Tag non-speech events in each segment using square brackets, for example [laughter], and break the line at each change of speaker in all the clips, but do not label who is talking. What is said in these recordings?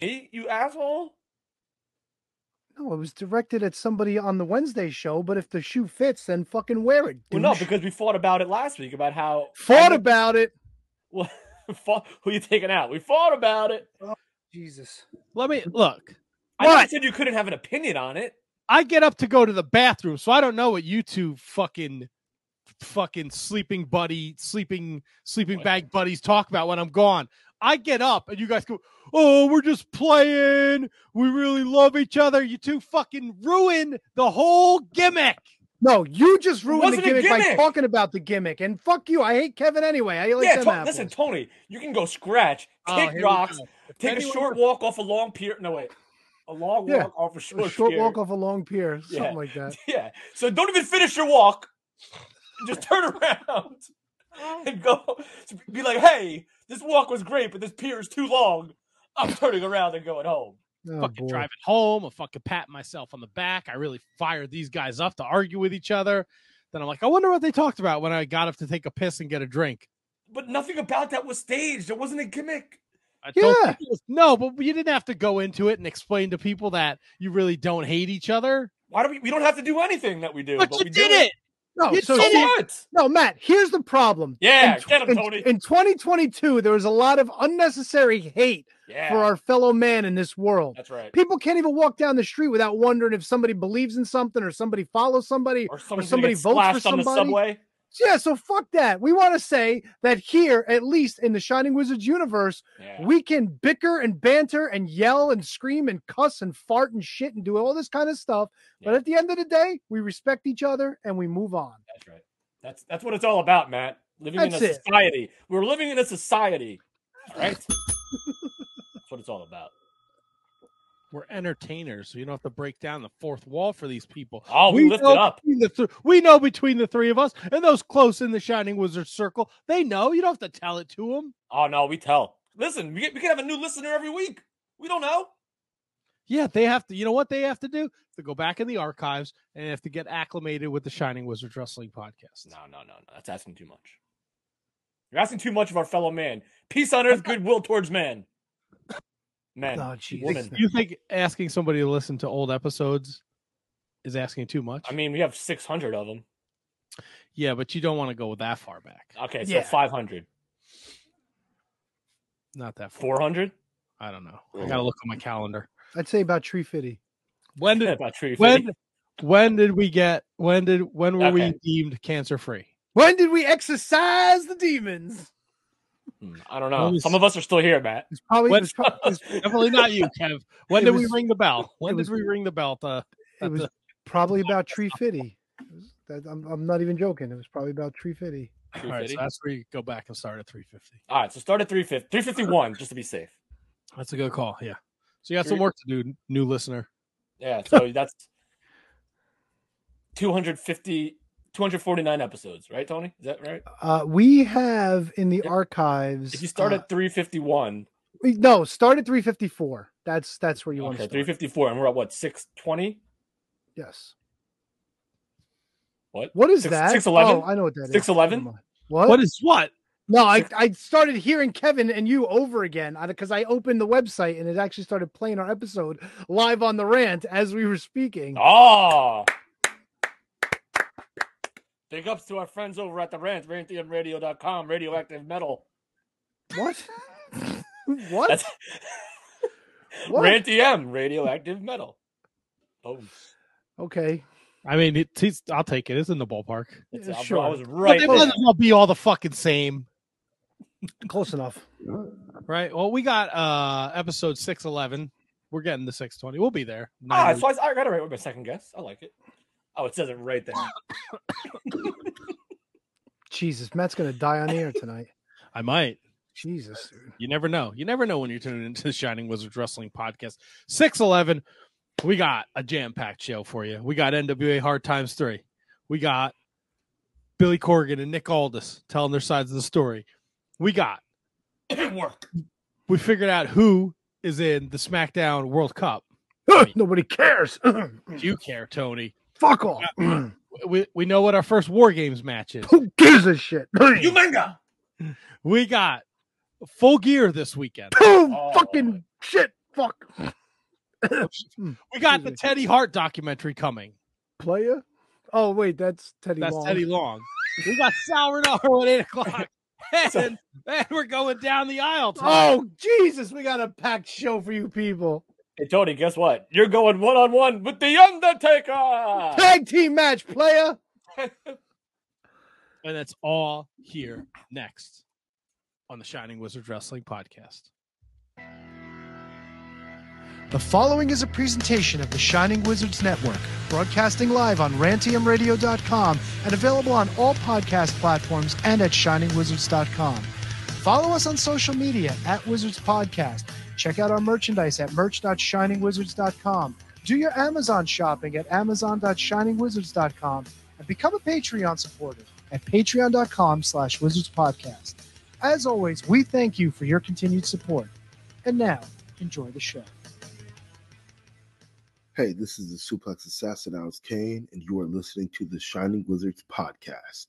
Eat, you asshole.
No, it was directed at somebody on the Wednesday show, but if the shoe fits, then fucking wear it.
Well, no,
douche.
because we fought about it last week about how
Thought
I-
about it.
Well, [laughs] fought, who you taking out? We fought about it.
Jesus.
Let me look.
I never
What?
said you couldn't have an opinion on it.
I get up to go to the bathroom, so I don't know what you two fucking fucking sleeping buddy, sleeping sleeping
What?
bag buddies talk about when I'm gone. I get up and you guys go, "Oh, we're just playing. We really love each other." You two fucking ruin the whole gimmick.
No, you just ruined the
wasn't a
gimmick, by
gimmick.
talking about the gimmick. And fuck you. I hate Kevin anyway. I like
yeah,
them
To-
apples.
listen, Tony, you can go scratch,
Oh,
kick
here we
rocks,
go. If
take a
anyone-
short walk off a long pier. No wait, a long walk
Yeah,
off a
a
short,
short
pier.
walk off a long pier, something
Yeah. [laughs]
like that.
Yeah. So don't even finish your walk. Just turn [laughs] around
Oh.
and go. Be like, hey, this walk was great, but this pier is too long. I'm turning around and going home.
Oh,
fucking
boy.
driving home. I fucking pat myself on the back. I really fired these guys up to argue with each other. Then I'm like, I wonder what they talked about when I got up to take a piss and get a drink.
But nothing about that was staged. It wasn't a gimmick.
I don't
Yeah.
think it was- no, but you didn't have to go into it and explain to people that you really don't hate each other.
Why do we? We don't have to do anything that we do.
but,
but
you
we
did
do
it.
No,
You
so
did
So
it.
see-
what?
no, Matt, here's the problem.
Yeah,
in, tw-
get him,
in-
Tony.
in 2022, there was a lot of unnecessary hate
Yeah,
for our fellow man in this world.
that's right.
People can't even walk down the street without wondering if somebody believes in something or somebody follows somebody.
Or, someone's gonna
somebody
get
votes for
splashed on the
somebody.
subway.
Yeah, so fuck that. We want to say that here, at least in the Shining Wizards universe,
Yeah.
we can bicker and banter and yell and scream and cuss and fart and shit and do all this kind of stuff. But
Yeah.
at the end of the day, we respect each other and we move on.
That's right. That's that's what it's all about, Matt. Living
That's
in a
it.
society. We're living in a society. All
[laughs]
right. that's what it's all about.
We're entertainers, so you don't have to break down the fourth wall for these people.
Oh, we, lift
know
it up.
Between the th- we know between the three of us and those close in the Shining Wizard circle, they know. You don't have to tell it to them.
Oh no, we tell. Listen, we, get, we can have a new listener every week. We don't know.
Yeah, they have to. You know what they have to do? To go back in the archives and they have to get acclimated with the Shining Wizard Wrestling podcast.
No, no, no, no. That's asking too much. You're asking too much of our fellow man. Peace on earth, goodwill towards man. Man,
Oh, Jesus.
woman.
You think asking somebody to listen to old episodes is asking too much?
I mean, we have 600 of them.
yeah, but you don't want to go that far back.
Okay, so
Yeah.
500,
Not that far.
400.
I don't know. I
Oh.
gotta look on my calendar.
I'd say about tree fitty.
When
[laughs]
[laughs]
did
About tree
when when did we get when did when were we
Okay.
deemed cancer free?
When did we exercise the demons?
Hmm, I don't
When
know.
was-
Some of us are still here, Matt.
[laughs]
It's probably,
When-
it was, pro- it was-
Definitely not you, Kev.
[laughs]
When
It
did
was-
we ring the bell? When
it was-
did we ring the bell? To,
it was probably about tree fitty. It was- that- I'm, I'm not even joking. It was probably about tree fitty.
all right, so
350.
that's where you go back and start at three fifty.
All right, so start at 350, 351, just to be safe.
That's a good call. Yeah. So you got some
Three-
work to do, new listener.
Yeah,
[laughs]
so that's 250, 249 episodes, right, Tony? Is that right?
Uh, we have in the
If-
archives.
If you start
uh,
at 351,
we- no, start at 354. That's that's where you want
okay,
to start.
354, and we're at what, 620?
Yes.
What?
What is
Six-
that?
611?
Oh, I know what that is.
611?
Never mind. What?
What is what?
No, I,
Six-
I started hearing Kevin and you over again because I opened the website and it actually started playing our episode live on the rant as we were speaking.
Oh! Big ups to our friends over at the Rant, ranttheumradio.com, radioactive metal.
What?
[laughs]
what?
That's
What?
Rantm, radioactive metal. Oh,
Okay.
I mean, it, it's, I'll take it. It's in the ballpark.
it's,
Yeah,
I- I
sure.
was right.
Right. But they
there.
might as well be all the fucking same,
[laughs] Close enough.
right? Well, we got uh episode six eleven. We're getting the six twenty. We'll be there.
Ah,
Nine
so I, I got it right with my second guess. I like it. Oh, it says it right there.
Jesus, Matt's gonna die on the air tonight.
weeks. I might.
[laughs]
Jesus, dude.
You never know. You never know when you're tuning into the Shining Wizards Wrestling Podcast six eleven. We got a jam packed show for you. We got NWA Hard Times three. We got Billy Corgan and Nick Aldis telling their sides of the story. We got
it worked.
we figured out who is in the SmackDown World Cup.
[laughs] Nobody cares. [clears throat]
Do you care, Tony?
Fuck off. [clears throat] Who
we, we know what our first war games match is.
gives a shit?
You manga.
We got full gear this weekend.
[laughs] Who
Oh.
fucking shit? Fuck.
We got the
Excuse
Teddy Hart documentary coming.
Player? Oh, wait, that's Teddy
That's
Long.
Teddy Long. We got Sour and Hour [laughs] at eight o'clock. And, and we're going down the aisle. tonight.
Oh, Jesus. We got a packed show for you people.
Hey, Tony, guess what? You're going one on one with The
Uh.
Undertaker.
Tag team match, player.
And that's all here next on the Shining Wizard Wrestling Podcast.
The following is a presentation of the Shining Wizards Network, broadcasting live on rantiumradio.com and available on all podcast platforms and at shiningwizards.com. Follow us on social media at Wizards Podcast. Check out our merchandise at merch.shiningwizards.com. Do your Amazon shopping at amazon.shiningwizards.com and become a Patreon supporter at patreon.com slash wizards podcast. As always, we thank you for your continued support. And now, enjoy the show.
Hey, this is the Suplex Assassin. I was Kane, and you are listening to the Shining Wizards podcast.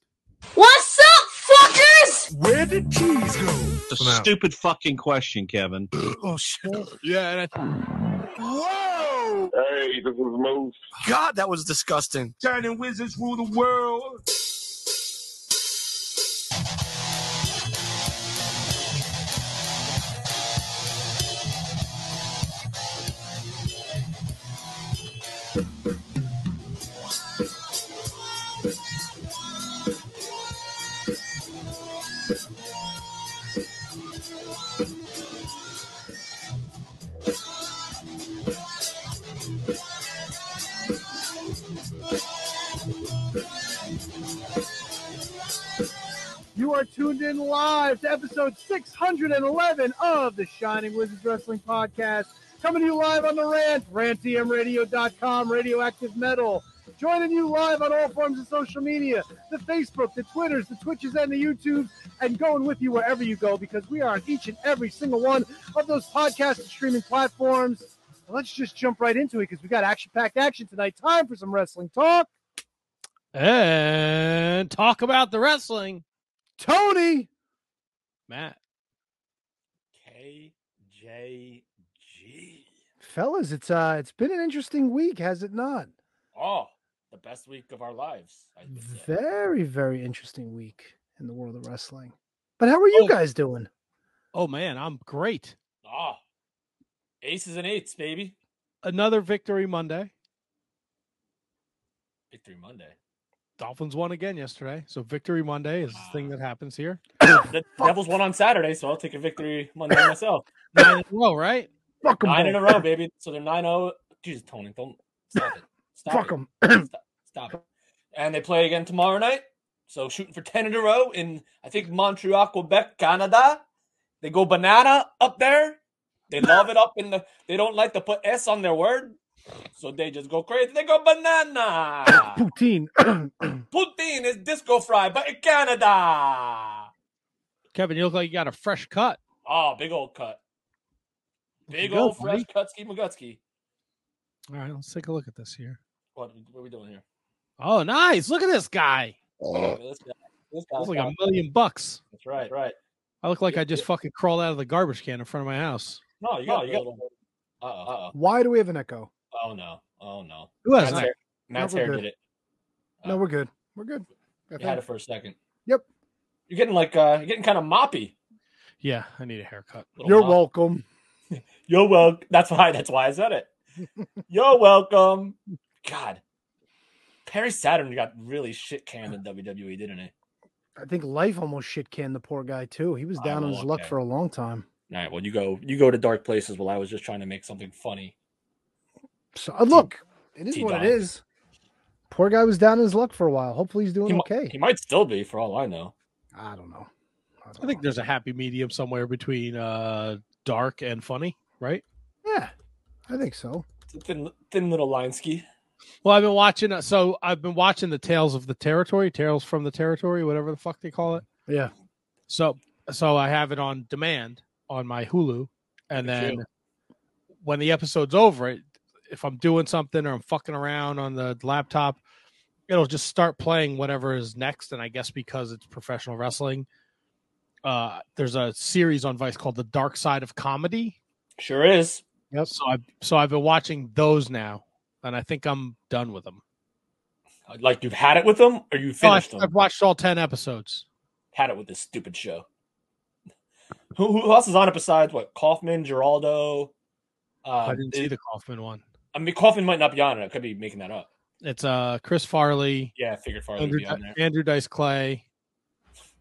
What's up, fuckers?
Where did cheese go?
It's a stupid fucking question, Kevin.
Oh shit!
Yeah, and I,
Whoa!
Hey, this is Moose.
God, that was disgusting. Shining wizards rule the world.
You are tuned in live to episode 611 of the Shining Wizards Wrestling Podcast. Coming to you live on the rant, rantdmradio.com, radioactive metal. Joining you live on all forms of social media the Facebook, the Twitters, the Twitches, and the YouTubes, and going with you wherever you go because we are on each and every single one of those podcast and streaming platforms. Let's just jump right into it because we got action packed action tonight. Time for some wrestling talk.
and talk about the wrestling,
Tony,
Matt.
KJG.
fellas, it's uh, it's been an interesting week, has it not?
Oh, the best week of our lives. I think, yeah.
very very interesting week in the world of wrestling but how are you
Oh.
guys doing
Oh man, I'm great.
Ah, aces and eights, baby.
Another victory Monday.
Victory Monday.
Dolphins won again yesterday, so victory Monday is the thing that happens here.
Ah,
The Devils won on Saturday, so I'll take a victory Monday myself.
Nine in a row, right?
fuck
Nine in
them
a row, baby. So they're 9 0. Jesus, Tony, don't stop it. Stop
fuck
it.
them
Stop, stop it. And they play again tomorrow night. So shooting for 10 in a row in, I think, Montreal, Quebec, Canada. They go banana up there. They love it up in the, they don't like to put S on their word. So they just go crazy. They go
[coughs]
banana.
poutine [clears throat]
Poutine is disco fry, but in Canada.
Kevin, you look like you got a fresh cut.
Oh, big old cut. Big
good,
old fresh
buddy.
Kutsky McGutsky.
All right, let's take a look at this here.
What, what are we doing here?
Oh, nice. Look at this guy.
This guy- this guy's
Looks like a
got-
million bucks.
That's right, right.
I look like I just fucking crawled out of the garbage can in front of my house.
No, you got, you got. Uh oh,
why do we have an echo
oh no, oh no.
Who has
Matt's
that?
hair, Matt's
we're
hair
good.
did it.
no we're good we're good I
You Uh, had it
think.
for a second.
Yep.
You're getting like uh, you're getting kind of moppy.
Yeah, I need a haircut.
Little
you're
mop.
welcome
You're welcome. That's why. That's why I said it. You're welcome. God, Perry Saturn got really shit canned in WWE, didn't he?
i think life almost shit canned the poor guy too he was
Oh,
down on his luck
okay.
for a long time
All right. Well, you go. You go to dark places. While I was just trying to make something funny.
so uh, look it is what it
T-Dog.
is poor guy was down on his luck for a while hopefully he's doing
He, mi-
okay
he might still be, for all I know.
i don't know don't
I think
know.
there's a happy medium somewhere between uh dark and funny, right?
yeah i think so
It's a thin, thin little Linsky.
Well, I've been watching uh, so I've been watching the Tales of the Territory, Tales from the Territory, whatever the fuck they call it.
yeah
So so I have it on demand on my Hulu and
Look at
then when the episode's over, it, if I'm doing something or I'm fucking around on the laptop, it'll just start playing whatever is next and I guess because it's professional wrestling, uh there's a series on Vice called The Dark Side of Comedy
Sure is.
Yep.
So I so I've been watching those now, and I think I'm done with them.
Uh, Like you've had it with them, or you
No, I've,
finished
Oh, I've
them.
watched all ten episodes.
Had it with this stupid show. Who, who else is on it besides what Kaufman, Geraldo? Uh,
I didn't see
it-
the Kaufman one.
I mean, Kaufman might not be on it. I could be making that up.
It's uh Chris Farley,
Yeah, I figured Farley would
Andrew,
be on there.
Andrew Dice Clay,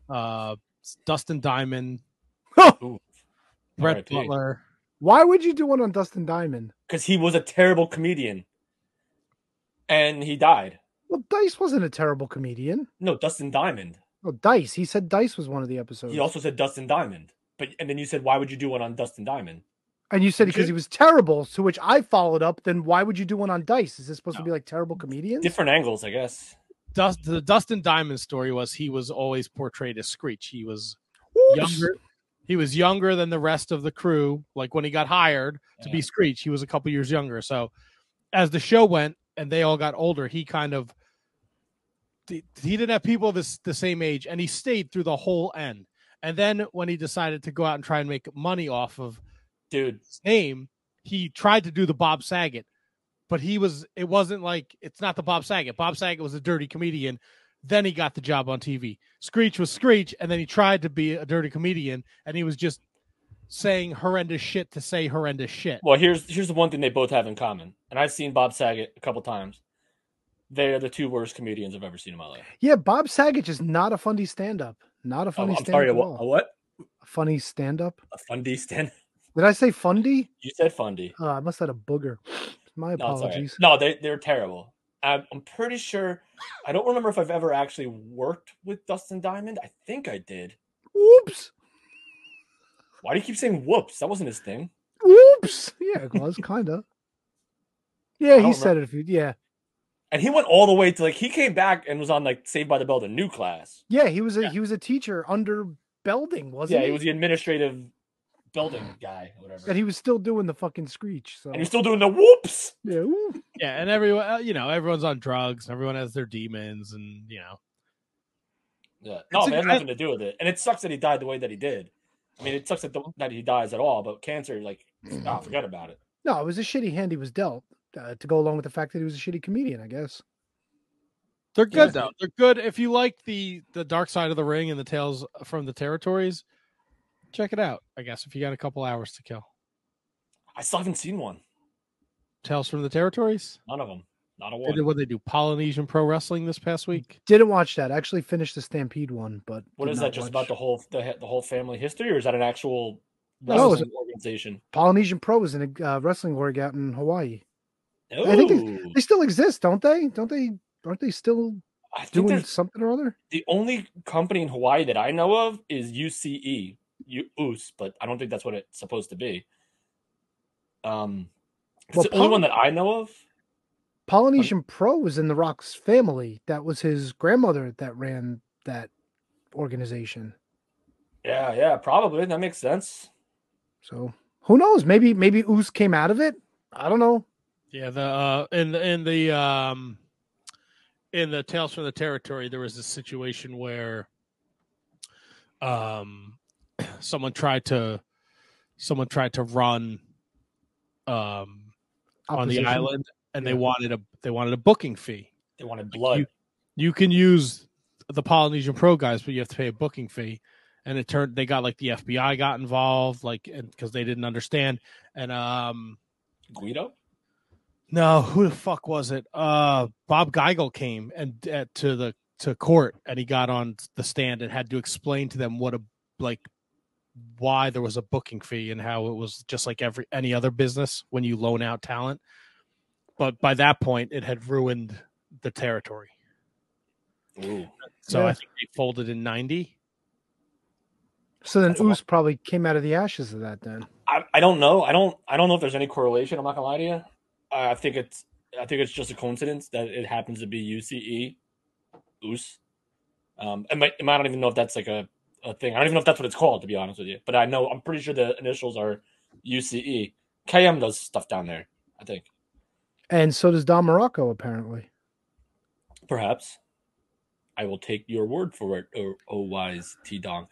uh Dustin Diamond,
Ooh.
[laughs] Brett
R.I.P..
Butler.
Why would you do one on Dustin Diamond?
because he was a terrible comedian and he died.
Well, Dice wasn't a terrible comedian.
No, Dustin Diamond.
Well, Dice. He said Dice was one of the episodes.
Oh.
He also said Dustin Diamond, but and then you said why would you do one on Dustin Diamond?
and you said
Did
because
you?
he was terrible, to which I followed up, then why would you do one on Dice? Is this supposed to be like terrible comedians?
Different angles, I guess.
Dust, the Dustin Diamond story was he was always portrayed as Screech. He was younger. He was younger than the rest of the crew. Like when he got hired to
Yeah.
be Screech, he was a couple years younger. So as the show went and they all got older, he kind of he he didn't have people of his, the same age, and he stayed through the whole end. And then when he decided to go out and try and make money off of
Dude,
his name, he tried to do the Bob Saget, but he was it wasn't like it's not the Bob Saget. Bob Saget was a dirty comedian. Then he got the job on TV. Screech was Screech, and then he tried to be a dirty comedian, and he was just saying horrendous shit to say horrendous shit.
well here's here's the one thing they both have in common. And I've seen Bob Saget a couple times. They are the two worst comedians I've ever seen in my life.
Yeah, Bob Saget is not a funny stand up. Not a
Oh,
funny
I'm
stand up.
sorry, a,
at
wha- a
all.
what?
A funny stand up.
A fundy stand. [laughs]
Did I say fundy?
You said fundy.
Oh, I must have had a booger. [sniffs] My
No, it's all right.
apologies.
no they, they're terrible. I'm, I'm pretty sure. I don't remember if I've ever actually worked with Dustin Diamond. I think I did.
Whoops.
Why do you keep saying whoops? That wasn't his thing.
Whoops. [laughs] Yeah, it was kind of. Yeah, he
don't
said it a few. Yeah.
And he went all the way to like he came back and was on like Saved by the Bell, the new class.
Yeah, he was a
Yeah.
he was a teacher under Belding, wasn't
yeah,
he?
he was the administrative building guy, or whatever.
and he was still doing the fucking screech. So
And you're still doing the whoops.
[laughs] yeah, ooh.
Yeah, and everyone, uh, you know, everyone's on drugs, and everyone has their demons, and you know,
Yeah. No,
It's a-
man, it had
I-
nothing to do with it. And it sucks that he died the way that he did. I mean, it sucks that, the, that he dies at all. But cancer, like,
Mm-hmm.
ah, forget about it.
No, it was a shitty hand he was dealt uh, to go along with the fact that he was a shitty comedian. I guess.
they're good
Yeah.
though. They're good. If you like the the Dark Side of the Ring and the Tales from the Territories, check it out. I guess if you got a couple hours to kill,
I still haven't seen one.
Tales from the Territories.
None of them. Not a
They did
one.
what they do Polynesian pro wrestling this past week.
Didn't watch that. I actually finished the Stampede one, but
What
did
is
not
that? Just about
watch-
the whole the, the whole family history, or is that an actual
No, it's-
wrestling organization?
Polynesian Pro is in a uh, wrestling org out in Hawaii.
Oh,
I think They still exist, don't they? Don't they? Aren't they still
I think
doing
there's-
something or other?
the only company in Hawaii that I know of is UCE, U- UCE, but I don't think that's what it's supposed to be. Um, it's
Well,
the only
Pol-
one that I know of.
Polynesian Pro was in the Rock's family. That was his grandmother that ran that organization.
Yeah, yeah, probably that makes sense.
So who knows? Maybe maybe Oos came out of it. I don't know.
Yeah, the uh, in the in the um, in the Tales from the Territory, there was a situation where um, [clears throat] someone tried to someone tried to run um on the
Opposition.
island, and they
Yeah.
wanted a they wanted a booking fee.
They wanted blood.
you- You can use the Polynesian Pro guys, but you have to pay a booking fee. And it turned they got like the FBI got involved, like and because they didn't understand, and um.
Guido.
No, who the fuck was it? Uh, Bob Geigel came and uh, to the to court, and he got on the stand and had to explain to them what a like why there was a booking fee and how it was just like every any other business when you loan out talent. But by that point, it had ruined the territory,
Ooh.
so
Yeah.
I think they folded in ninety.
So then
That's a lot.
Oos probably came out of the ashes of that then.
I, I don't know. I don't I don't know if there's any correlation. I'm not gonna lie to you. I I think it's I think it's just a coincidence that it happens to be UCE, OOS. Um, I might, I might- I don't even know if that's like a, a thing. I don't even know if that's what it's called to be honest with you. But I know I'm pretty sure the initials are UCE. KM does stuff down there. I think
And so does Don Morocco apparently.
perhaps. I will take your word for it, or oh wise T Donk.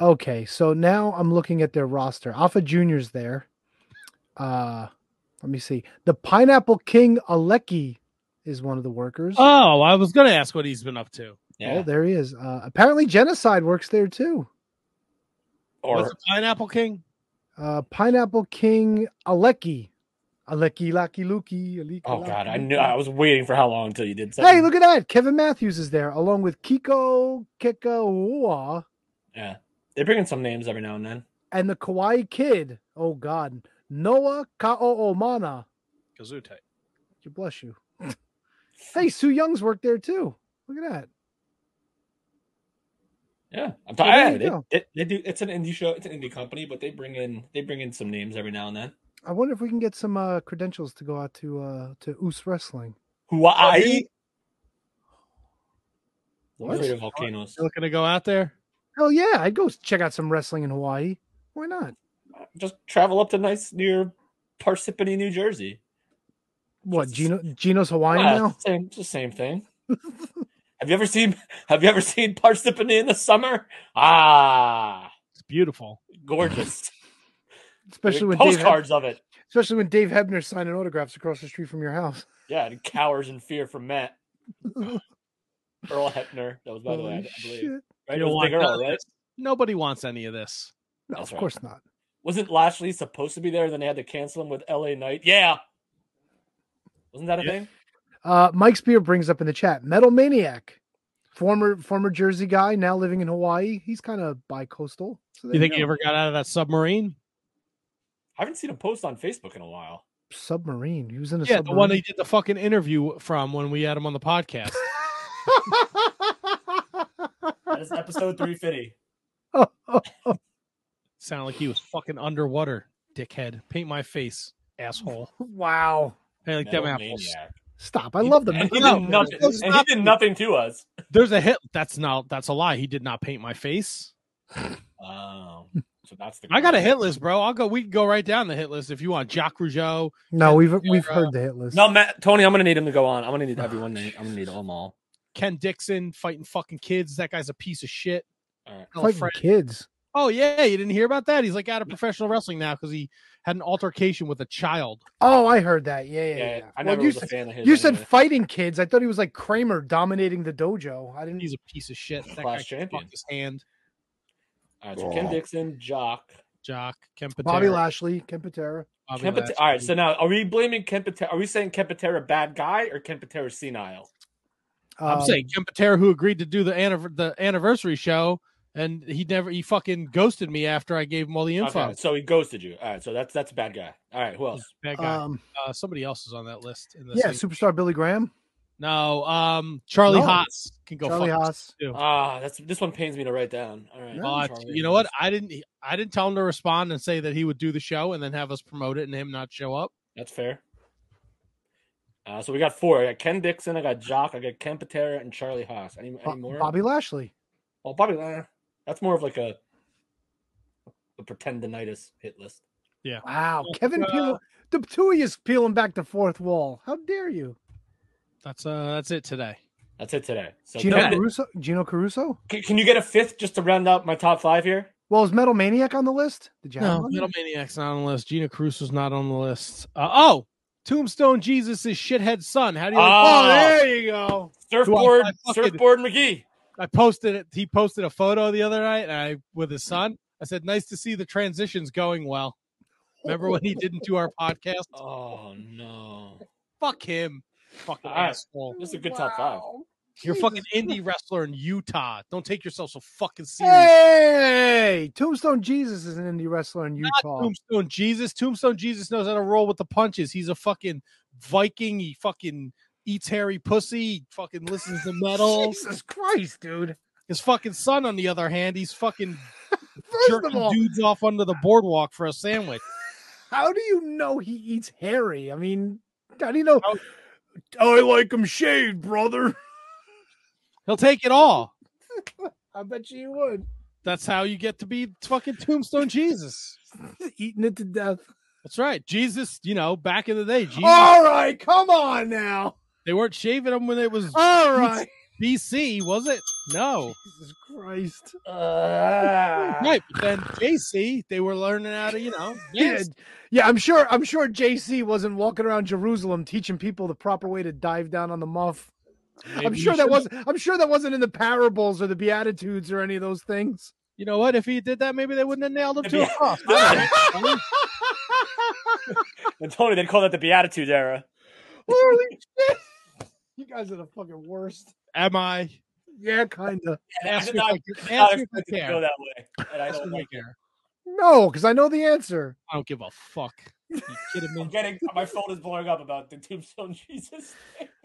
Okay, so now I'm looking at their roster. Alpha Junior's there. uh let me see. The Pineapple King Aleki is one of the workers.
Oh, I was gonna ask what he's been up to.
Oh, there he is. Uh, apparently genocide works there too.
What's
Or
the Pineapple King?
Uh Pineapple King Aleki. Aleki Laki Luki. Aleki,
oh god,
Laki
I knew
Luki.
I was waiting for how long until you did something.
Hey, look at that. Kevin Matthews is there along with Kiko Kekawa
They bring in some names every now and then.
and the Kawaii Kid. Oh god. Noah Kaoomana.
Kazute.
You
[laughs]
bless you. hey, Sue Young's worked there too. Look at that.
Yeah, I'm
Well, there you
tired.
go.
they, they do. It's an indie show. It's an indie company, but they bring in they bring in some names every now and then.
I wonder if we can get some uh, credentials to go out to uh, to Oos Wrestling.
Who
Oh,
I
What?
volcanoes.
You looking to go out there?
Hell yeah, I'd go check out some wrestling in Hawaii. Why not?
Just travel up to nice near Parsippany, New Jersey.
What
Just-
Gino Gino's Hawaiian
Yeah,
now?
Same, it's the same thing. [laughs] have you ever seen Have you ever seen Parsippany in the summer? Ah,
It's beautiful.
gorgeous.
[laughs] Especially when Dave Heb-
postcards of it.
especially when Dave Hebner's signing autographs across the street from your house.
Yeah, and cowers in fear from
[laughs]
Matt. Earl Hepner. That was by the way, I,
Holy
I believe. Right?
shit.
You
It
don't
was Big
want
Earl,
none of
right?
this. Nobody wants any of this.
No,
That's
of
right.
course not.
Wasn't Lashley supposed to be there? Then they had to cancel him with LA Knight. Yeah. Wasn't that a
Yeah.
thing?
Uh, Mike Spear brings up in the chat Metal Maniac, former former Jersey guy, now living in Hawaii. He's kind of bi-coastal. So there
You think
go.
he ever got out of that submarine?
I haven't seen him post on Facebook in a while.
submarine? He was in a
yeah,
submarine.
the one he did the fucking interview from when we had him on the [laughs] podcast.
That is episode 350.
Sound like he was fucking underwater, dickhead. Paint my face, [laughs] asshole.
wow.
Hey, like them
Metal
apples.
Maniac.
Stop. I love
[laughs]
the
And he,
Metal
did
Maniac.
nothing,
Let's
and he
stop
did nothing to us.
There's a hit. That's not. That's a lie. He did not paint my face.
Oh, so that's the.
I got a hit list, bro. I'll go. We can go right down the hit list if you want. Jacques Rougeau.
No, we've we've
uh,
heard the hit list.
No, Matt, Tony, I'm gonna need him to go on. I'm gonna [sighs] need everyone. to- I'm gonna need them all.
Ken Dixon fighting fucking kids. That guy's a piece of shit.
All right.
Hell,
Fighting
Fred-
kids.
Oh yeah, you didn't hear about that? He's like out of professional wrestling now because he had an altercation with a child.
Oh, I heard that. Yeah, yeah.
Yeah,
yeah.
I
Well,
never
you
was a
said,
fan of his.
you said
anyway.
fighting kids. I thought he was like Kramer dominating the dojo. I didn't.
He's a piece of shit. That
Class
guy
champion.
fucked his hand.
All right, so Ken
Oh.
Dixon, Jock.
Jock Kempatera.
Bobby Lashley, Kempatera.
Bobby
Kempa-
Lashley.
all right, so now are we blaming Kempatera? Are we saying Kempatera bad guy or Kempatera senile?
I'm
Um,
saying Kempatera, who agreed to do the anniv- the anniversary show, and he never he fucking ghosted me after I gave him all the info.
Okay, so he ghosted you. All right, so that's that's a bad guy. All right, who else?
That guy.
Um,
uh, somebody else is on that list. In this
yeah,
thing.
superstar Billy Graham,
no, um, Charlie
No.
Haas can go
Charlie
fuck
Haas.
himself, too.
Ah, that's this one pains me to write down. All right,
Uh,
Charlie.
you know what? I didn't. I didn't tell him to respond and say that he would do the show and then have us promote it and him not show up.
That's fair. Uh, so we got four. I got Ken Dixon. I got Jock. I got Ken Patera and Charlie Haas. Any, any
Bo-
more?
Bobby Lashley.
Well, Bobby. eh, that's more of like a a pretendinitis hit list.
Wow,
Oh,
Kevin
uh,
Peel. The two of you's peeling back the fourth wall. How dare you,
That's uh, that's it today.
That's it today. So
Gino
Ken-
Caruso? Gino Caruso?
can, can you get a fifth just to round out my top five here?
Well, is Metal Maniac on the list? Did you have him
No,
on there?
Metal Maniac's not on the list. Gina Caruso's not on the list. Uh, oh, Tombstone Jesus' shithead son. How do you? like-
Ah.
Oh, there you go.
Surfboard,
I fucking-
surfboard McGee.
I posted it. He posted a photo the other night, and I with his son. I said, "Nice to see the transitions going well." Remember when he didn't do our podcast?
Oh no,
Fuck him, fucking
All right.
asshole.
this is a good top five.
You're a fucking indie wrestler in Utah. Don't take yourself so fucking serious.
Hey, Tombstone Jesus is an indie wrestler in
Not
Utah.
Tombstone Jesus. Tombstone Jesus knows how to roll with the punches. He's a fucking Viking. He fucking eats hairy pussy. He fucking
[laughs]
listens to metal.
Jesus Christ, dude.
His fucking son, on the other hand, he's fucking
First of
jerking
all,
dudes off under the boardwalk for a sandwich.
how do you know he eats hairy? I mean, how do you know?
Oh.
I like him shaved, brother.
He'll take it all.
I bet you would.
That's how you get to be fucking Tombstone Jesus.
Eating it to death.
That's right. Jesus, you know,
Oh!
back in the day, Jesus,
All right, come on now.
they weren't shaving him when it was
All right.
BC, was it? No.
Jesus Christ. Ah. [laughs]
[laughs] Right. But then JC, they were learning how to, you know, dance.
Yeah, yeah, I'm sure I'm sure JC wasn't walking around Jerusalem teaching people the proper way to dive down on the muff. I'm
Maybe you
sure that
should-
was I'm sure that wasn't in the parables or the beatitudes or any of those
[laughs]
things.
You know what? If he did that, maybe they wouldn't have nailed him
The
to a
[laughs] Beat-
cross.
And Tony, they'd call that the Beatitude era.
Holy shit. You guys are the fucking worst.
Am I?
Yeah, kinda.
And I
Ask
did
me if
not,
I can-
not
ask me if
expect
I
it to
care.
go that way. And I
Ask me
don't
if I
know.
care.
No, because I know the answer.
I don't give a fuck. You kidding
I'm
me?
getting my phone is blowing up about the tombstone [laughs] Jesus.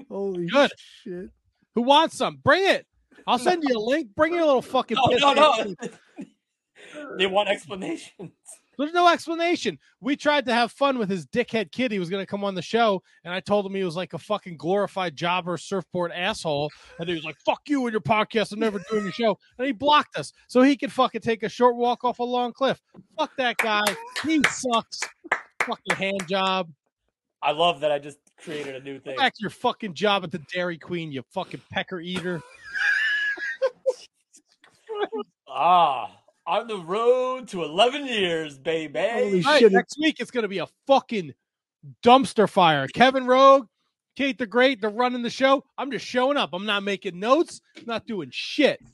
Holy
Good.
shit.
Who wants some? Bring it. I'll send you a link. Bring your little
No,
fucking.
[laughs] no,
biscuit.
no. [laughs] they want explanations.
There's no explanation. We tried to have fun with his dickhead kid. He was going to come on the show, and I told him he was like a fucking glorified jobber surfboard asshole. And he was like, fuck you and your podcast. I'm never doing your show. And he blocked us so he could fucking take a short walk off a long cliff. Fuck that guy. He sucks. Fucking hand job.
I love that I just created a new thing.
Go back to your fucking job at the Dairy Queen, you fucking pecker eater.
Ah, on the road to 11 years, baby.
Holy
All right,
shit.
next week it's going to be a fucking dumpster fire. Kevin Rogue, Kate the Great, they're running the show. I'm just showing up. I'm not making notes. I'm not doing shit. I'm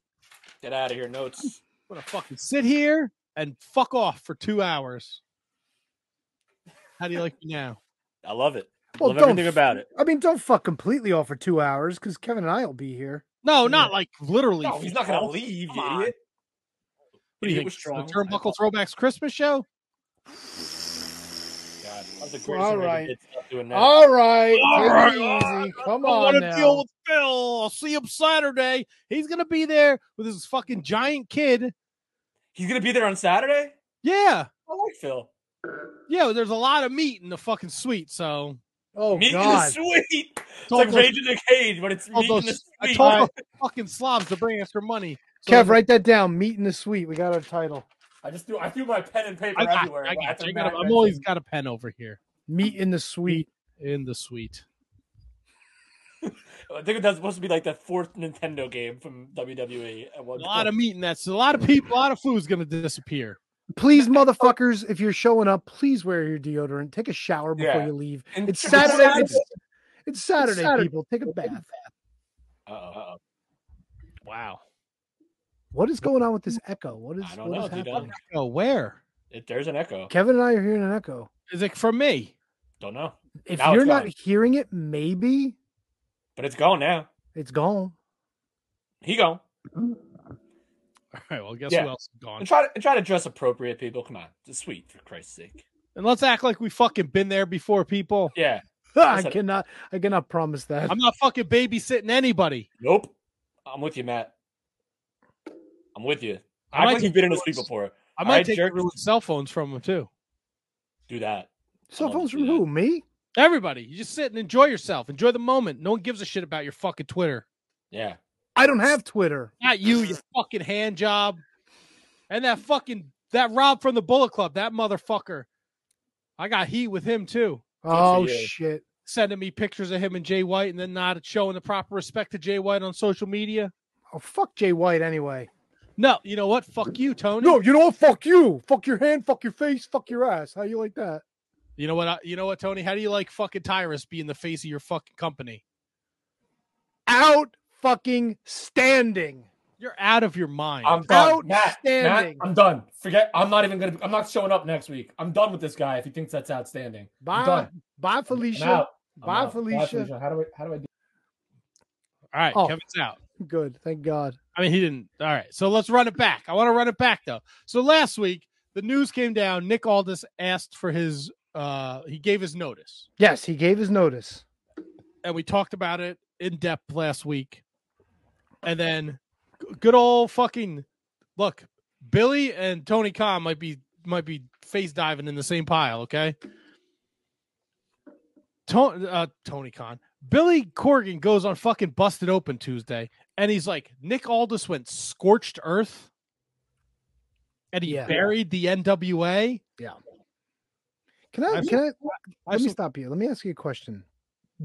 Get out of here, notes.
going to fucking sit here and fuck off for two hours. How do you like me now?
I love it.
Well,
love
don't
everything about it.
I mean, don't fuck completely off for two hours because Kevin and I will be here.
No, not like literally.
No, he's not going to leave,
Come
you
on.
idiot.
What do
Idiot
you think?
was
The
strong. Oh
Turnbuckle Throwbacks Christmas show?
God, that was the greatest
All
thing they
right.
did. Stop doing that.
All right.
All
take it
right,
easy. Come
I
on
want to
now.
deal with Phil. I'll see him Saturday. He's going to be there with his fucking giant kid.
He's going to be there on Saturday?
Yeah.
I like Phil.
Yeah, there's a lot of meat in the fucking suite, so
oh,
meat
God.
in the sweet. It's
Told
like
those-
Rage in the Cage, but it's
told
meat in the
those- I
sweet.
told those fucking slobs to bring us their money. So
Kev, write that down. Meet in the suite. We got our title.
[laughs] I just threw, I threw my pen and paper
I got,
everywhere.
I
but
got,
had
you. I
to
got,
not
I'm
mention-
always got a pen over here
Meet in the suite.
in the suite.
I think that's supposed to be like the fourth Nintendo game from WWE. At
A
one
lot of meat in that. So a lot of people, a lot of food's gonna disappear.
Please, motherfuckers, if you're showing up, please wear your deodorant. Take a shower before
Yeah.
you leave.
And- [laughs]
It's Saturday. It's, it's Saturday,
Saturday.
people. Take a bath.
Uh-oh, uh-oh.
Wow.
What is going on with this echo? What is,
I don't
what is
know, dude.
happening?
Oh, where
It- there's an echo.
Kevin and I are hearing an echo.
is it from me?
Don't know,
If
Now it's
you're not
gone.
hearing it, maybe
but it's gone now.
it's gone. [laughs]
He gone.
All right. Well, guess
Yeah.
who else is gone?
And try to and try to dress appropriate, people. Come on, it's sweet for Christ's sake.
And let's act like we fucking been there before, people.
Yeah.
I
Listen.
cannot. I cannot promise that.
I'm not fucking babysitting anybody.
Nope. I'm with you, Matt. I'm with you.
I
I
might
like you've
take
been in a suite
everyone's-
before.
I
All
might
right,
take
jerks.
everyone's cell phones from them too.
Do that.
Cell
I'm on
phones
to
from
that.
who? Me?
Everybody, you just sit and enjoy yourself. Enjoy the moment. No one gives a shit about your fucking Twitter.
Yeah.
I don't have Twitter.
Not
[clears throat]
you, you fucking hand job. And that fucking that Rob from the Bullet Club, that motherfucker. I got heat with him too.
Oh
you.
shit!
Sending me pictures of him and Jay White and then not showing the proper respect to Jay White on social media.
Oh fuck Jay White anyway.
No, you know what? Fuck you, Tony.
No, you know what? Fuck you. Fuck your hand. Fuck your face. Fuck your ass. How you like that?
You know what? I, you know what, Tony? How do you like fucking Tyrus being the face of your fucking company?
Out fucking standing.
You're out of your mind.
I'm done. Matt, Matt,
Outstanding.
I'm done. Forget. I'm not even gonna. I'm not showing up next week. I'm done with this guy. If he thinks that's outstanding, I'm
Bye,
done.
bye,
I'm
Felicia.
out. I'm
Bye,
out.
Felicia.
How do I? How do I do?
All right,
Oh.
Kevin's out.
Good. Thank God.
I mean, he didn't. All right. So let's run it back. I want to run it back though. So last week, the news came down. Nick Aldis asked for his. uh He gave his notice,
Yes, he gave his notice.
and we talked about it in depth last week. And then, g- good old fucking look, Billy and Tony Khan might be might be face diving in the same pile. Okay. Tony, uh, Tony Khan, Billy Corgan goes on fucking busted open Tuesday, and he's like, Nick Aldis went scorched earth, and he
Yeah.
buried the NWA.
Can I?
I
can I?
I
Let me
saw-
stop you. Let me ask you a question.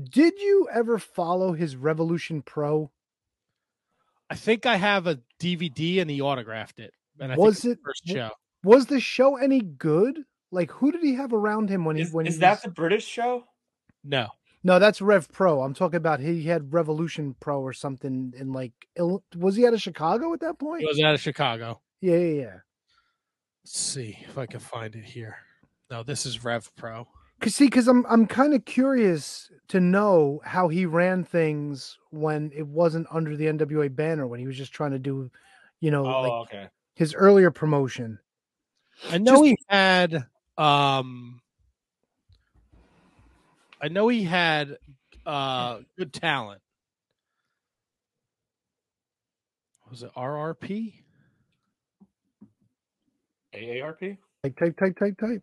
Did you ever follow his Revolution Pro?
I think I have a DVD and he autographed it. And I
Was
think it's the
it-
first show?
Was the show any good? Like, who did he have around him when he
Is,
when
is
he
that
was-
the British show?
No,
No, that's Rev Pro. I'm talking about he had Revolution Pro or something. And like, Ill- was he out of Chicago at that point?
it was out of Chicago.
Yeah, yeah, yeah.
Let's see if I can find it here. No, this is Rev Pro.
Cause see, cause I'm I'm kind of curious to know how he ran things when it wasn't under the NWA banner when he was just trying to do, you know,
Oh,
like
okay.
his earlier promotion.
I know
Just-
he had um I know he had uh good talent. Was it RRP?
AARP.
Like type, type, type, type.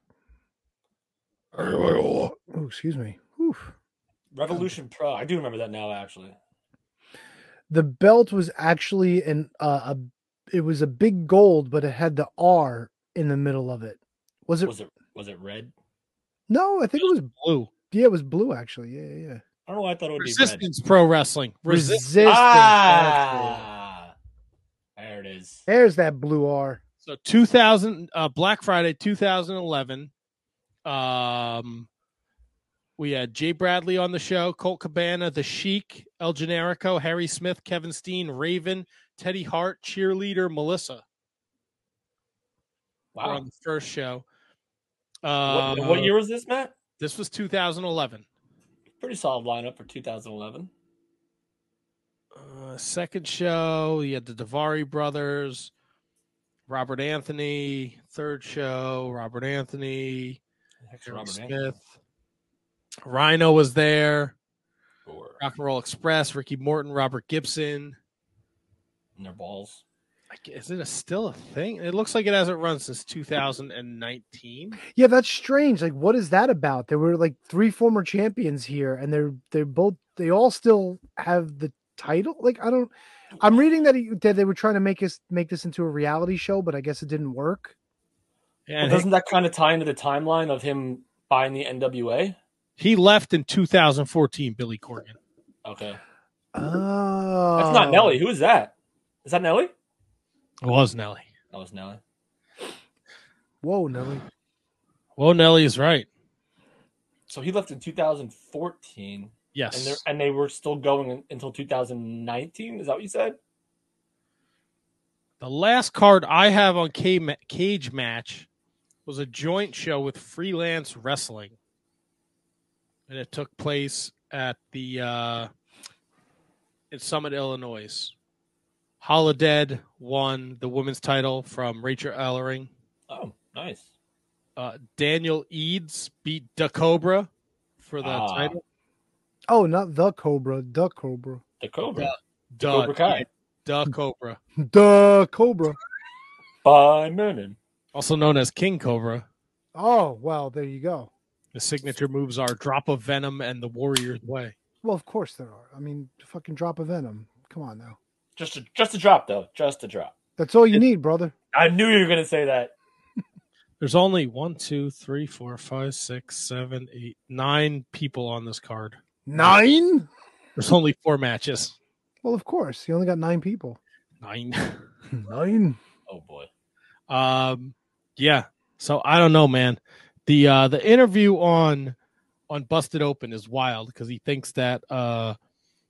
Oh, excuse me. Oof.
Revolution Pro. I do remember that now, actually.
The belt was actually an uh, a it was a big gold, but it had the R in the middle of it. Was it?
Was it was it red?
no, I think it was.
Blue.
Yeah, it was blue actually. Yeah, yeah. yeah.
I don't know why I thought it would be red.
Resistance Pro Wrestling. Resist-
Resistance. That's it.
Ah, there it is.
There's that blue R.
so 2000 uh Black Friday 2011 um we had Jay Bradley on the show, Colt Cabana, The Sheik, El Generico, Harry Smith, Kevin Steen, Raven, Teddy Hart, Cheerleader, Melissa. were
Wow.
on the first show.
What-
Uh,
what, year was this, Matt?
This was 2011.
Pretty solid lineup for 2011.
Uh, second show, you had the Davari brothers, Robert Anthony. Third show, Robert Anthony,
Actually,
Harry
Robert
Smith.
Anthony.
Rhino was there.
Or
Rock and Roll Express, Ricky Morton, Robert Gibson.
in their balls.
I gu- Is it a, still a thing? It looks like it hasn't run since 2019.
Yeah, that's strange. Like, what is that about? There were like three former champions here, and they're they're both they all still have the title. Like, I don't. I'm reading that he, that they were trying to make this make this into a reality show, but I guess it didn't work.
Yeah,
Well,
and
doesn't that kind of tie into the timeline of him buying the NWA?
he left in 2014, Billy Corgan.
Okay.
Oh,
That's
Uh,
not Nelly. Who is that? Is that Nelly?
It was Nelly.
That was Nelly.
Whoa, Nelly.
Well, Nelly is right.
So he left in 2014,
Yes.
and they and they were still going in- until 2019. Is that what you said?
The last card I have on Ca- Ma- Cage Match was a joint show with Freelance Wrestling. And it took place at the uh in Summit, Illinois. Holodead won the women's title from Rachel Ellering.
Oh, nice.
Uh, Daniel Eads beat Da Cobra for the
Ah.
title.
Oh, not the Cobra, the Cobra,
The Cobra.
Da,
Cobra Kai.
Da Cobra,
the Cobra.
By Mernon.
also known as King Cobra.
Oh, well, there you go.
The signature moves are Drop of Venom and the Warrior's Way.
Well, of course there are. I mean, fucking drop of venom. Come on now.
Just a, just a drop though. Just a drop.
That's all you need, brother.
I knew you were gonna say that.
There's only one, two, three, four, five, six, seven, eight, nine people on this card.
Nine?
There's only four matches.
Well, of course. You only got
[laughs]
nine people.
Nine. [laughs]
Nine.
Oh boy.
um, yeah. So I don't know, man. The uh the interview on on Busted Open is wild because he thinks that uh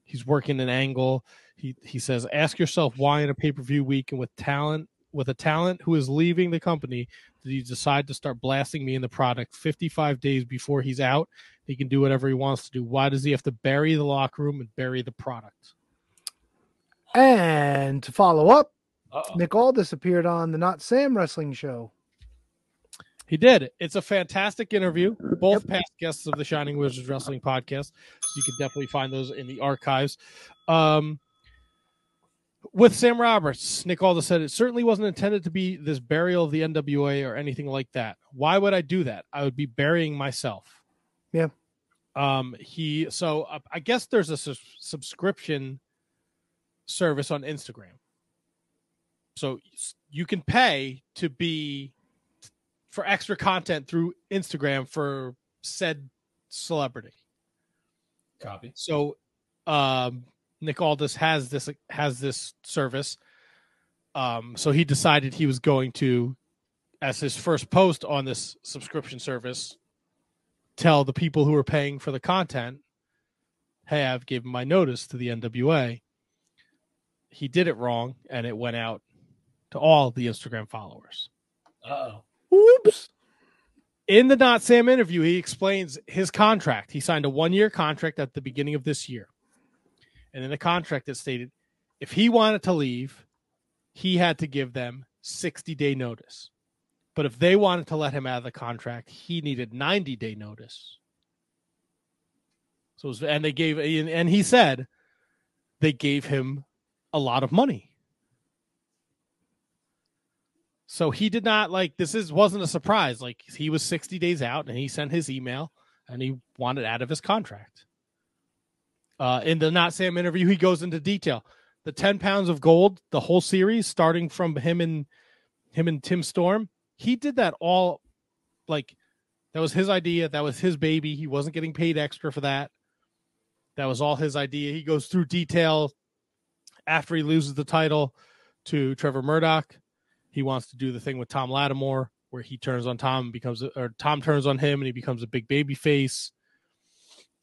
he's working an angle. He he says, ask yourself why in a pay-per-view week and with talent with a talent who is leaving the company, did he decide to start blasting me in the product 55 days before he's out? He can do whatever he wants to do. Why does he have to bury the locker room and bury the product?
And to follow up,
Uh oh.
Nick Aldis appeared on the Not Sam Wrestling Show.
He did. It's a fantastic interview. Both past guests of the Shining Wizards Wrestling podcast. You can definitely find those in the archives. Um, with Sam Roberts, Nick Aldis said, It certainly wasn't intended to be this burial of the NWA or anything like that. Why would I do that? I would be burying myself.
Yeah.
Um, he, so uh, I guess there's a sus- subscription service on Instagram. So s- you can pay to be for extra content through Instagram for said celebrity.
Copy.
So um Nick Aldis has this has this service. Um, so he decided he was going to, as his first post on this subscription service, tell the people who are paying for the content, "Hey, I've given my notice to the NWA." He did it wrong, and it went out to all the Instagram followers.
Uh-oh.
Whoops. In the Not Sam interview, he explains his contract. He signed a one year contract at the beginning of this year. And in the contract, it stated if he wanted to leave, he had to give them 60 day notice. But if they wanted to let him out of the contract, he needed 90 day notice. So, it was, and they gave, and and he said they gave him a lot of money. So he did not like this is wasn't a surprise. Like he was 60 days out and he sent his email and he wanted out of his contract. Uh, in the not Sam interview, he goes into detail. The 10 pounds of gold, the whole series, starting from him and him and Tim Storm, he did that all like that was his idea. That was his baby. He wasn't getting paid extra for that. That was all his idea. He goes through detail after he loses the title to Trevor Murdoch he wants to do the thing with Tom Lattimore where he turns on Tom and becomes a, or Tom turns on him and he becomes a big baby face.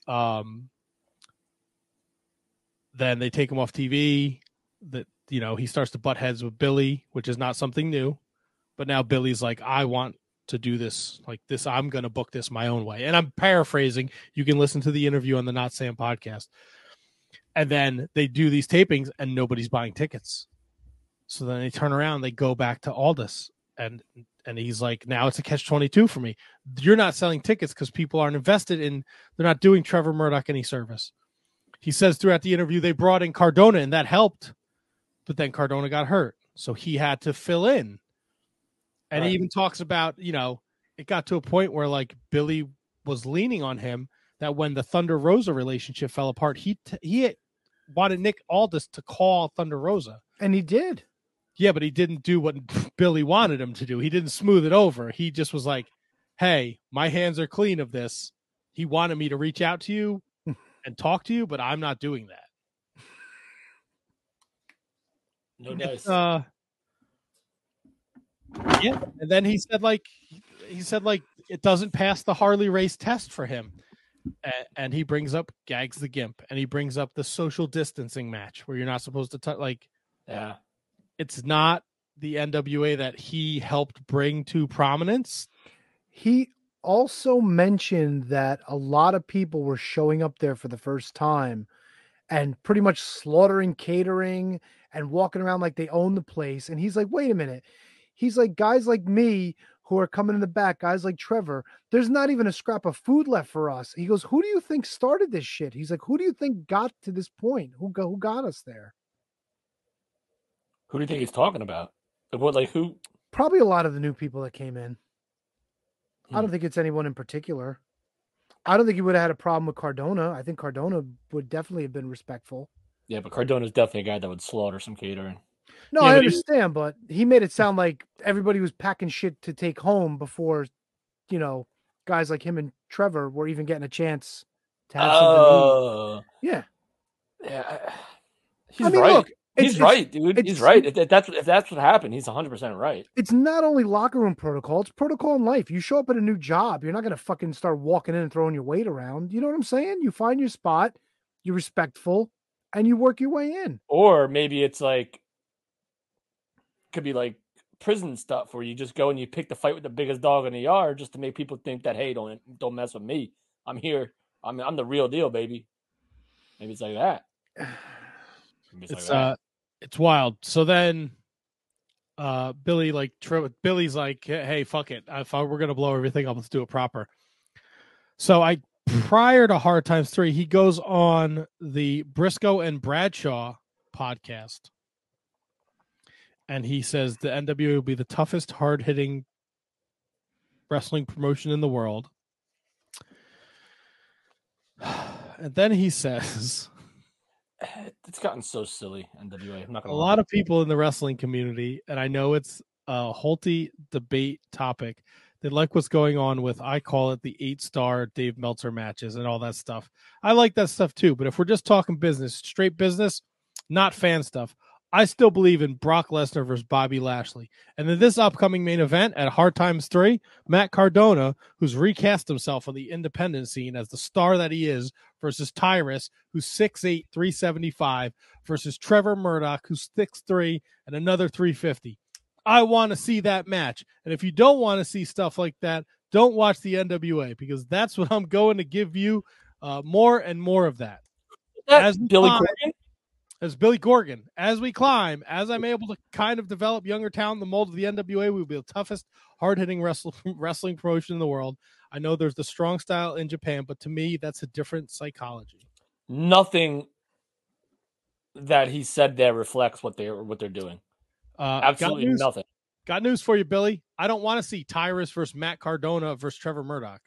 Um then they take him off TV that you know he starts to butt heads with Billy, which is not something new. But now Billy's like I want to do this like this I'm going to book this my own way. And I'm paraphrasing. You can listen to the interview on the Not Sam podcast. And then they do these tapings and nobody's buying tickets. So then they turn around, they go back to Aldous, and and he's like, now it's a catch twenty two for me. You're not selling tickets because people aren't invested in. They're not doing Trevor Murdoch any service. He says throughout the interview they brought in Cardona and that helped, but then Cardona got hurt, so he had to fill in. And
Right.
he even talks about you know it got to a point where like Billy was leaning on him that when the Thunder Rosa relationship fell apart, he t- he wanted Nick Aldis to call Thunder Rosa.
And he did.
Yeah, but he didn't do what [laughs] Billy wanted him to do. He didn't smooth it over. He just was like, "Hey, my hands are clean of this." He wanted me to reach out to you and talk to you, but I'm not doing that.
No dice.
Uh, yeah, and then he said like he said like it doesn't pass the Harley race test for him. And, and he brings up gags the gimp and he brings up the social distancing match where you're not supposed to touch like
yeah.
it's not the NWA that he helped bring to prominence.
He also mentioned that a lot of people were showing up there for the first time and pretty much slaughtering catering and walking around like they own the place. And he's like, wait a minute. He's like, guys like me who are coming in the back, guys like Trevor, there's not even a scrap of food left for us. He goes, who do you think started this shit? He's like, who do you think got to this point? Who got, who got us there?
Who do you think he's talking about? Like, what, like who?
Probably a lot of the new people that came in. I
Hmm.
don't think it's anyone in particular. I don't think he would have had a problem with Cardona. I think Cardona would definitely have been respectful.
Yeah, but Cardona's definitely a guy that would slaughter some catering.
No,
Yeah,
I
but he-
understand, but he
[laughs]
made it sound like everybody was packing shit to take home before, you know, guys like him and Trevor were even getting a chance to have something. to eat.
Oh,
Yeah.
yeah. I- [sighs] He's
I mean,
right.
look, it's-
he's
it's-
right, dude. He's
it's-
right. If that- that's if that's what happened, he's 100 percent right.
It's not only locker room protocol, it's protocol in life. You show up at a new job, you're not going to fucking start walking in and throwing your weight around. You know what I'm saying? You find your spot, you're respectful, and you work your way in.
Or maybe it's like could be like prison stuff where you just go and you pick the fight with the biggest dog in the yard just to make people think that hey, don't don't mess with me. I'm here. I'm I'm the real deal, baby. Maybe it's like
[sighs]
that. Maybe like
it's
that.
uh it's wild so then uh billy like Tro- billy's like hey fuck it if I, we're gonna blow everything up let's do it proper so i prior to hard times three he goes on the briscoe and bradshaw podcast and he says the nwa will be the toughest hard-hitting wrestling promotion in the world [sighs] and then he says
[sighs] it's gotten so silly. NWA. I'm not
a
gonna
lot of people in the wrestling community, and I know it's a Holty debate topic, They like what's going on with I call it the eight star Dave Meltzer matches and all that stuff. I like that stuff too. But if we're just talking business, straight business, not fan stuff, I still believe in Brock Lesnar versus Bobby Lashley. And then this upcoming main event at Hard Times 3, Matt Cardona, who's recast himself on the independent scene as the star that he is, versus Tyrus, who's 6'8, 375, versus Trevor Murdoch, who's 6'3 and another 350. I want to see that match. And if you don't want to see stuff like that, don't watch the NWA because that's [laughs] what I'm going to give you uh, more and more of that.
That's
we
Billy
climb-
Corgan.
as Billy Corgan. As we climb, as I'm able to kind of develop Youngertown, the mold of the NWA, we will be the toughest, hard hitting wrestling, [laughs] wrestling promotion in the world. I know there's the strong style in Japan, but to me, that's a different psychology.
Nothing that he said there reflects what they're what they're doing.
Uh,
Absolutely
got news,
nothing.
Got news for you, Billy. I don't want to see Tyrus versus Matt Cardona versus Trevor Murdoch.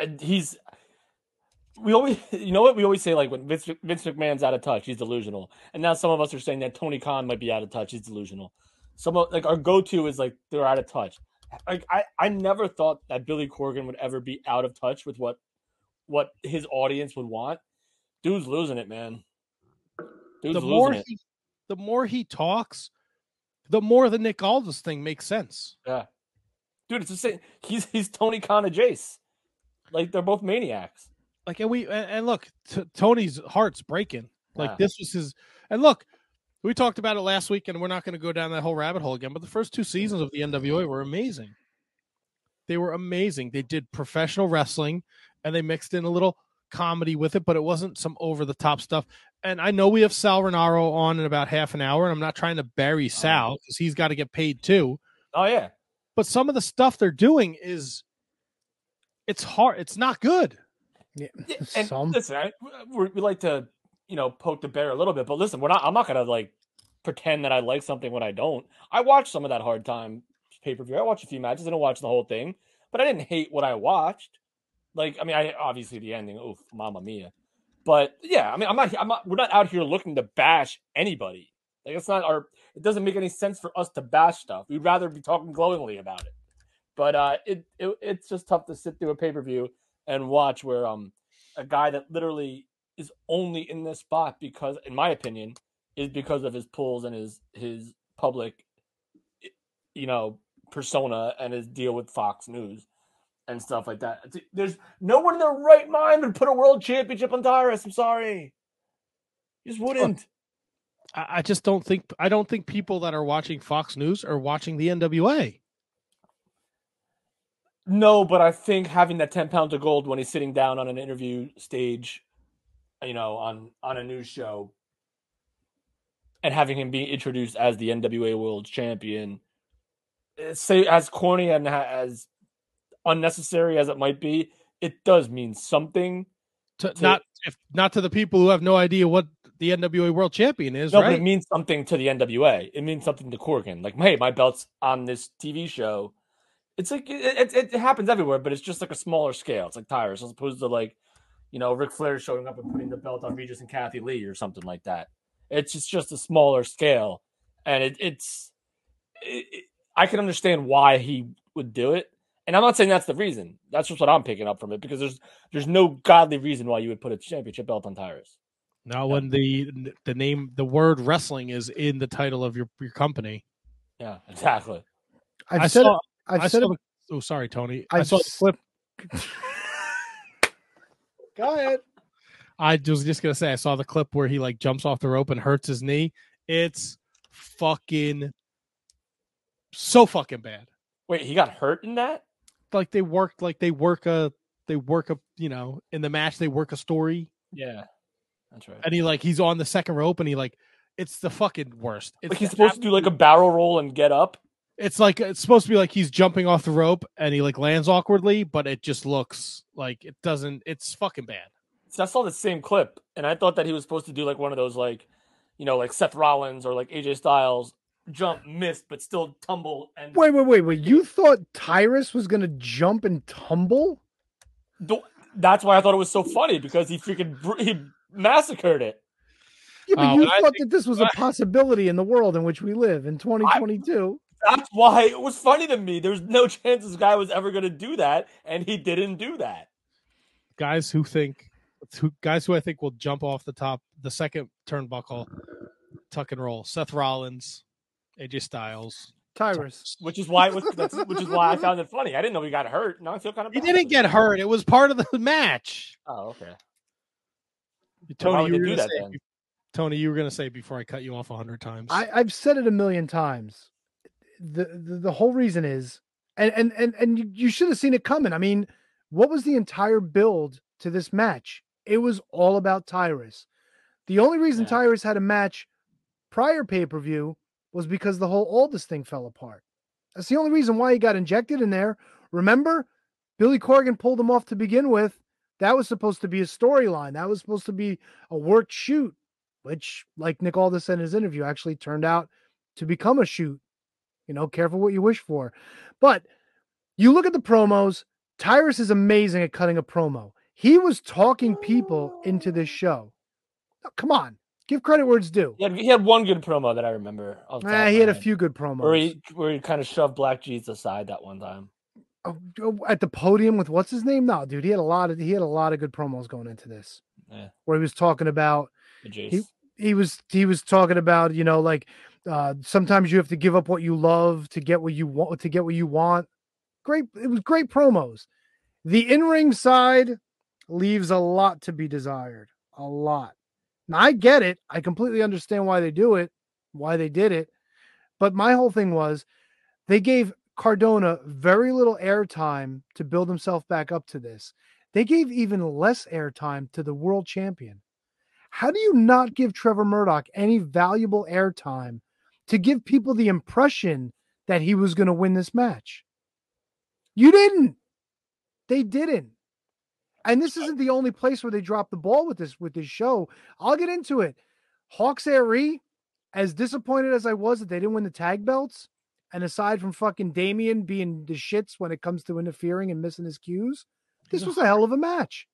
and he's we always [laughs] you know what we always say like when Vince, Vince McMahon's out of touch, he's delusional. And now some of us are saying that Tony Khan might be out of touch, he's delusional. Some of like our go-to is like they're out of touch. Like I I never thought that Billy Corgan would ever be out of touch with what what his audience would want. Dude's losing it, man. Dude's
the
losing
more
it.
he, the more he talks, the more the Nick Aldis thing makes sense.
Dude, it's the same. He's he's Tony Khan and Jace. Like they're both maniacs.
like and we and, and look t- tony's heart's breaking like
Yeah.
this was his and look we talked about it last week and we're not going to go down that whole rabbit hole again but the first two seasons of the nwa were amazing they were amazing they did professional wrestling and they mixed in a little comedy with it but it wasn't some over the top stuff and i know we have sal renaro on in about half an hour and i'm not trying to bury sal because he's got to get paid too
Oh yeah.
but some of the stuff they're doing is it's hard it's not good
[laughs]
[laughs]
Yeah, and
Some.
listen, I, we we like to, you know, poke the bear a little bit, but listen, we're not. I'm not gonna like pretend that I like something when I don't. I watched some of that hard time pay per view. I watched a few matches. I didn't watch the whole thing, but I didn't hate what I watched. Like, I mean, I obviously the ending. Oof, mamma mia. But yeah, I mean, I'm not. I'm not. We're not out here looking to bash anybody. Like, it's not our. It doesn't make any sense for us to bash stuff. We'd rather be talking glowingly about it. But uh, it, it it's just tough to sit through a pay per view and watch where um a guy that literally is only in this spot because, in my opinion, is because of his pulls and his his public, you know, persona and his deal with Fox News and stuff like that. It's- There's no one in their right mind would put a world championship on Tyrus. I'm sorry, You just wouldn't.
I, I just don't think I don't think people that are watching Fox News are watching the NWA.
No, but I think having that ten pounds of gold when he's sitting down on an interview stage, you know, on on a news show, and having him be introduced as the NWA World Champion, eh, say as corny and ha- as unnecessary as it might be, it does mean something.
To,
To-
not if not to the people who have no idea what the NWA World Champion is,
No, but
right?
it means something to the NWA. It means something to Corgan. Like, hey, my belt's on this TV show. It's like it, it, it happens everywhere, but it's just like a smaller scale. It's like tires as opposed to like, you know, Ric Flair showing up and putting the belt on Regis and Kathy Lee or something like that. It's just, just a smaller scale, and it, it's. It, it- I can understand why he would do it, and I'm not saying that's the reason. That's just what I'm picking up from it because there's there's no godly reason why you would put a championship belt on tires.
Now, when the the name the word wrestling is in the title of your, your company,
Yeah, [laughs] exactly.
I've
I
said
saw.
it, I've
I
said
saw.
it.
the- oh, sorry, Tony. i
I've
saw the
s- [laughs]
clip.
Go ahead.
I was just gonna say. I saw the clip where he like jumps off the rope and hurts his knee. It's fucking so fucking bad.
Wait, he got hurt in that?
Like they work. Like they work a. They work a. You know, in the match they work a story.
Yeah, that's right.
and he like he's on the second rope and he like it's the fucking worst. It's
like he's
the
supposed to do like a barrel roll and get up.
ab- it's like it's supposed to be like he's jumping off the rope and he like lands awkwardly, but it just looks like it doesn't. It's fucking bad.
So I saw the same clip, and I thought that he was supposed to do like one of those like, you know, like Seth Rollins or like AJ Styles jump, miss, but still tumble. And
Wait, wait, wait, wait. You thought Tyrus was gonna jump and tumble?
Do- that's why I thought it was so funny because he freaking br- he massacred it.
Yeah, but
Uh,
you
but I
thought that this was a possibility in the world in which we live in 2022.
That's why it was funny to me. There was no chance this guy was ever going to do that, and he didn't do that.
guys who think who guys who I think will jump off the top the second turnbuckle, tuck and roll. Seth Rollins, AJ Styles.
Tyrus.
Which is why it was, that's, which is why I found it funny. I didn't know he got hurt. Now I feel kind of
He
bad
didn't
for
get
him.
hurt. It was part of the match.
Oh, okay. why
Tony,
would
you
they
were
do
gonna
that
say
then?
it be- Tony, you were gonna say it before I cut you off a hundred times.
I, I've said it a million times. The, the the whole reason is, and and and and you, you should have seen it coming. I mean, what was the entire build to this match? It was all about Tyrus. The only reason
Yeah.
Tyrus had a match prior pay per view was because the whole Aldis thing fell apart. That's the only reason why he got injected in there. Remember, Billy Corgan pulled him off to begin with. That was supposed to be a storyline. That was supposed to be a work shoot which, like Nick Aldis said in his interview, actually turned out to become a shoot. You know, careful what you wish for. But you look at the promos, Tyrus is amazing at cutting a promo. He was talking people into this show. Oh, come on, give credit where it's due.
He had, he had one good promo that I remember. off the top
Eh,
of
he
my
had a
head,
few good
where
promos
he where he kind of shoved Black Jesus aside that one time.
Oh, oh, at the podium with what's his name. No, dude, he had a lot of he had a lot of good promos going into this,
Yeah.
where he was talking about
But Jace.
He- he was he was talking about you know like uh sometimes you have to give up what you love to get what you want to get what you want great it was great promos the in-ring side leaves a lot to be desired a lot now i get it i completely understand why they do it why they did it but my whole thing was they gave cardona very little airtime to build himself back up to this they gave even less airtime to the world champion how do you not give Trevor Murdoch any valuable airtime to give people the impression that he was going to win this match? You didn't. They didn't. And this isn't the only place where they dropped the ball with this with this show. I'll get into it. Hawks Air Re, as disappointed as I was that they didn't win the tag belts, and aside from fucking Damien being the shits when it comes to interfering and missing his cues, this was a hell of a match.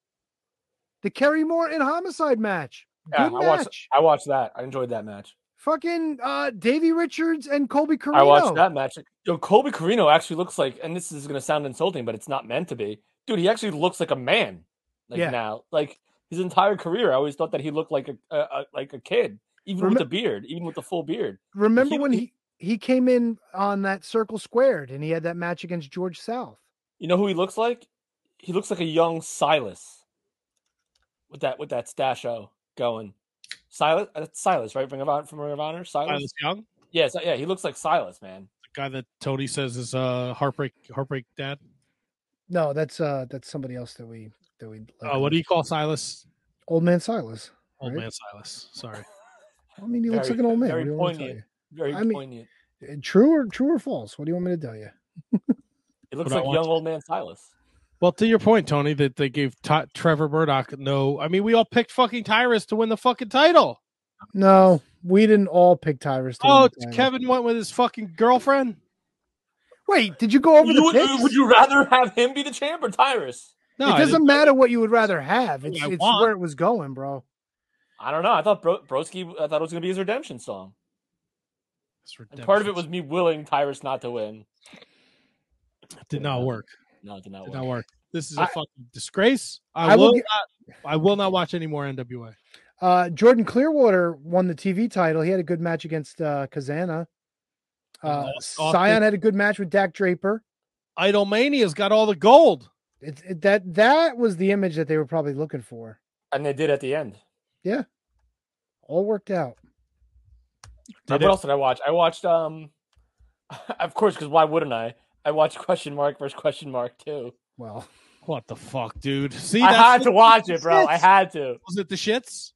The Kerry Moore and Homicide match.
Yeah,
Good
I watched-
match.
I watched that. I enjoyed that match.
Fucking uh, Davey Richards and Colby Carino.
I watched that match. Yo, Colby Carino actually looks like, and this is gonna sound insulting, but it's not meant to be. Dude, he actually looks like a man. Like
Yeah.
now, like his entire career, I always thought that he looked like a, a, a like a kid, even with
Remem-
the beard, even with the full beard.
Remember
He-
when
he-
he, he came in on that circle squared and he had that match against George South?
You know who he looks like? He looks like a young Silas with that with that stasho going. Silas, uh, that's Silas, right? Ring of Honor from Ring of Honor, Silas.
Silas Young,
Yes, yeah, he looks like Silas, man.
the guy that Tony says is uh heartbreak heartbreak dad.
No, that's uh that's somebody else that we that we like.
Uh, what do you call Silas?
old man Silas.
Old
Right.
man Silas. Sorry.
I mean he looks
Very-
like an old man.
very
What do you want me to tell
poignant. Very
I mean-
poignant.
you? Uh, True or true or false? What do you want me to tell you?
It looks
But I
like
watched
young
it.
old man Silas.
Well, to your point, Tony, that they gave Ty- Trevor Murdoch no. I mean, we all picked fucking Tyrus to win the fucking title.
No, we didn't all pick Tyrus. to win
Oh,
the title.
Kevin went with his fucking girlfriend.
Wait, did you go over
You
the
would,
picks?
would you rather have him be the champ or Tyrus?
No,
it
I
doesn't
didn't-
matter what you would rather have.
What
It's,
I
it's
want.
where it was going, bro.
I don't know. I thought Bro- Broski. I thought it was going to be his redemption song.
It's
And part of it was
redemption.
me willing Tyrus not to win.
did not work.
No, it did not
Did
work.
not work. This is a
I-
fucking disgrace. I,
I will
will
gi-
not. I will not watch any more NWA.
Uh, Jordan Clearwater won the TV title. He had a good match against uh, Kazana.
And
Uh,
lost off
Scion
the-
had a good match with Dak Draper.
Idolmania's got all the gold.
It, it, that that was the image that they were probably looking for.
And they did at the end.
All worked out.
Uh,
Did
what
it?
else did I watch? I watched um, [laughs] of course, because why wouldn't I? I watched question mark versus question mark too.
Well,
What the fuck, dude? See,
I
that's
had
the-
to watch it, bro. I
shits.
had to.
Was it the shits?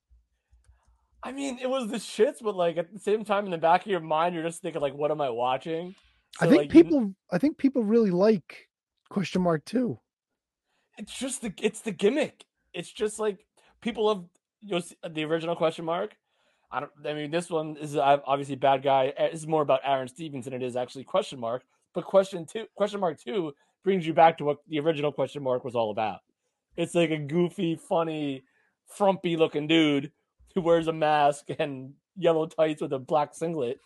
I mean, it was the shits, but like at the same time, in the back of your mind, you're just thinking like, what am I watching?
I
So,
think
like, you-
people. I think people really like question mark too.
it's just the it's the gimmick. It's just like people love you know, s- the original question mark. I don't. I mean, this one is uh, obviously bad guy. uh, It's more about Aaron Stevens than it is actually question mark. But question two, question mark two, brings you back to what the original question mark was all about. It's like a goofy, funny, frumpy looking dude who wears a mask and yellow tights with a black singlet,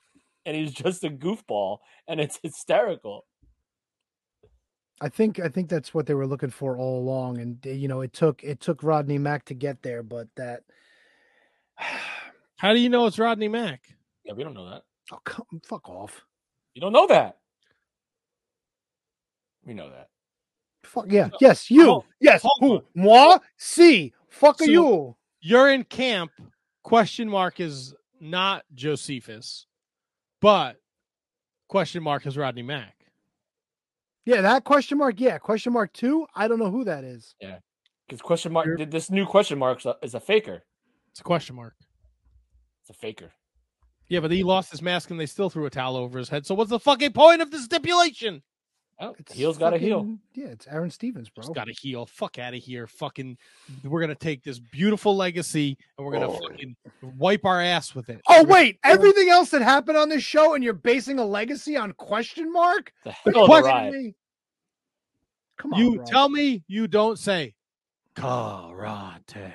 and he's just a goofball, and it's hysterical.
I think I think that's what they were looking for all along, and eh, you know it took it took Rodney Mack to get there, but that. [sighs]
How do you know it's Rodney Mack?
Yeah, we don't know that.
Oh come fuck off!
You don't know that. We know that.
Fuck yeah! Yes, you.
Hold-
yes,
hold
who?
on.
Moi? Si? Fuck
So-
you?
You're in camp. Question mark is not Josephus, but question mark is Rodney Mack.
Yeah, that question mark. Yeah, question mark two. I don't know who that is.
Because question mark, th- this new question mark is a faker.
It's a question mark.
It's a faker.
Yeah, but he lost his mask and they still threw a towel over his head. So what's the fucking point of the stipulation?
Oh,
It's
heel's got a heel.
fucking- Yeah, it's Aaron Stevens, bro.
Just got to heal. Fuck out of here. Fucking, we're gonna take this beautiful legacy and we're gonna fucking wipe our ass with it.
Oh wait, everything else that happened on this show, and you're basing a legacy on question mark?
The
The
hell of a
question-
ride.
Come on,
You
bro.
tell me you don't say karate.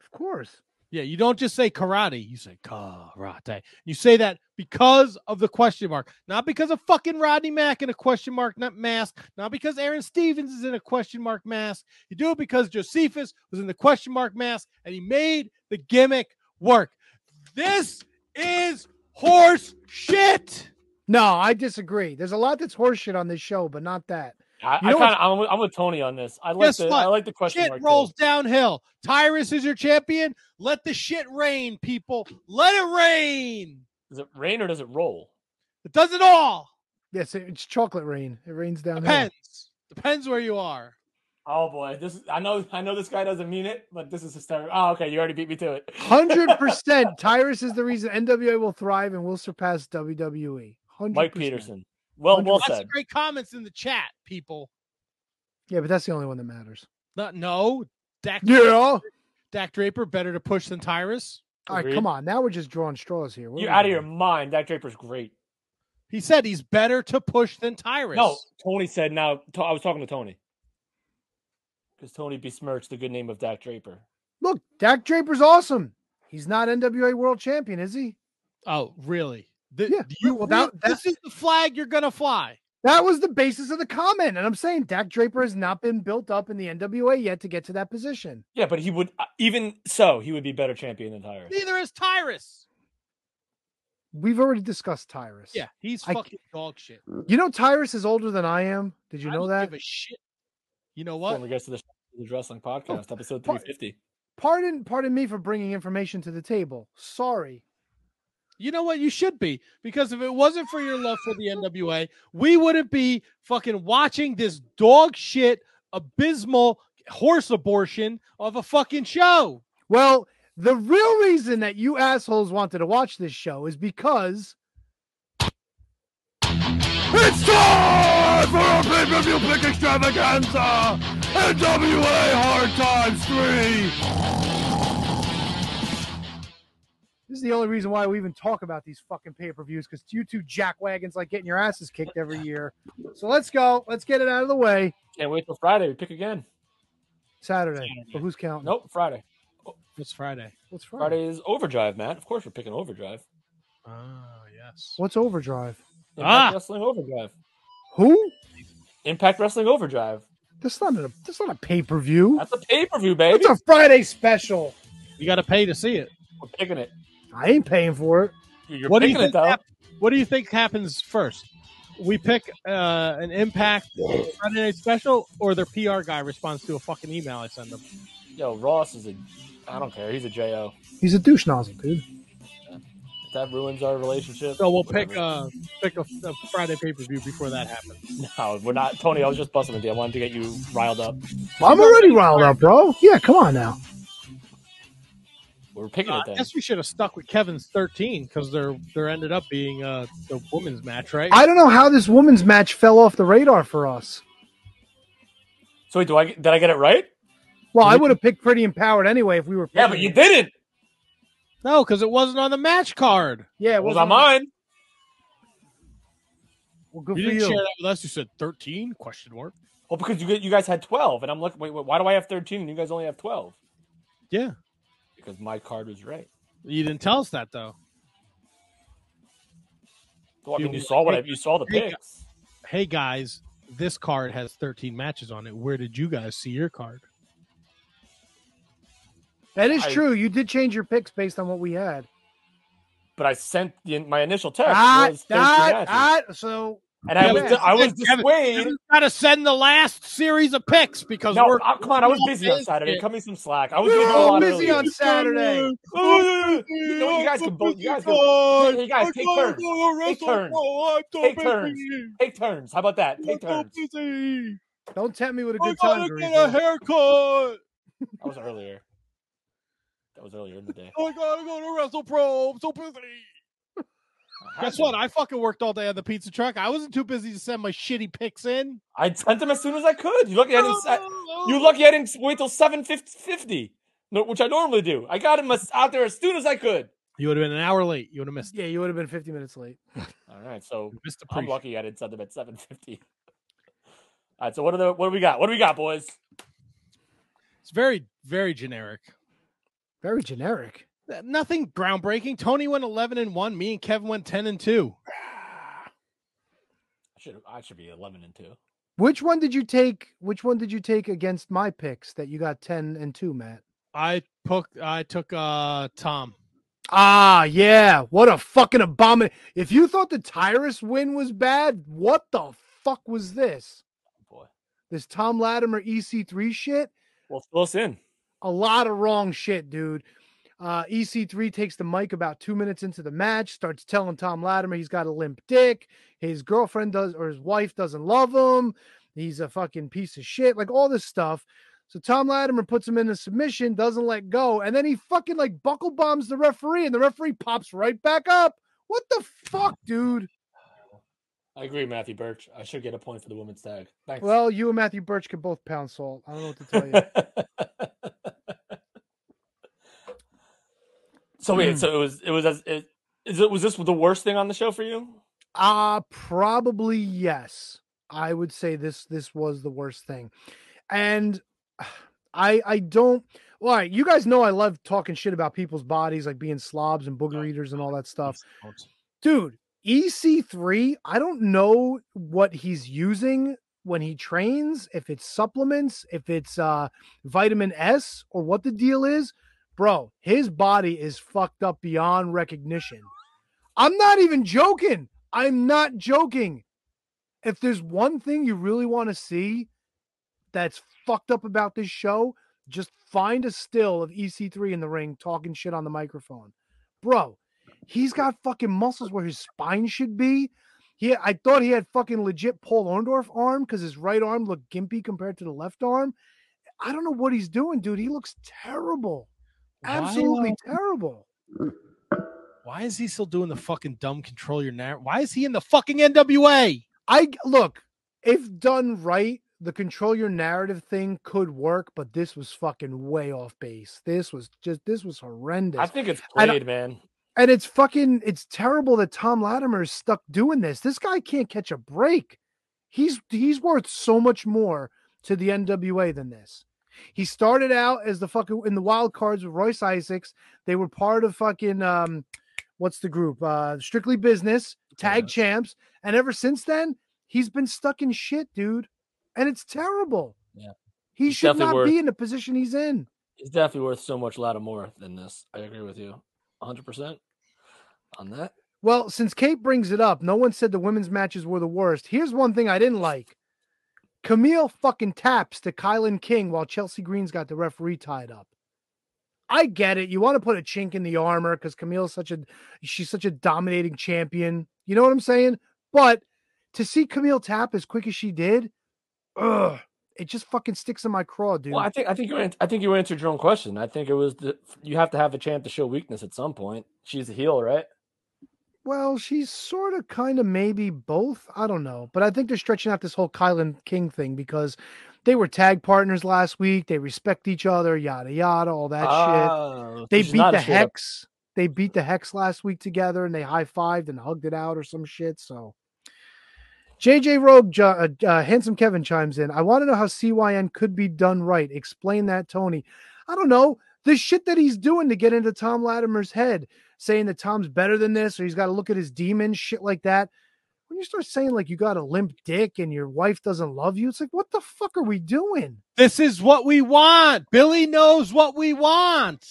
Of course.
Yeah, you don't just say karate. You say karate. You say that because of the question mark, not because of fucking Rodney Mack in a question mark not mask, not because Aaron Stevens is in a question mark mask. You do it because Josephus was in the question mark mask and he made the gimmick work. This is horse shit.
No, I disagree. There's a lot that's horseshit on this show, but not that.
I,
You
I
know
kind of, I'm, with- I'm with Tony on this. I like
Guess
the,
what?
I like the question
Shit
mark. too.
rolls downhill. Tyrus is your champion. Let the shit rain, people. Let it rain.
Does it rain or does it roll?
It does it all.
Yes, it- it's chocolate rain. It rains down here.
Depends. Depends where you are.
Oh boy, this is, I know I know this guy doesn't mean it, but this is hysterical. Oh, okay, you already beat me to it. [laughs]
[laughs]
Hundred percent. Tyrus is the reason NWA will thrive and will surpass E. WWE. 100%.
Mike Peterson. Well, well
Lots
said.
of great comments in the chat, people.
Yeah, but that's the only one that matters.
Not no. Dak,
Yeah.
Dak Draper better to push than Tyrus.
All right,
Agreed.
come on. Now we're just drawing straws here. What
You're
are we
out of your
doing?
mind. Dak Draper's great.
He said he's better to push than Tyrus.
No, Tony said. Now to- I was talking to Tony because Tony besmirched the good name of Dak Draper.
Look, Dak Draper's awesome. He's not NWA World Champion, is he?
Oh, really? The-
Yeah,
do you
well, that-
really- this is the flag you're gonna fly.
That was the basis of the comment, and I'm saying Dak Draper has not been built up in the NWA yet to get to that position.
Yeah, but he would uh, even so he would be better champion than Tyrus.
Neither is Tyrus.
We've already discussed Tyrus.
Yeah, he's
I-
fucking dog shit.
You know Tyrus is older than I am. Did you
I
know
don't
that?
Give a shit. You know
When
what?
we get to the, the wrestling podcast episode
fuck.
350,
Pardon, pardon me for bringing information to the table. Sorry.
You know what? You should be because if it wasn't for your love for the NWA, we wouldn't be fucking watching this dog shit, abysmal horse abortion of a fucking show.
Well, the real reason that you assholes wanted to watch this show is because
It's time for a pay per view pick extravaganza! NWA Hard Times 3!
this is the only reason why we even talk about these fucking pay per views because you two jackwagons like getting your asses kicked every year. So let's go. Let's get it out of the way.
can't wait till Friday. We pick again.
Saturday. But who's counting?
Nope, Friday.
It's Friday.
What's Friday?
Friday is Overdrive, Matt. Of course, we're picking Overdrive.
Ah, yes.
What's Overdrive?
Impact
Ah!
Wrestling Overdrive.
Who?
Impact Wrestling Overdrive.
That's not a that's not a pay per view.
That's a pay per view, baby.
It's a Friday special.
You got to pay to see it.
We're picking it.
I ain't paying for it.
You're
What do you
picking it
think
though.
hap- What do you think happens first? We pick uh, an Impact Friday Night Special, or their PR guy responds to a fucking email I send them.
Yo, Ross is a. I don't care. He's a Jo.
He's a douche nozzle, dude.
If that ruins our relationship.
So we'll pick
whatever.
uh, pick a, a Friday pay per view before that happens.
No, we're not. Tony, I was just busting with you. I wanted to get you riled up.
I'm already riled up, bro. Yeah, come on now.
We're picking
Uh,
it
I
then.
guess we should have stuck with Kevin's 13 because there there ended up being uh, the women's match, right?
I don't know how this women's match fell off the radar for us.
So wait, do I? Did I get it right?
Well, I would have picked Pretty Empowered anyway if we were.
Yeah,
picking
but you
it.
didn't.
no, because it wasn't on the match card.
Yeah,
It was
wasn't-
on mine.
Well, good
you
for
didn't
you.
share that with us. You said 13? Question mark.
Well, because you get- you guys had twelve, and I'm like, wait, wait, why do I have thirteen and you guys only have twelve?
Yeah,
Because my card was right.
you didn't tell us that though.
Well, I mean, you saw what I, you saw the
Hey,
picks.
Hey guys, this card has 13 matches on it. Where did you guys see your card?
That is
I-
true. You did change your picks based on what we had.
But I sent the, my initial text
Ah,
was 13
ah,
matches.
ah, so
and I was
Kevin,
I was
Kevin,
dissuaded.
You gotta send the last series of picks because
No,
we're
oh, come on, I was
we're all
busy on
busy.
Saturday. Cut me some slack. I was
We
doing
were
a
all
lot
busy
earlier.
on Saturday.
Oh, yeah, yeah. You know what? You guys can both. You guys
Oh,
can. Hey, guys, take turns. Take turns. Take turns. Take turns. How about
[laughs]
that? Take turns.
Don't tempt me with a
Oh,
good time. Garizo.
haircut.
That was earlier. That was earlier in the day.
I gotta go to Wrestle Pro. I'm so busy.
Uh-huh.
Guess what? I fucking worked all day on the pizza truck. I wasn't too busy to send my shitty picks in.
I sent them as soon as I could. You lucky I didn't.
[laughs]
I, uh, you lucky I didn't wait till seven fifty, no, which I normally do. I got them as, out there as soon as I could.
You would have been an hour late. You would have missed.
Yeah, you would have been 50 minutes late.
All right, so
You missed a
I'm
pre-show.
lucky I didn't send them at seven fifty. [laughs] All right, so what are the what do we got? What do we got, boys?
It's very, very generic.
Very generic.
Th- Nothing groundbreaking. Tony went 11 and one. Me and Kevin went 10 and two.
I should I should be eleven and two.
Which one did you take? Which one did you take against my picks that you got 10 and 2, Matt?
I took. I took uh Tom.
Ah, yeah. What a fucking abomination. If you thought the Tyrus win was bad, what the fuck was this?
Boy,
This Tom Latimer EC3 shit?
well fill us in.
a lot of wrong shit, dude. Uh, EC3 takes the mic about two minutes into the match, starts telling Tom Latimer he's got a limp dick. His girlfriend does, or his wife doesn't love him. He's a fucking piece of shit, like all this stuff. So Tom Latimer puts him in a submission, doesn't let go, and then he fucking like buckle bombs the referee, and the referee pops right back up. What the fuck, dude?
I agree, Matthew Birch. I should get a point for the women's tag. Thanks. [laughs]
Well, you and Matthew Birch can both pound salt. I don't know what to tell you.
so
Hmm.
wait, so it was it was as it, is it was this the worst thing on the show for you?
Uh probably yes. I would say this this was the worst thing. And [sighs] I I don't well, all right, you guys know I love talking shit about people's bodies like being slobs and booger eaters and all that stuff. Dude, EC3, I don't know what he's using when he trains, if it's supplements, if it's uh vitamin S or what the deal is. Bro, his body is fucked up beyond recognition. I'm not even joking. I'm not joking. If there's one thing you really want to see that's fucked up about this show, just find a still of EC3 in the ring talking shit on the microphone. Bro, he's got fucking muscles where his spine should be. He, I thought he had fucking legit Paul Orndorff arm because his right arm looked gimpy compared to the left arm. I don't know what he's doing, dude. He looks terrible. Absolutely terrible.
Why is he still doing the fucking dumb control your narrative? Why is he in the fucking NWA?
I g- look, if done right, the control your narrative thing could work, but this was fucking way off base. This was just this was horrendous.
I think it's
I don't-
played, man.
and it's fucking it's terrible that Tom Latimer is stuck doing this. This guy can't catch a break. He's he's worth so much more to the NWA than this. He started out as the fucking in the wild cards with Royce Isaacs. They were part of fucking um what's the group? Uh Strictly Business, Tag Champs, and ever since then, he's been stuck in shit, dude. And it's terrible.
Yeah.
He
It's
should
definitely
not
worth-
be in the position he's in.
It's definitely worth so much more than this. I agree with you, hundred percent on that.
Well, since Kate brings it up, no one said the women's matches were the worst. Here's one thing I didn't like. Camille fucking taps to Kylan King while Chelsea Green's got the referee tied up. I get it. You want to put a chink in the armor because Camille's such a she's such a dominating champion. You know what I'm saying? But to see Camille tap as quick as she did, ugh, it just fucking sticks in my craw, dude.
Well, I think I think you an- I think you answered your own question. I think it was the, you have to have a chance to show weakness at some point. She's a heel, right?
Well, she's sort of kind of maybe both. I don't know. But I think they're stretching out this whole Kylan King thing because they were tag partners last week. They respect each other, yada, yada, all that shit.
Oh,
They
she's
beat
not a
the
straight up-
Hex. They beat the Hex last week together and they high fived and hugged it out or some shit. So JJ Robe, ju- uh, uh, Handsome Kevin chimes in. I want to know how CYN could be done right. Explain that, Tony. I don't know. the shit that he's doing to get into Tom Latimer's head, saying that Tom's better than this, or he's got to look at his demon, shit like that. When you start saying like you got a limp dick and your wife doesn't love you, it's like, what the fuck are we doing?
This is what we want. Billy knows what we want.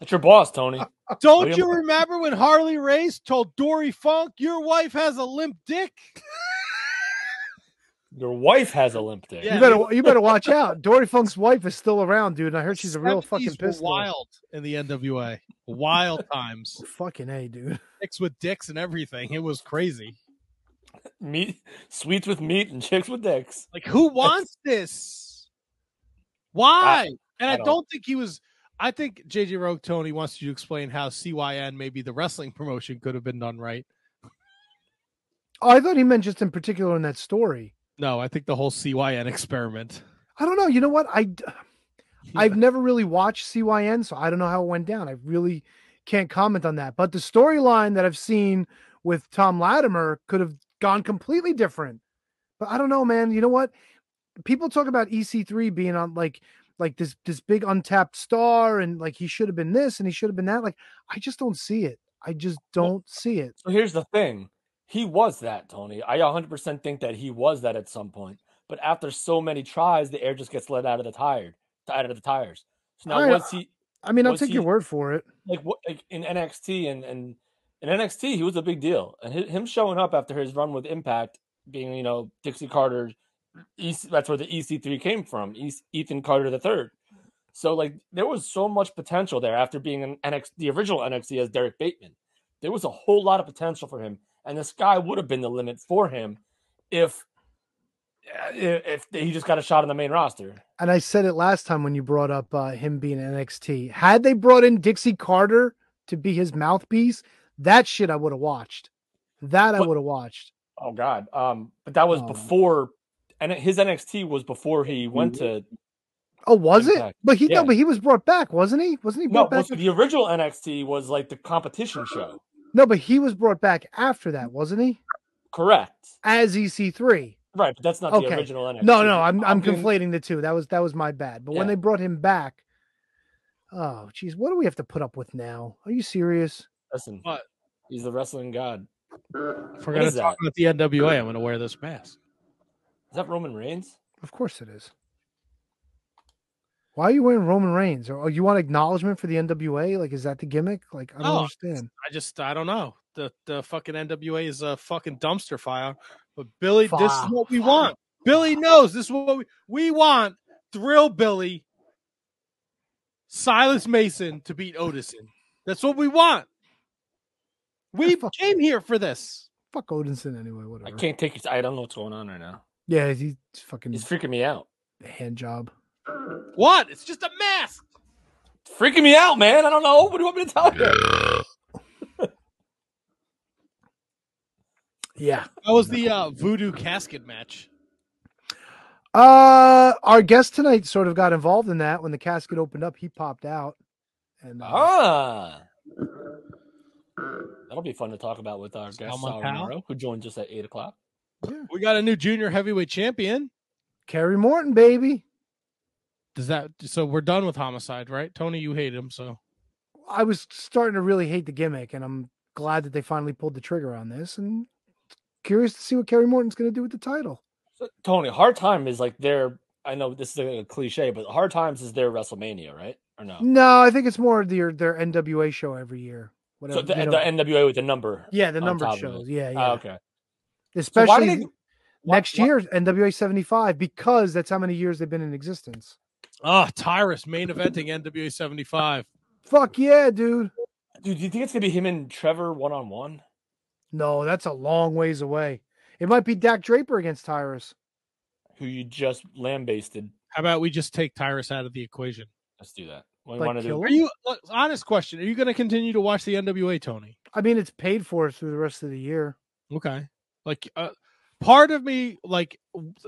That's your boss,
Uh,
Tony.
Don't
William-
you remember when Harley Race told Dory Funk, your wife has a limp dick?
Your wife has a limp dick.
Yeah.
You better you better watch out. Dory Funk's wife is still around, dude, and I heard she's a real fucking
70s were
pistol.
Wild in the NWA. Wild [laughs] times.
Fucking a, dude. [laughs]
Dicks with dicks and everything. It was crazy.
Meat, sweets with meat, and chicks with dicks.
Like, who wants this? Why? and I,
I
don't,
don't-
think he was. I think JJ Rogue Tony wants you to explain how CYN, maybe the wrestling promotion, could have been done right.
Oh, I thought he meant just in particular in that story.
No, I think the whole CYN [laughs] experiment.
I don't know. You know what? I d- I've never really watched CYN, so I don't know how it went down. I really can't comment on that. But the storyline that I've seen with Tom Latimer could have gone completely different. But I don't know, man. You know what? People talk about EC3 being on like like this this big untapped star and like he should have been this and he should have been that. Like I just don't see it. I just don't see it.
So here's the thing. He was that, Tony. I 100% think that he was that at some point. But after so many tries, the air just gets let out of the tire, out of the tires. So now
I-
once he
I mean, I'll
Was
take your
he-
word for it.
like what like in NXT and and in NXT he was a big deal, and hi- him showing up after his run with Impact, being you know Dixie Carter, EC, that's where the EC3 came from, East, Ethan Carter the third. So like there was so much potential there after being an NXT, the original NXT as Derek Bateman, there was a whole lot of potential for him, and the sky would have been the limit for him if eh, if if he just got a shot on the main roster.
and I said it last time when you brought up uh, him being NXT. Had they brought in Dixie Carter to be his mouthpiece, that shit I would have watched. That I
But-
would have watched.
Oh God. Um, but that was
Oh.
before, and his NXT was before he went to
Oh, was it?
Impact,
But he
yeah.
no, but he was brought back, wasn't he? Wasn't he
no.
brought
well,
back?
so the original NXT was like the competition show,
No, but he was brought back after that, wasn't he?
correct?
As EC3.
Right, but that's not
Okay.
the original NXT.
No, no, I'm I'm
being-
conflating the two. That was that was my bad. But when
Yeah.
they brought him back, oh geez, what do we have to put up with now? Are you serious?
Listen,
What?
he's the wrestling god.
If we're gonna
is
talk about the NWA, I'm gonna wear this mask.
Is that Roman Reigns?
Of course it is. Why are you wearing Roman Reigns? Or or you want acknowledgement for the NWA? Like, is that the gimmick? Like, I don't
No,
understand.
I just I don't know. The the fucking NWA is a fucking dumpster fire. But Billy, this is
Fire.
what we want. Billy knows this is what we, we want. Thrill Billy, Silas Mason to beat Odison. That's what we want. We
Fuck.
came here for this.
Fuck Odinson anyway.
I
Whatever. Hmm.
can't take it. I don't know what's going on right now.
Yeah, he's fucking
He's freaking me out.
hand job.
What? It's just a mask.
It's freaking me out, man. I don't know. What do you want me to tell you?
Yeah.
That was the uh, voodoo casket match.
Uh, our guest tonight sort of got involved in that when the casket opened up. He popped out, and uh,
Ah. That'll be fun to talk about with our guest
Salmon
Sal
Pal?
Romero, who joins us at eight o'clock.
We got a new junior heavyweight champion.
Kerry Morton, baby.
Does that so we're done with homicide, right? Tony, you hate him, so
I was starting to really hate the gimmick, and I'm glad that they finally pulled the trigger on this. And curious to see what Kerry Morton's going to do with the title.
So, Tony, Hard Time is like their. I know this is a cliche, but Hard Times is their WrestleMania, right? Or no?
No, I think it's more their their NWA show every year. Whatever.
So the,
they
the Oh,
don't-
NWA with the number.
yeah, the
on
numbered
top of
shows.
it.
Yeah, yeah.
Ah, okay. So why
Especially
do they-
th-
why-
next
why-
year, NWA seventy five, because that's how many years they've been in existence.
Ah, Tyrus main eventing NWA 75.
Fuck yeah, dude.
Dude, do you think it's gonna be him and Trevor one on one?
No, that's a long ways away. It might be Dak Draper against Tyrus.
Who you just lambasted?
How about we just take Tyrus out of the equation?
Let's do that. What do
Like
you want to do?
kill
Are you look, honest question? Are you going to continue to watch the NWA, Tony?
I mean, it's paid for through the rest of the year.
Okay, like uh, part of me like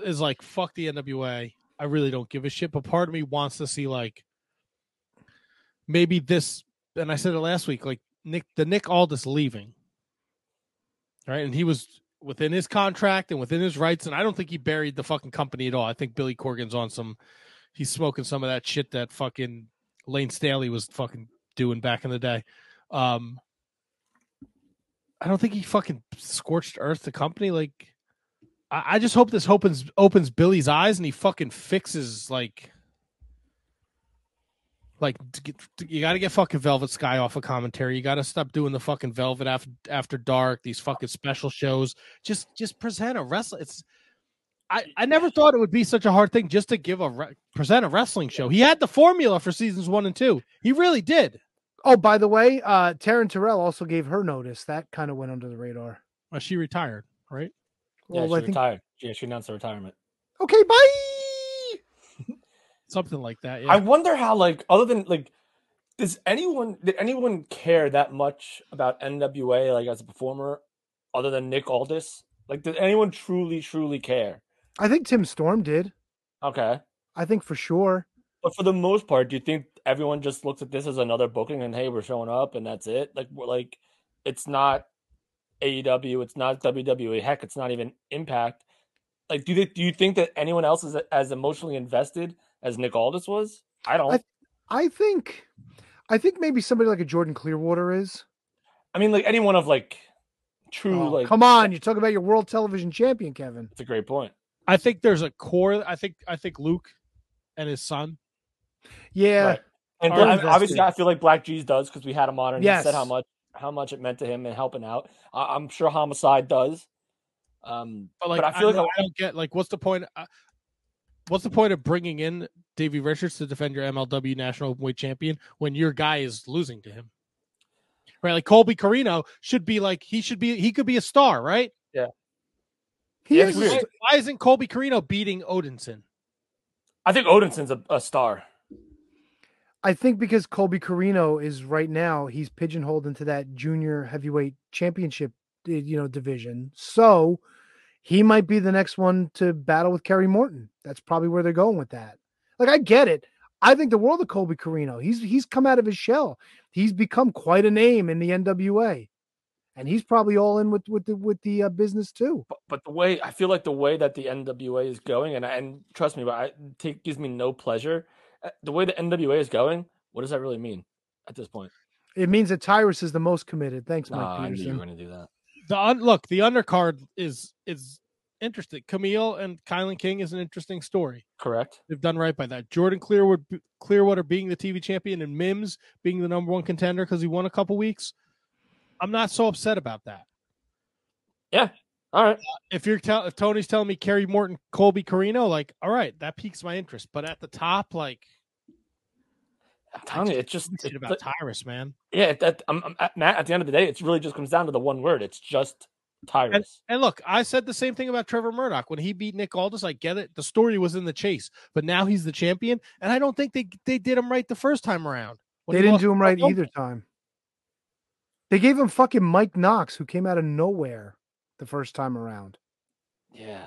is like fuck the NWA. I really don't give a shit, but part of me wants to see like maybe this. And I said it last week, like Nick, the Nick Aldis leaving, right? And he was within his contract and within his rights, and I don't think he buried the fucking company at all. I think Billy Corgan's on some. He's smoking some of that shit that fucking Lane Staley was fucking doing back in the day. Um, I don't think he fucking scorched earth the company. Like, I, I just hope this opens opens Billy's eyes and he fucking fixes like, like to get, to- you got to get fucking Velvet Sky off of commentary. You got to stop doing the fucking Velvet after after dark. These fucking special shows. Just just present a wrestle. It's I, I never thought it would be such a hard thing just to give a re- present a wrestling show. He had the formula for seasons one and two. He really did.
Oh, by the way, uh, Taryn Terrell also gave her notice. That kind of went under the radar.
Well, she retired, right?
Yeah,
Well,
she
I think.
retired. Yeah, she announced her retirement.
Okay, bye.
Something like that.
I
Yeah.
wonder how, like, other than like, does anyone did anyone care that much about NWA like as a performer, other than Nick Aldis? Like, did anyone truly, truly care?
I think Tim Storm did.
Okay,
I think for sure.
but for the most part, do you think everyone just looks at this as another booking and hey, we're showing up and that's it? Like, we're like, it's not AEW, it's not WWE. Heck, it's not even Impact. Like, do they, do you think that anyone else is as emotionally invested as Nick Aldis was? I don't.
I think. I think maybe somebody like a Jordan Clearwater is.
I mean, like anyone of like true,
Oh,
like
come on, you're talking about your world television champion, Kevin.
That's a great point.
I think there's a core. I think I think Luke and his son.
Yeah,
Right. And
Are
Bla- I mean, obviously,
invested.
I feel like Black G's does because we had him on and he said how
Yes.
much how much it meant to him and helping out. I, I'm sure Homicide does. Um,
But like,
I feel like
don't-
a-
I don't get like what's the point? Uh, what's the point of bringing in Davey Richards to defend your MLW National Openweight Champion when your guy is losing to him? Right, like Colby Carino should be like he should be he could be a star, right?
he
Yeah,
is.
it's
Why,
weird.
why isn't Colby Carino beating Odinson?
I think Odinson's a, a star.
I think because Colby Carino is right now he's pigeonholed into that junior heavyweight championship, eh, you know, division. So he might be the next one to battle with Kerry Morton. That's probably where they're going with that. Like I get it. I think the world of Colby Carino. He's he's come out of his shell. He's become quite a name in the NWA, and he's probably all in with with the with the uh, business too.
But, but the way I feel like the way that the NWA is going, and and trust me, but I take gives me no pleasure. Uh, The way the NWA is going, what does that really mean at this point?
It means that Tyrus is the most committed. Thanks,
Nah, Ah, I
Mike
knew you were
Peterson.
going to do that.
The un- look, the undercard is is interesting. Camille and Kylan King is an interesting story.
Correct.
They've done right by that. Jordan Clearwood, Clearwater being the TV champion and Mims being the number one contender because he won a couple weeks. I'm not so upset about that.
All right.
If you're tell if Tony's telling me Kerry Morton, Colby Carino, like, all right, that piques my interest. But at the top, [laughs] like,
I'm telling you, it's just
give a shit
it-
about Tyrus, man.
yeah. it- That I'm, I'm- at- Matt. At the end of the day, it's really just comes down to the one word. It's just Tyrus.
And look, I said the same thing about Trevor Murdoch when he beat Nick Aldis. I get it. The story was in the chase, but now he's the champion, and I don't think they they did him right the first time around. when
They
he
didn't
lost
do
to
him right
Paul
either time. They gave him fucking Mike Knox, who came out of nowhere the first time around.
Yeah.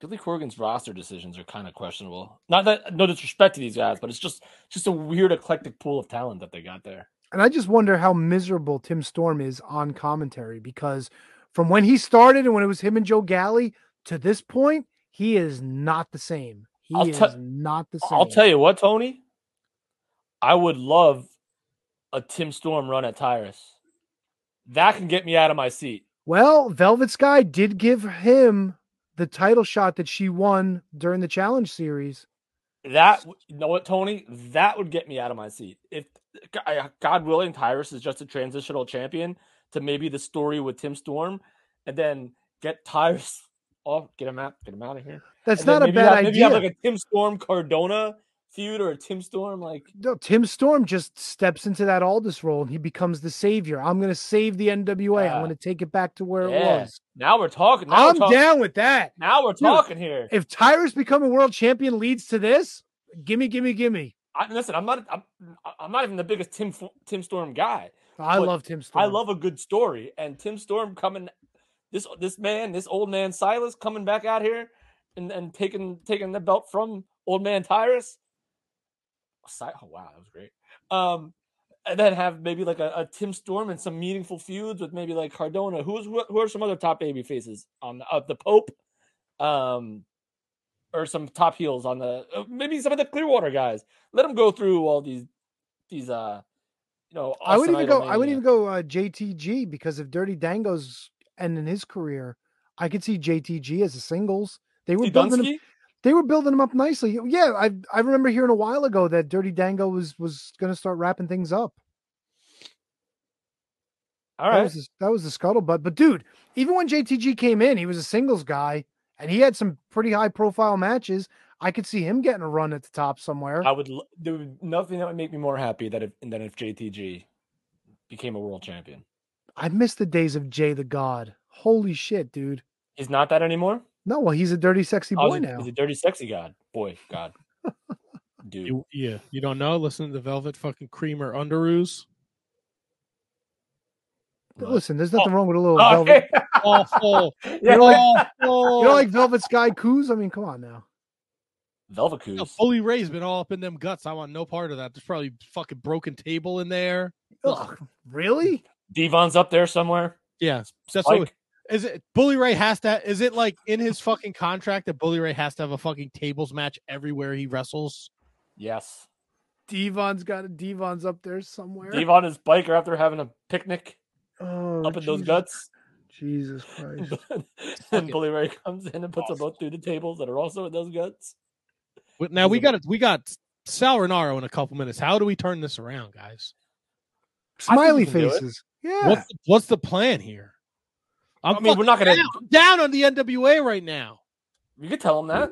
Billy Corgan's roster decisions are kind of questionable. Not that no disrespect to these guys, but it's just just a weird eclectic pool of talent that they got there.
And I just wonder how miserable Tim Storm is on commentary because from when he started and when it was him and Joe Galley to this point, he is not the same. He
I'll
is
tell-
not the same.
I'll tell you what, Tony. I would love a Tim Storm run at Tyrus. That can get me out of my seat.
Well, Velvet Sky did give him the title shot that she won during the challenge series.
That w- you know what, Tony? That would get me out of my seat. If I- God willing, Tyrus is just a transitional champion to maybe the story with Tim Storm, and then get Tyrus [laughs] off, get him out, get him out of here.
That's
And then
not a
maybe
bad
have- Maybe
idea.
have like a Tim Storm Cardona feud or a Tim Storm like
no, Tim Storm just steps into that Aldous role and he becomes the savior. I'm going to save the NWA.
Yeah.
I'm going to take it back to where
Yeah.
it was.
now we're talking. Now
I'm
we're talking,
down with that.
Now we're talking here.
If Tyrus becoming world champion leads to this, gimme, gimme, gimme.
I, listen, I'm not. I'm, I'm not even the biggest Tim F- Tim Storm guy.
I
But
love Tim Storm.
I love a good story, and Tim Storm coming. This this man, this old man Silas coming back out here and, and taking taking the belt from old man Tyrus. Si- Oh wow, that was great. Um, and then have maybe like a, a Tim Storm and some meaningful feuds with maybe like Cardona. Who's who, who are some other top baby faces on the, uh, the Pope, um, or some top heels on the uh, maybe some of the Clearwater guys. Let them go through all these these uh you know
I would
Austin
even
Idol
go. I would
Mania.
even go uh, JTG because if Dirty Dango's ending his career, I could see JTG as a singles. They were building. Him,
Dunsky?
they were building him up nicely. Yeah, I I remember hearing a while ago that Dirty Dango was was going to start wrapping things up.
All
that
right.
was the, that was the scuttlebutt. But dude, even when JTG came in, he was a singles guy, and he had some pretty high profile matches. I could see him getting a run at the top somewhere.
I would lo- there would be nothing that would make me more happy that if than if JTG became a world champion.
I miss the days of Jay the God. Holy shit, dude!
He's not that anymore.
No, well, he's a dirty, sexy
Oh,
boy
he's, a-
now.
he's a dirty, sexy god. Boy, god, dude.
You, yeah, you don't know. Listen to the Velvet fucking Creamer Underoos.
Listen, there's
Oh.
nothing wrong with a
Oh,
little [laughs] velvet.
okay. [laughs]
[laughs] Awful.
Yeah.
You're awful.
You know,
[laughs]
like Velvet Sky Coos. I mean, come on now.
Velvet
You know,
Coos.
fully raised, been all up in them guts. I want no part of that. There's probably fucking broken table in there.
Ugh,
[laughs]
really?
Devon's up there somewhere.
Yeah, that's what.
Like,
Is it Bully Ray has to? Is it like in his fucking contract that Bully Ray has to have a fucking tables match everywhere he wrestles?
yes.
Devon's got a Devon's up there somewhere.
Devon is biker after having a picnic
oh,
up in those
Jesus-
guts. [laughs]
Jesus Christ!
and Bully Ray comes in and puts them both through the tables that are also in those guts.
But Now we
He's a-
got we got Sal Renaro in a couple minutes. How do we turn this around, guys?
Smiley
can do it.
faces. Yeah.
What's what's the plan here? I'm
I mean, we're not
fucking
gonna.
down, I'm down on the NWA right now.
We could tell him that.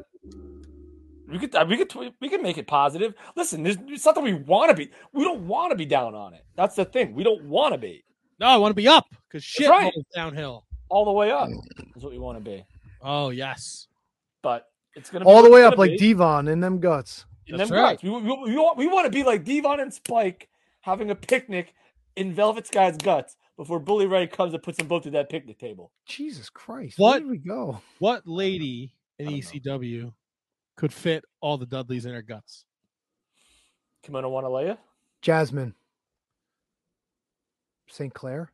We could, uh, we could, tw- we could make it positive. Listen, there's, it's not that we want to be. We don't want to be down on it. That's the thing. We don't want to be
No, I want to be up because shit
right.
rolls downhill.
all the way up. Is what we want to be.
Oh yes,
But it's gonna be
All
what
the
it's
way
gonna
up like
be.
Devon in them guts.
in
That's
them
right.
guts. We, we, we, want, we want to be like Devon and Spike having a picnic in Velvet Sky's guts before Bully Ray comes and puts them both to that picnic table.
Jesus Christ!
What?
Where did we go?
what lady in
I don't know.
ECW could fit all the Dudleys in her guts?
Kimono Wanalea?
Jasmine. St. Clair.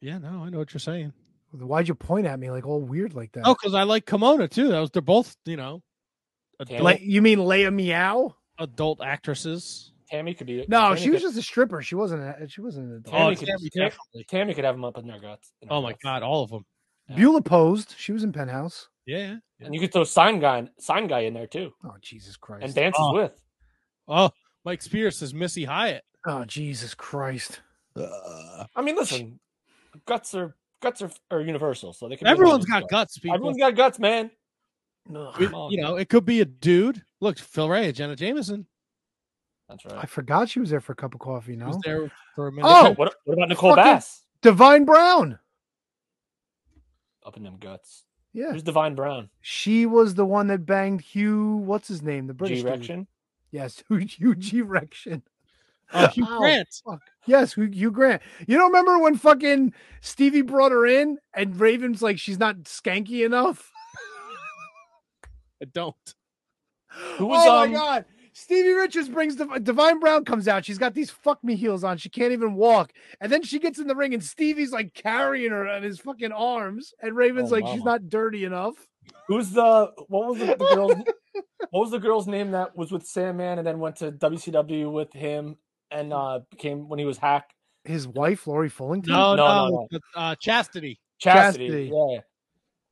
Yeah, no, I know what you're saying.
Why'd you point at me like all weird like that?
Oh, because I like Kimona too. That was they're both you know adult,
Like-
you mean Leia Meow?
adult actresses.
Tammy could be.
No,
Tammy
she was
could-
just a stripper. She wasn't. A, she wasn't an adult.
Tammy
Oh,
could-
Tammy,
Tam-
definitely.
Tammy could have them up in their guts. in her
Oh my
guts.
god, all of them.
yeah.
Beulah posed. She was in Penthouse.
Yeah. yeah.
And you could throw sign guy, in- sign guy in there too,
Oh Jesus Christ!
and dances
Oh.
with.
Oh, Mike Spears is Missy Hyatt.
oh Jesus Christ!
Uh,
I mean, listen, guts are guts are, are universal, so they can. be
Everyone's
anybody's
got guts. People.
Everyone's got guts, man.
Ugh.
We-
Come on.
you know, it could be a dude. Look, Phil Ray, Jenna Jameson
That's
I
right.
forgot she was there for a cup of coffee.
was
No,
there for a minute.
Oh!
What, what about Nicole
Fucking-
Bass?
Divine Brown.
Up in them guts.
Yeah,
Who's Divine Brown?
she was the one that banged Hugh. What's his name? The British
G
dude.
Rection.
Yes, [laughs] Hugh, Hugh G. Rection.
Oh, Hugh
Ow.
Grant.
Yes, Hugh, Hugh Grant. You don't remember when fucking Stevie brought her in and Raven's like she's not skanky enough.
I don't.
Who was,
oh
um,
my god. Stevie Richards brings Div- Divine Brown comes out. She's got these fuck me heels on. She can't even walk. And then she gets in the ring and Stevie's like carrying her on his fucking arms. And Raven's
Oh,
like, she's
mama.
not dirty enough.
Who's the what was the, the girl's what was the girl's name that was with Sandman and then went to WCW with him and uh became when he was hack
His wife, Lori Fullington.
No,
No,
no, no.
no, no.
but, uh, Chastity.
Chastity,
Chastity.
yeah.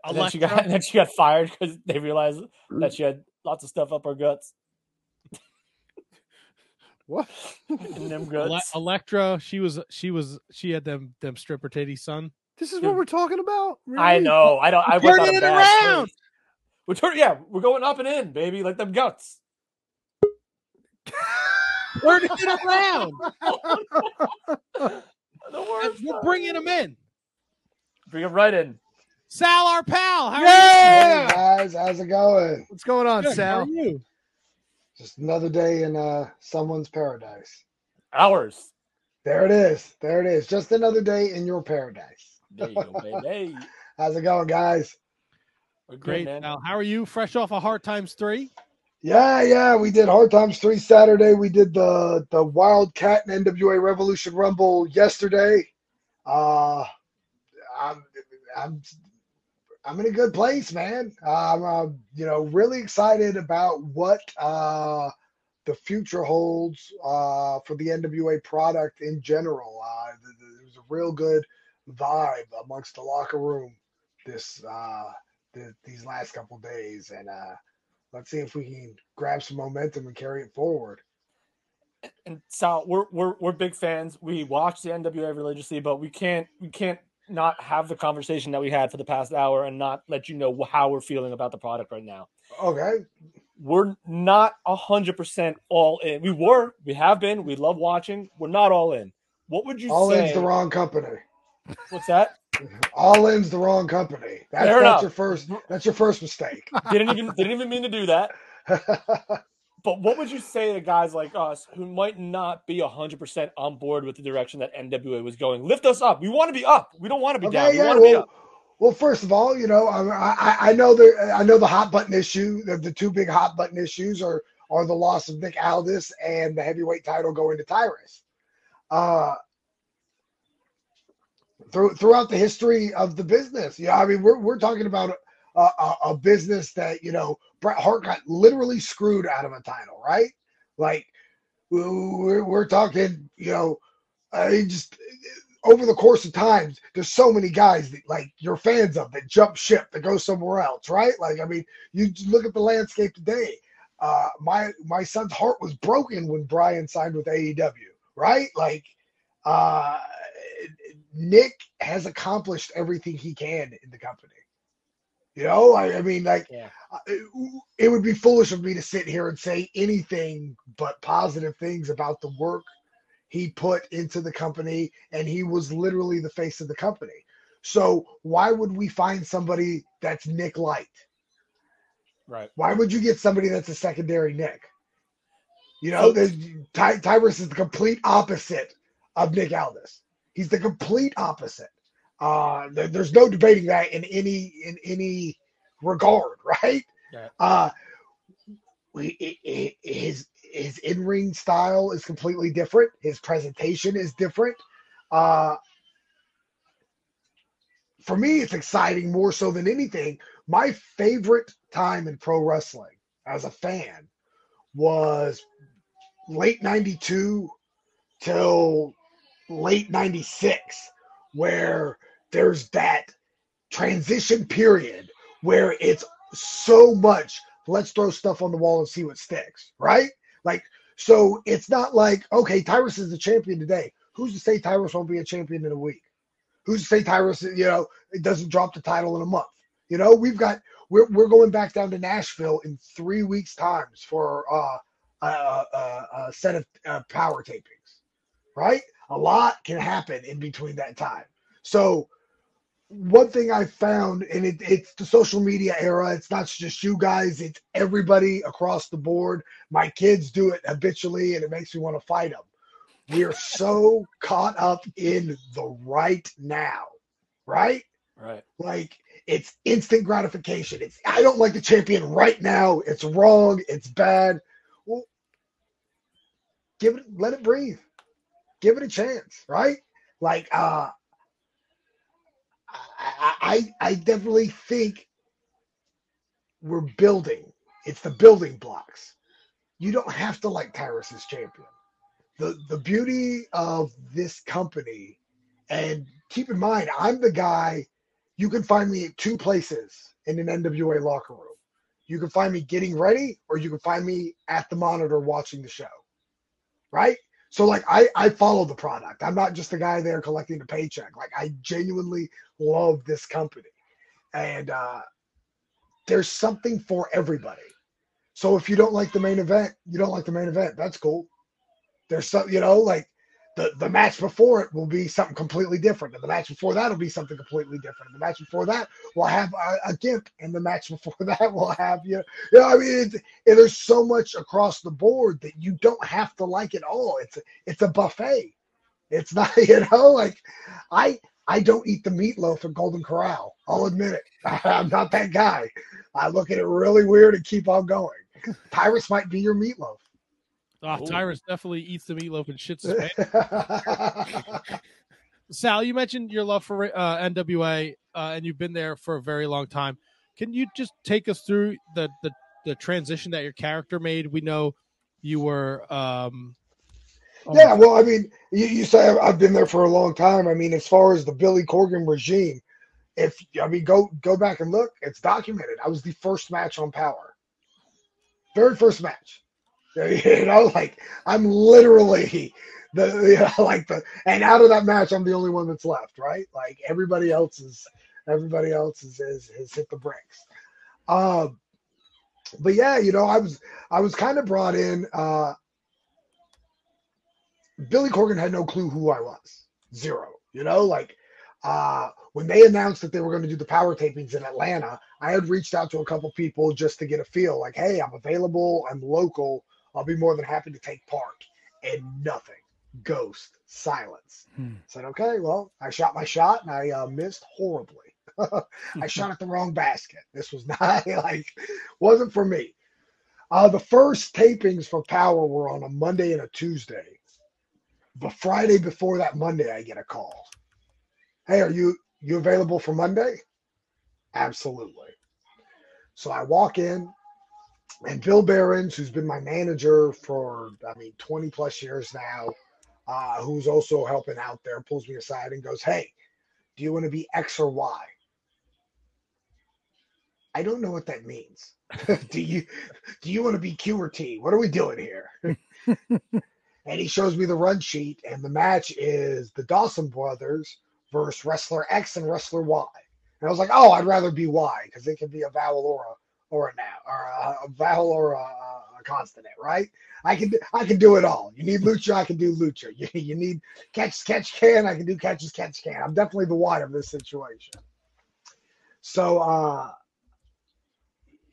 And then she
Alexa.
got [laughs] and then she got fired because they realized that she had lots of stuff up her
[laughs]
guts.
What?
In
[laughs]
them
Ele-
guts.
Electra. She was. She was. She had them. Them stripper titty son.
This is what we're talking about.
I
Really?
know. I don't. I went
Turn
down a
it
bad
around!
place. We're turn, yeah, we're going up and in, baby, like them guts.
Turn it around.
Don't worry.
[laughs] We're bringing them in.
Bring them right in.
Sal, our pal. How are
Hey
Yeah.
guys, how's it going?
What's going
you?
on,
Good, How are
Sal?
you?
Just another day in uh, someone's paradise.
Hours.
There it is. There it is. Just another day in your paradise.
There you go, baby.
How's it going, guys?
We're good,
Great,
man.
Sal. How are you? Fresh off a hard times three.
Yeah, yeah. We did Hard Times Three Saturday. We did the the Wildcat and NWA Revolution Rumble yesterday. Uh, I'm I'm I'm in a good place, man. I'm, uh, you know really excited about what uh the future holds uh, for the NWA product in general. Uh, th- th- there was a real good vibe amongst the locker room this uh, th- these last couple days, and uh, let's see if we can grab some momentum and carry it forward.
and Sal, we're we're we're big fans. We watch the NWA religiously, but we can't we can't not have the conversation that we had for the past hour and not let you know how we're feeling about the product right now.
Okay,
We're not hundred percent all in. We were, we have been, we love watching. We're not all in. What would you
All
say?
In's the wrong company.
[laughs] What's that?
All In's the wrong company. That's,
Fair
that's
enough.
your first. That's your first mistake. [laughs]
didn't even didn't even mean to do that. but what would you say to guys like us who might not be hundred percent on board with the direction that NWA was going? Lift us up. We want to be up. We don't want to be down. We want to be
well,
up.
well, first of all, you know, I, I, I know the I know the hot button issue. The, the two big hot button issues are are the loss of Nick Aldis and the heavyweight title going to Tyrus. Uh, through, throughout the history of the business, you know, I mean, we're we're talking about a, a, a business that you know Bret Hart got literally screwed out of a title, right? Like we're, we're talking, you know, I just over the course of time, there's so many guys that like you're fans of that jump ship that go somewhere else, right? Like, I mean, you just look at the landscape today. Uh, my my son's heart was broken when Brian signed with AEW, right? Like, uh, Nick has accomplished everything he can in the company. You know, I, I mean, like, I- it would be foolish of me to sit here and say anything but positive things about the work he put into the company, and he was literally the face of the company. So why would we find somebody that's Nick Light?
Right.
Why would you get somebody that's a secondary Nick? You know, there's Ty, Tyrus is the complete opposite of Nick Aldis. He's the complete opposite. Uh, there- there's no debating that in any in any regard, [laughs] right?
Right.
Uh, we, i- i- his his in ring style is completely different. His presentation is different. Uh, for me, it's exciting more so than anything. My favorite time in pro wrestling as a fan was late 92 till late 96 where there's that transition period where it's so much let's throw stuff on the wall and see what sticks right like so it's not like okay tyrus is the champion today who's to say tyrus won't be a champion in a week who's to say tyrus you know it doesn't drop the title in a month you know we've got we're, we're going back down to nashville in three weeks times for uh a, a, a set of uh, power tapings right a lot can happen in between that time so one thing I found, and it, it's the social media era. It's not just you guys; it's everybody across the board. My kids do it habitually, and it makes me want to fight them. We're so caught up in the right now, right?
Right.
Like it's instant gratification. It's I don't like the champion right now. It's wrong. It's bad. Well, give it, let it breathe. Give it a chance, right? Like, uh, I, I, I definitely think we're building. It's the building blocks. You don't have to like Tyrus as champion. The the beauty of this company, and keep in mind, I'm the guy. You can find me at two places in an NWA locker room. You can find me getting ready, or you can find me at the monitor watching the show. Right? So like I I follow the product. I'm not just the guy there collecting the paycheck. Like I genuinely love this company, and uh, there's something for everybody. So if you don't like the main event, you don't like the main event. That's cool. There's some, you know, like the the match before it will be something completely different, and the match before that will be something completely different. And the match before that will have a, a gimp, and the match [laughs] before that will have you. Know, you know I mean, it's, and there's so much across the board that you don't have to like it all. It's it's a buffet. It's [laughs] not, you know, like I I don't eat the meatloaf at Golden Corral. I'll admit it. [laughs] I'm not that guy. I look at it really weird and keep on going. Tyrus might be your meatloaf.
Ah,
Ooh.
Tyrus definitely eats the meatloaf and
[laughs]
shits
[laughs]
his pants. Sal, you mentioned your love for uh, NWA, uh, and you've been there for a very long time. Can you just take us through the, the the transition that your character made? We know you were. Um, oh
yeah, well, I mean, you, you say I've- I've been there for a long time. I mean, as far as the Billy Corgan regime, if I mean, go go back and look, it's documented. I was the first match on Power, very first match. [laughs] You know, like I'm literally the [laughs] you know, like the and out of that match, I'm the only one that's left, right? Like everybody else is everybody else is, is has hit the bricks. Um, but yeah, you know, I was I was kind of brought in. Uh, Billy Corgan had no clue who I was. Zero. You know, like uh, when they announced that they were going to do the power tapings in Atlanta, I had reached out to a couple people just to get a feel like, hey, I'm available, I'm local, I'll be more than happy to take part. And nothing. Ghost, silence. Said, okay, well, I shot my shot and I uh, missed horribly. [laughs] I shot at the wrong basket. This was [laughs] not like, wasn't for me. Uh, the first tapings for Power were on a Monday and a Tuesday the Friday before that Monday, I get a call. Hey, are you you available for Monday? Absolutely. So I walk in, and Bill Behrens, who's been my manager for I mean 20 plus years now, uh, who's also helping out there, pulls me aside and goes, "Hey, do you want to be X or Y?" I don't know what that means. [laughs] do you do you want to be Q or T? What are we doing here? and he shows me the run sheet, and the match is the Dawson brothers versus wrestler X and wrestler Y. And I was like, oh, I'd rather be Y because it can be a vowel or a or a now or a, a vowel or a, a consonant, right? I can do- I can do it all. You need lucha, I can do lucha. [laughs] You, you need catch catch can, I can do catches catch can. I'm definitely the Y of this situation. So uh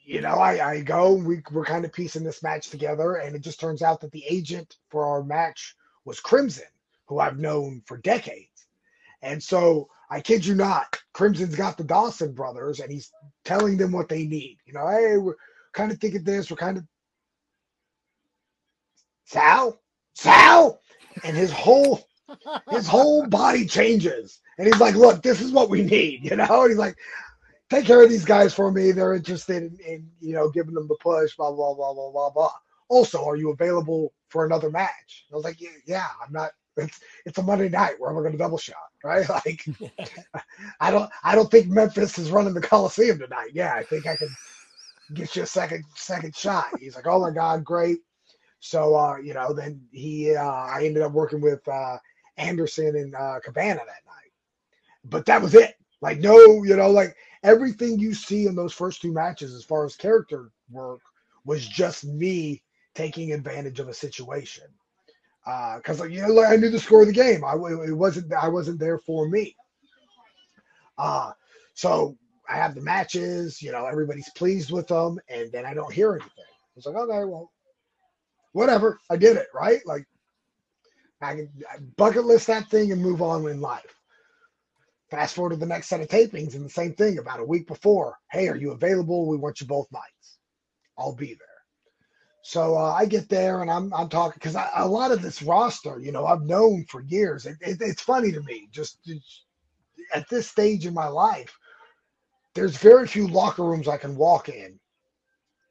you know, I, I go, we, we're kind of piecing this match together, and it just turns out that the agent for our match was Crimson, who I've known for decades. And so I kid you not, Crimson's got the Dawson brothers, and he's telling them what they need. You know, hey, we're kind of thinking this, we're kind of Sal, Sal, and his whole his whole body changes, and he's like, "Look, this is what we need," you know. And he's like, take care of these guys for me. They're interested in, in you know giving them the push. Blah blah blah blah blah blah. Also, are you available for another match? I was like, yeah, yeah I'm not. It's it's a Monday night. Where am I going to double shot? Right? [laughs] Like, I don't I don't think Memphis is running the Coliseum tonight. Yeah, I think I can get you a second second shot. He's like, oh my god, great. So uh, you know, then he uh, I ended up working with uh, Anderson and uh, Cabana that night. But that was it. Like no, you know, like everything you see in those first two matches as far as character work was just me taking advantage of a situation. Because like you know, like, I knew the score of the game. I wa- it wasn't I wasn't there for me. Uh, so I have the matches. You know, everybody's pleased with them, and then I don't hear anything. I was like, okay, well, whatever. I did it right. Like I can I bucket list that thing and move on in life. Fast forward to the next set of tapings, and the same thing about a week before. Hey, are you available? We want you both nights. I'll be there. So uh, I get there and I'm I'm talking because a lot of this roster, you know, I've known for years. It, it, it's funny to me, just just at this stage in my life, there's very few locker rooms I can walk in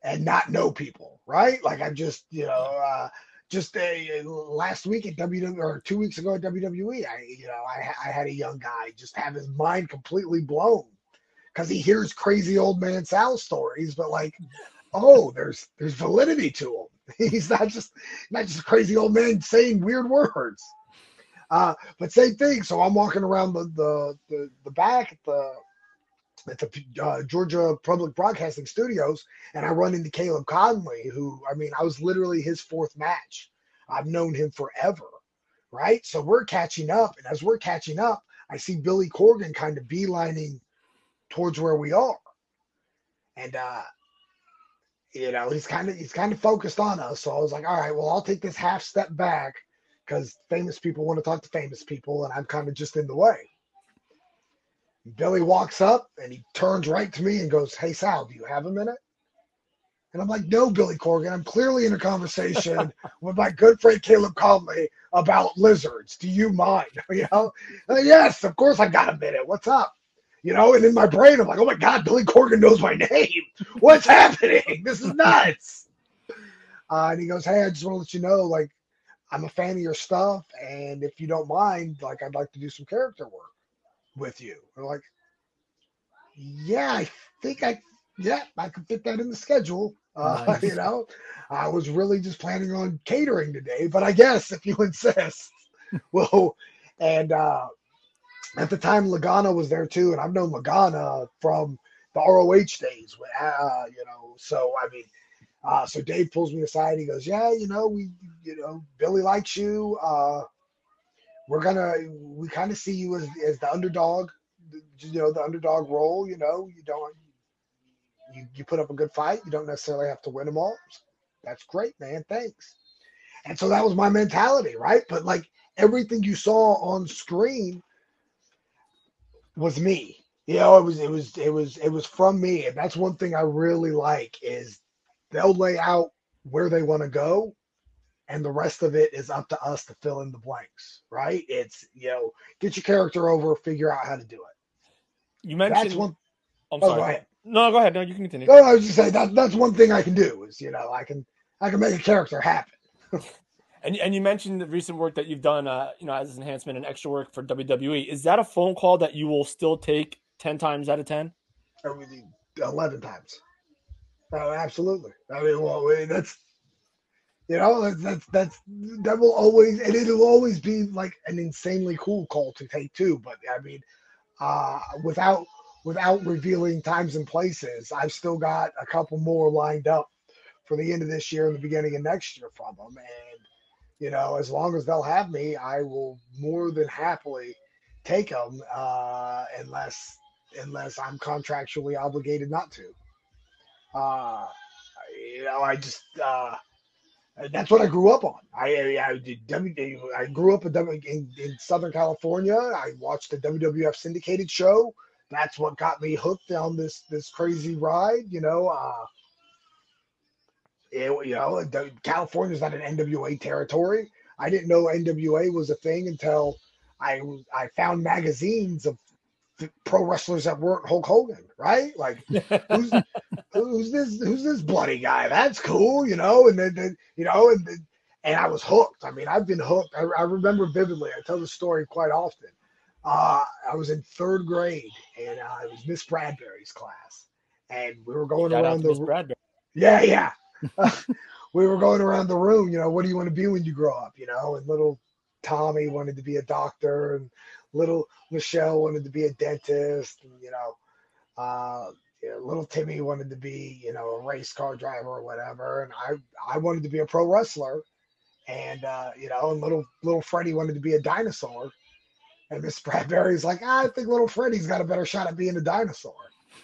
and not know people, right? Like I just, you know, uh, just uh, last week at WWE or two weeks ago at WWE, I, you know, I, I had a young guy just have his mind completely blown because he hears crazy old man Sal stories, but like, oh, there's there's validity to him. [laughs] He's not just not just a crazy old man saying weird words. Uh, but same thing. So I'm walking around the the the, the back at the at the uh, Georgia Public Broadcasting Studios, and I run into Caleb Conley, who I mean, I was literally his fourth match. I've known him forever, right? So we're catching up, and as we're catching up, I see Billy Corgan kind of beelining towards where we are, and uh, you know, he's kind of he's kind of focused on us. So I was like, all right, well, I'll take this half step back because famous people want to talk to famous people, and I'm kind of just in the way. Billy walks up and he turns right to me and goes, Hey, Sal, do you have a minute? And I'm like, No, Billy Corgan. I'm clearly in a conversation [laughs] with my good friend Caleb Conley about lizards. Do you mind? [laughs] You know, "Uh, yes, of course I got a minute. What's up? You know, and in my brain, I'm like, Oh [laughs] my God, Billy Corgan knows my name. What's happening? This is nuts. Uh, and he goes, Hey, I just want to let you know, like, I'm a fan of your stuff. And if you don't mind, like, I'd like to do some character work with you. And like, yeah, I think I, yeah, I could fit that in the schedule. Uh, [laughs]
Nice.
You know, I was really just planning on catering today, but I guess if you [laughs] insist, well, and uh, at the time Lagana was there too, and I've known Lagana from the ROH days. wh- Uh, you know, so I mean, uh, so Dave pulls me aside. He goes, "Yeah, you know, we, you know, Billy likes you. Uh, we're gonna, we kind of see you as as the underdog, th- you know, the underdog role. You know, you don't, you you put up a good fight. You don't necessarily have to win them all. That's great, man. Thanks." And so that was my mentality, right? But like everything you saw on screen was me. You know, it was it was it was it was from me, and that's one thing I really like is they'll lay out where they want to go, and the rest of it is up to us to fill in the blanks. Right? It's you know, get your character over, figure out how to do it.
You mentioned.
one-
I'm
Oh,
sorry.
go ahead.
No, go ahead. No, you can continue.
No, I was just saying that that's one thing I can do is you know I can I can make a character happen.
And and you mentioned the recent work that you've done, uh, you know, as enhancement and extra work for WWE. Is that a phone call that you will still take ten times out of
[laughs]
ten?
I mean, Eleven times. Oh, absolutely. I mean, well, I mean, that's you know, that's, that's that's that will always and it'll always be like an insanely cool call to take too. But I mean, uh, without without revealing times and places, I've still got a couple more lined up for the end of this year and the beginning of next year from them. And you know, as long as they'll have me, I will more than happily take them, uh, unless unless I'm contractually obligated not to. Uh, you know, I just. Uh, uh, That's what I grew up on. I I, I did W. I grew up in, W- in in Southern California. I watched the WWF syndicated show. That's what got me hooked on this this crazy ride. You know, uh, it, you know, the- California's not an NWA territory. I didn't know NWA was a thing until I was- I found magazines of th- pro wrestlers that weren't Hulk Hogan. Right, like
[laughs]
who's who's this who's this bloody guy that's cool you know and then, then you know and then, and i was hooked i mean i've been hooked I, I remember vividly i tell the story quite often uh, i was in third grade and uh, it was miss bradbury's class and we were going
Shout out
around
to
the
Miss
ro-
Bradbury.
yeah yeah [laughs] we were going around the room you know what do you want to be when you grow up you know and little tommy wanted to be a doctor and little michelle wanted to be a dentist and, you know uh, you know, little Timmy wanted to be, you know, a race car driver or whatever, and I I wanted to be a pro wrestler, and uh, you know, and little little Freddie wanted to be a dinosaur, and Miss Bradbury's like, I think little Freddie's got a better shot at being a dinosaur.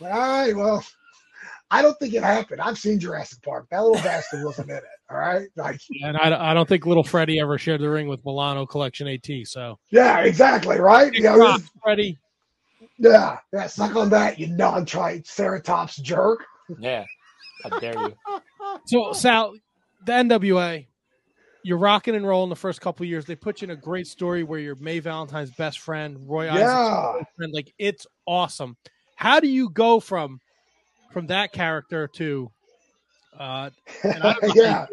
I'm like, all right, well, I don't think it happened. I've seen Jurassic Park. That little bastard wasn't in it. All right, like,
And I, I don't think little Freddie ever shared the ring with Milano Collection AT. So
yeah, exactly, right?
Big
You know,
rock,
this-
Freddie.
yeah, yeah, suck on that, you non-trite ceratops jerk.
Yeah. How dare you?
So Sal, the NWA, you're rocking and rolling the first couple of years. They put you in a great story where you're May Valentine's best friend, Roy Isaac's
Yeah.
best friend. Like it's awesome. How do you go from from that character to uh and I don't know how you
[laughs] yeah.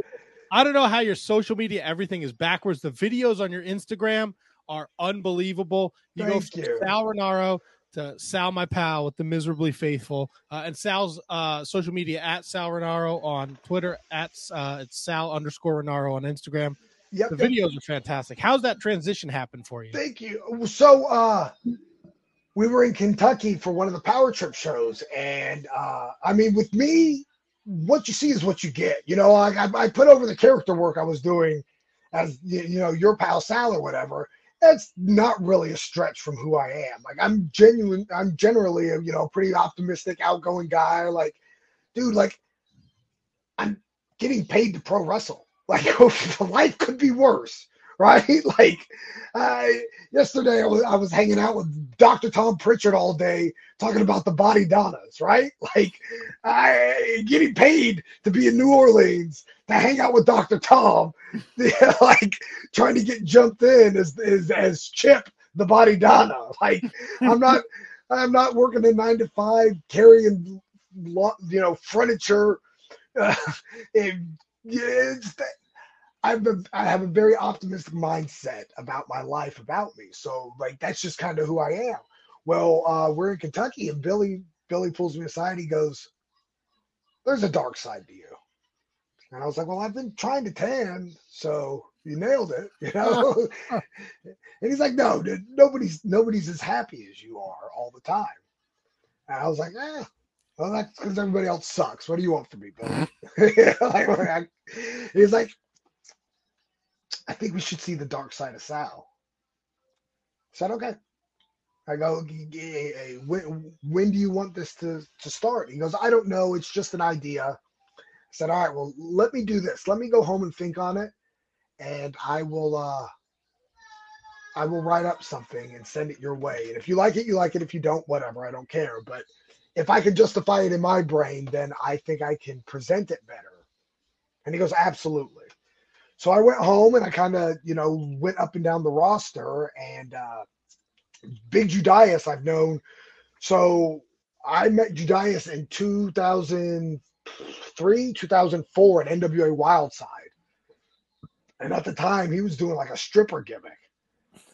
I don't know how your social media everything is backwards. The videos on your Instagram are unbelievable. You go
Thank
from
you.
Sal Renaro to Sal my pal with the miserably faithful, uh, and Sal's uh, social media at Sal Renaro on Twitter at uh, it's Sal underscore Renaro on Instagram.
Yep,
the
yep.
videos are fantastic. How's that transition happen for you?
Thank you. So uh we were in Kentucky for one of the power trip shows, and uh I mean with me, what you see is what you get. You know, I I, I put over the character work I was doing as y- you know, your pal Sal or whatever. That's not really a stretch from who I am. Like I'm genuine I'm generally a you know pretty optimistic, outgoing guy. Like, dude, like I'm getting paid to pro wrestle. [laughs] Like life could be worse, right? [laughs] Like uh, yesterday, I was, I was hanging out with Dr. Tom Pritchard all day talking about the body donnas, right? [laughs] Like I getting paid to be in New Orleans to hang out with Dr. Tom, [laughs] like trying to get jumped in as as, as Chip the body donna. [laughs] Like I'm not I'm not working a nine to five carrying lo- you know furniture uh, [laughs] and yeah, it's that, I've a, I have a very optimistic mindset about my life, about me. So like that's just kind of who I am. Well, uh, we're in Kentucky, and Billy Billy pulls me aside. He goes, "There's a dark side to you." And I was like, "Well, I've been trying to tan, so you nailed it, [laughs] you know." and he's like, "No, dude, nobody's nobody's as happy as you are all the time." And I was like, "Ah, well, that's because everybody else sucks. What do you want from me, Billy?" [laughs] like, I, he's like, I think we should see the dark side of Sal. I said, okay. I go, "G- g- eh, when, when do you want this to, to start? He goes, I don't know. It's just an idea. I said, all right, well, let me do this. Let me go home and think on it. And I will, uh, I will write up something and send it your way. And if you like it, you like it. If you don't, whatever. I don't care. But if I can justify it in my brain, then I think I can present it better. And he goes, absolutely. So I went home and I kind of, you know, went up and down the roster and uh, Big Judias I've known. So I met Judias in 2003, 2004 at NWA Wildside. And at the time he was doing like a stripper gimmick.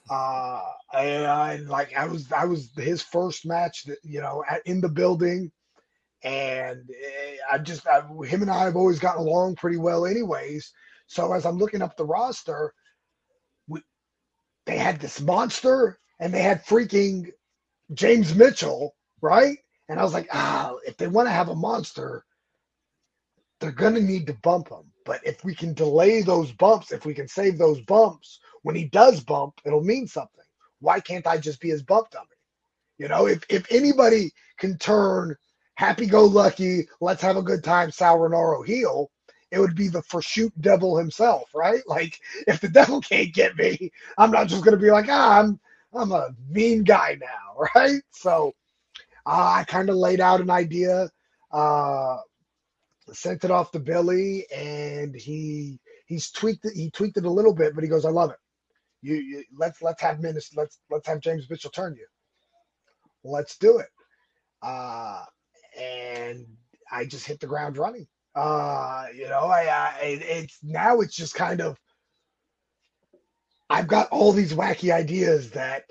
Uh, and I like, I was, I was his first match that, you know, at, in the building and eh, I just I, him and I have always gotten along pretty well, anyways. So as I'm looking up the roster, we, they had this monster and they had freaking James Mitchell, right? And I was like, ah, if they want to have a monster, they're gonna need to bump him. But if we can delay those bumps, if we can save those bumps, when he does bump, it'll mean something. Why can't I just be his bump dummy? You know, if if anybody can turn happy-go-lucky, let's have a good time, Sal Renaro heel, it would be the forshoot devil himself, right? [laughs] Like, if the devil can't get me, I'm not just gonna be like, ah, I'm I'm a mean guy now, [laughs] right? So uh, I kind of laid out an idea, uh, sent it off to Billy, and he he's tweaked it. He tweaked it a little bit, but he goes, I love it. You, you let's let's have minutes. Let's let's have James Mitchell turn you. Let's do it. Uh, and I just hit the ground running. Uh, you know, I, I it, it's now it's just kind of I've got all these wacky ideas that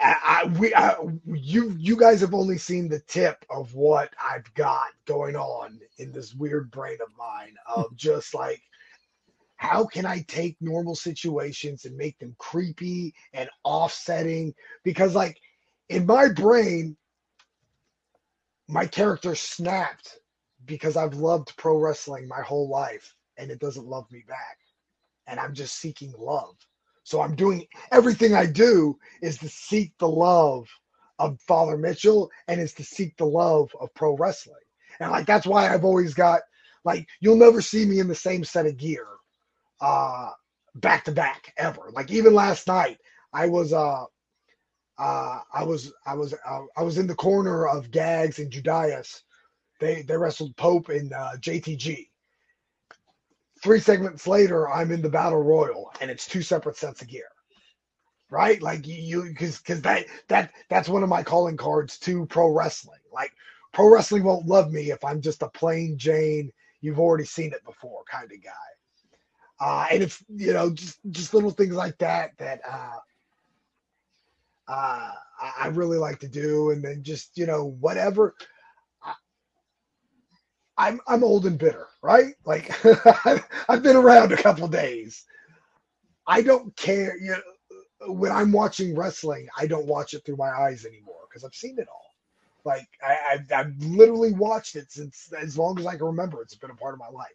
I, I we I, you you guys have only seen the tip of what I've got going on in this weird brain of mine of just like how can I take normal situations and make them creepy and offsetting because like in my brain my character snapped because I've loved pro wrestling my whole life and it doesn't love me back. And I'm just seeking love. So I'm doing everything I do is to seek the love of Father Mitchell and is to seek the love of pro wrestling. And like that's why I've always got like you'll never see me in the same set of gear uh back to back ever. Like even last night I was uh uh, I was I was uh, I was in the corner of Gags and Judias. They they wrestled Pope and uh, JTG. Three segments later, I'm in the Battle Royal, and it's two separate sets of gear. Right, like you, because because that that that's one of my calling cards to pro wrestling. Like pro wrestling won't love me if I'm just a plain Jane. You've already seen it before, kind of guy. Uh, and it's you know just just little things like that that uh, uh, I, I really like to do, and then just you know whatever. I, I'm I'm old and bitter, right? Like [laughs] I've, I've been around a couple days. I don't care. You know, when I'm watching wrestling, I don't watch it through my eyes anymore because I've seen it all. Like I, I've, I've literally watched it since as long as I can remember. It's been a part of my life.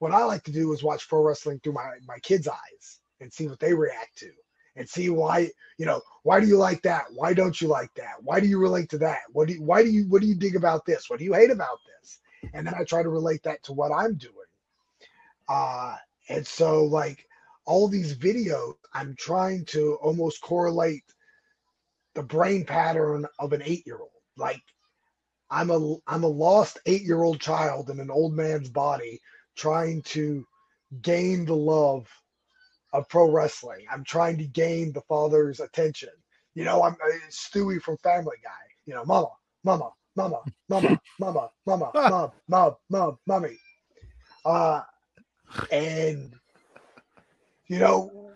What I like to do is watch pro wrestling through my my kids' eyes and see what they react to and see why you know why do you like that why don't you like that why do you relate to that what do you, why do you what do you dig about this what do you hate about this and then i try to relate that to what i'm doing uh and so like all these videos i'm trying to almost correlate the brain pattern of an 8 year old like i'm a i'm a lost 8 year old child in an old man's body trying to gain the love of pro wrestling. I'm trying to gain the father's attention. You know, I'm uh, Stewie from Family Guy. You know, mama, mama, mama, mama, mama, mama, mom, mom, mom, mommy. Uh, and you know,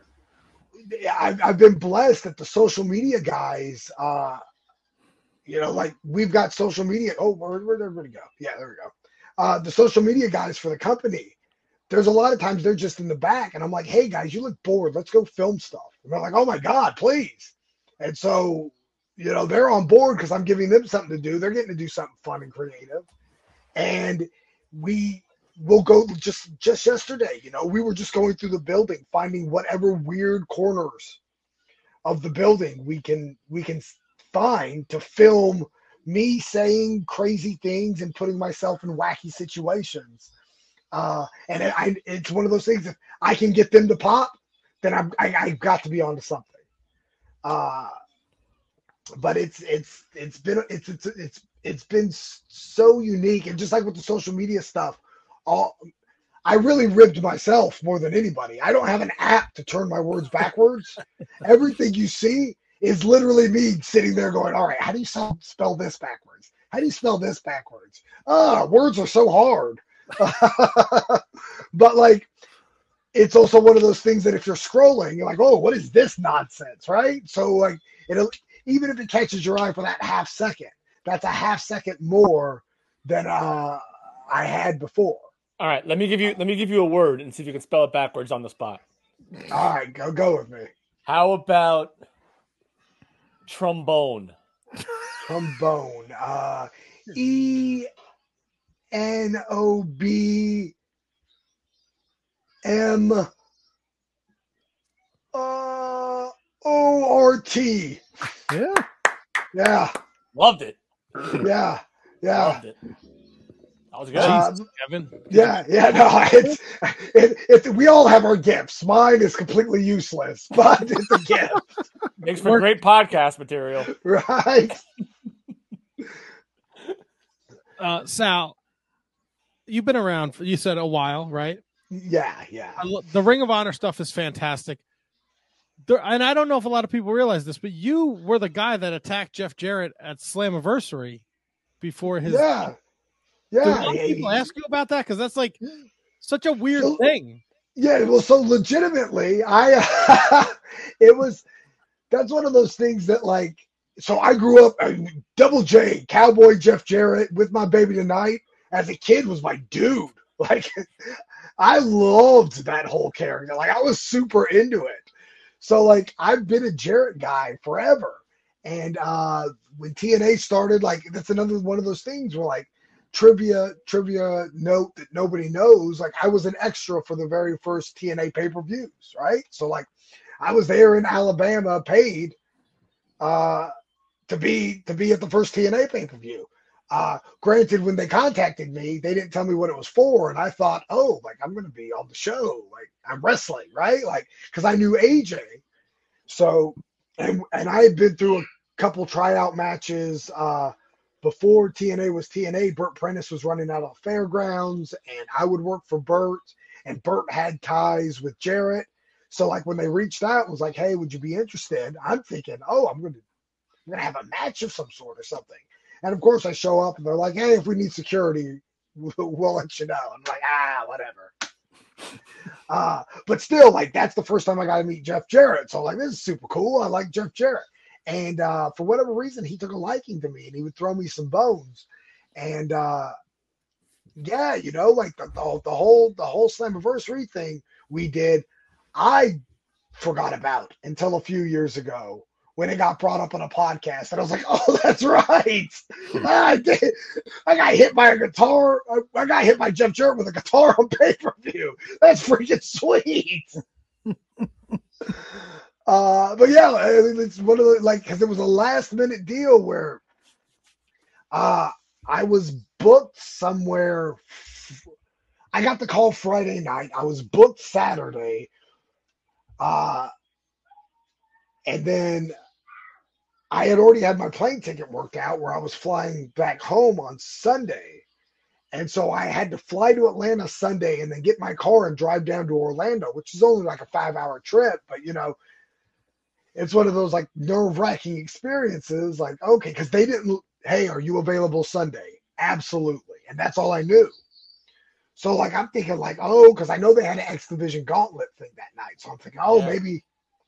I've, I've been blessed that the social media guys, uh, you know, like we've got social media. Oh, where, where, where'd it go? Yeah, there we go. Uh, the social media guys for the company, there's a lot of times they're just in the back, and I'm like, hey guys, you look bored. Let's go film stuff. And they're like, oh my God, please. And so, you know, they're on board because I'm giving them something to do. They're getting to do something fun and creative. And we we'll go just just yesterday you know we were just going through the building finding whatever weird corners of the building we can we can find to film me saying crazy things and putting myself in wacky situations uh and it, I, it's one of those things if i can get them to pop then i'm I, am i have got to be onto something uh but it's it's it's been it's it's it's it's been so unique and just like with the social media stuff all I really ribbed myself more than anybody. I don't have an app to turn my words backwards. Everything you see is literally me sitting there going, "All right, how do you spell this backwards? How do you spell this backwards? Ah, words are so hard." [laughs] but like it's also one of those things that if you're scrolling, you're like, "Oh, what is this nonsense?" right? So like it'll even if it catches your eye for that half second, that's a half second more than uh I had before.
All right, let me give you let me give you a word and see if you can spell it backwards on the spot.
All right, go go with me.
How about trombone?
Trombone. Uh E N O B M uh, O R T.
Yeah.
Yeah.
Loved it.
Yeah. Yeah.
Loved it. That was good.
Uh,
Jesus, Kevin.
Yeah, yeah, no, [laughs] it's it, it, we all have our gifts. Mine is completely useless, [laughs] but it's a gift,
Makes for great podcast material.
right?
Uh, Sal, you've been around. For, you said a while, right?
Yeah, yeah.
I lo- the Ring of Honor stuff is fantastic. There, and I don't know if a lot of people realize this, but you were the guy that attacked Jeff Jarrett at Slammiversary before his.
Yeah.
Do a
Yeah.
lot of people ask you about that because that's like such a weird
So-
thing.
Yeah, well, so legitimately, I [laughs] it was that's one of those things that like so I grew up I mean, Double J, Cowboy Jeff Jarrett with my baby tonight as a kid was my dude. [laughs] Like I loved that whole character. Like I was super into it. So like I've been a Jarrett guy forever. And uh when TNA started, like that's another one of those things where like trivia trivia note that nobody knows like i was an extra for the very first tna pay-per-views right so like i was there in alabama paid uh to be to be at the first tna pay-per-view uh granted when they contacted me they didn't tell me what it was for and i thought oh like i'm gonna be on the show like i'm wrestling right like because i knew aj so and and i had been through a couple tryout matches uh before TNA was TNA, Burt Prentice was running out of the fairgrounds, and I would work for Burt, and Burt had ties with Jarrett. So like when they reached out and was like, "Hey, would you be interested?" I'm thinking, "Oh, I'm gonna, I'm gonna have a match of some sort or something." And of course, I show up and they're like, "Hey, if we need security, we'll, we'll let you know." I'm like, "Ah, whatever." uh, but still, like that's the first time I got to meet Jeff Jarrett. So I'm like, this is super cool. I like Jeff Jarrett. And uh, for whatever reason, he took a liking to me and he would throw me some bones. And uh, yeah, you know, like the, the, the whole the whole Slammiversary thing we did, I forgot about until a few years ago when it got brought up on a podcast. And I was like, [laughs] oh, that's right. [laughs] I, did, I got hit by a guitar. I, I got hit by Jeff Jarrett with a guitar on pay per view. That's freaking sweet. Uh, but yeah, I mean, it's one of the like because it was a last minute deal where uh, I was booked somewhere. I got the call Friday night. I was booked Saturday, uh, and then I had already had my plane ticket worked out where I was flying back home on Sunday, and so I had to fly to Atlanta Sunday and then get my car and drive down to Orlando, which is only like a five hour trip, but you know it's one of those like nerve wracking experiences. Like, okay, because they didn't, hey, are you available Sunday? Absolutely. And that's all I knew. So like I'm thinking like, oh, because I know they had an X Division gauntlet thing that night. So I'm thinking, oh,
Yeah.
maybe,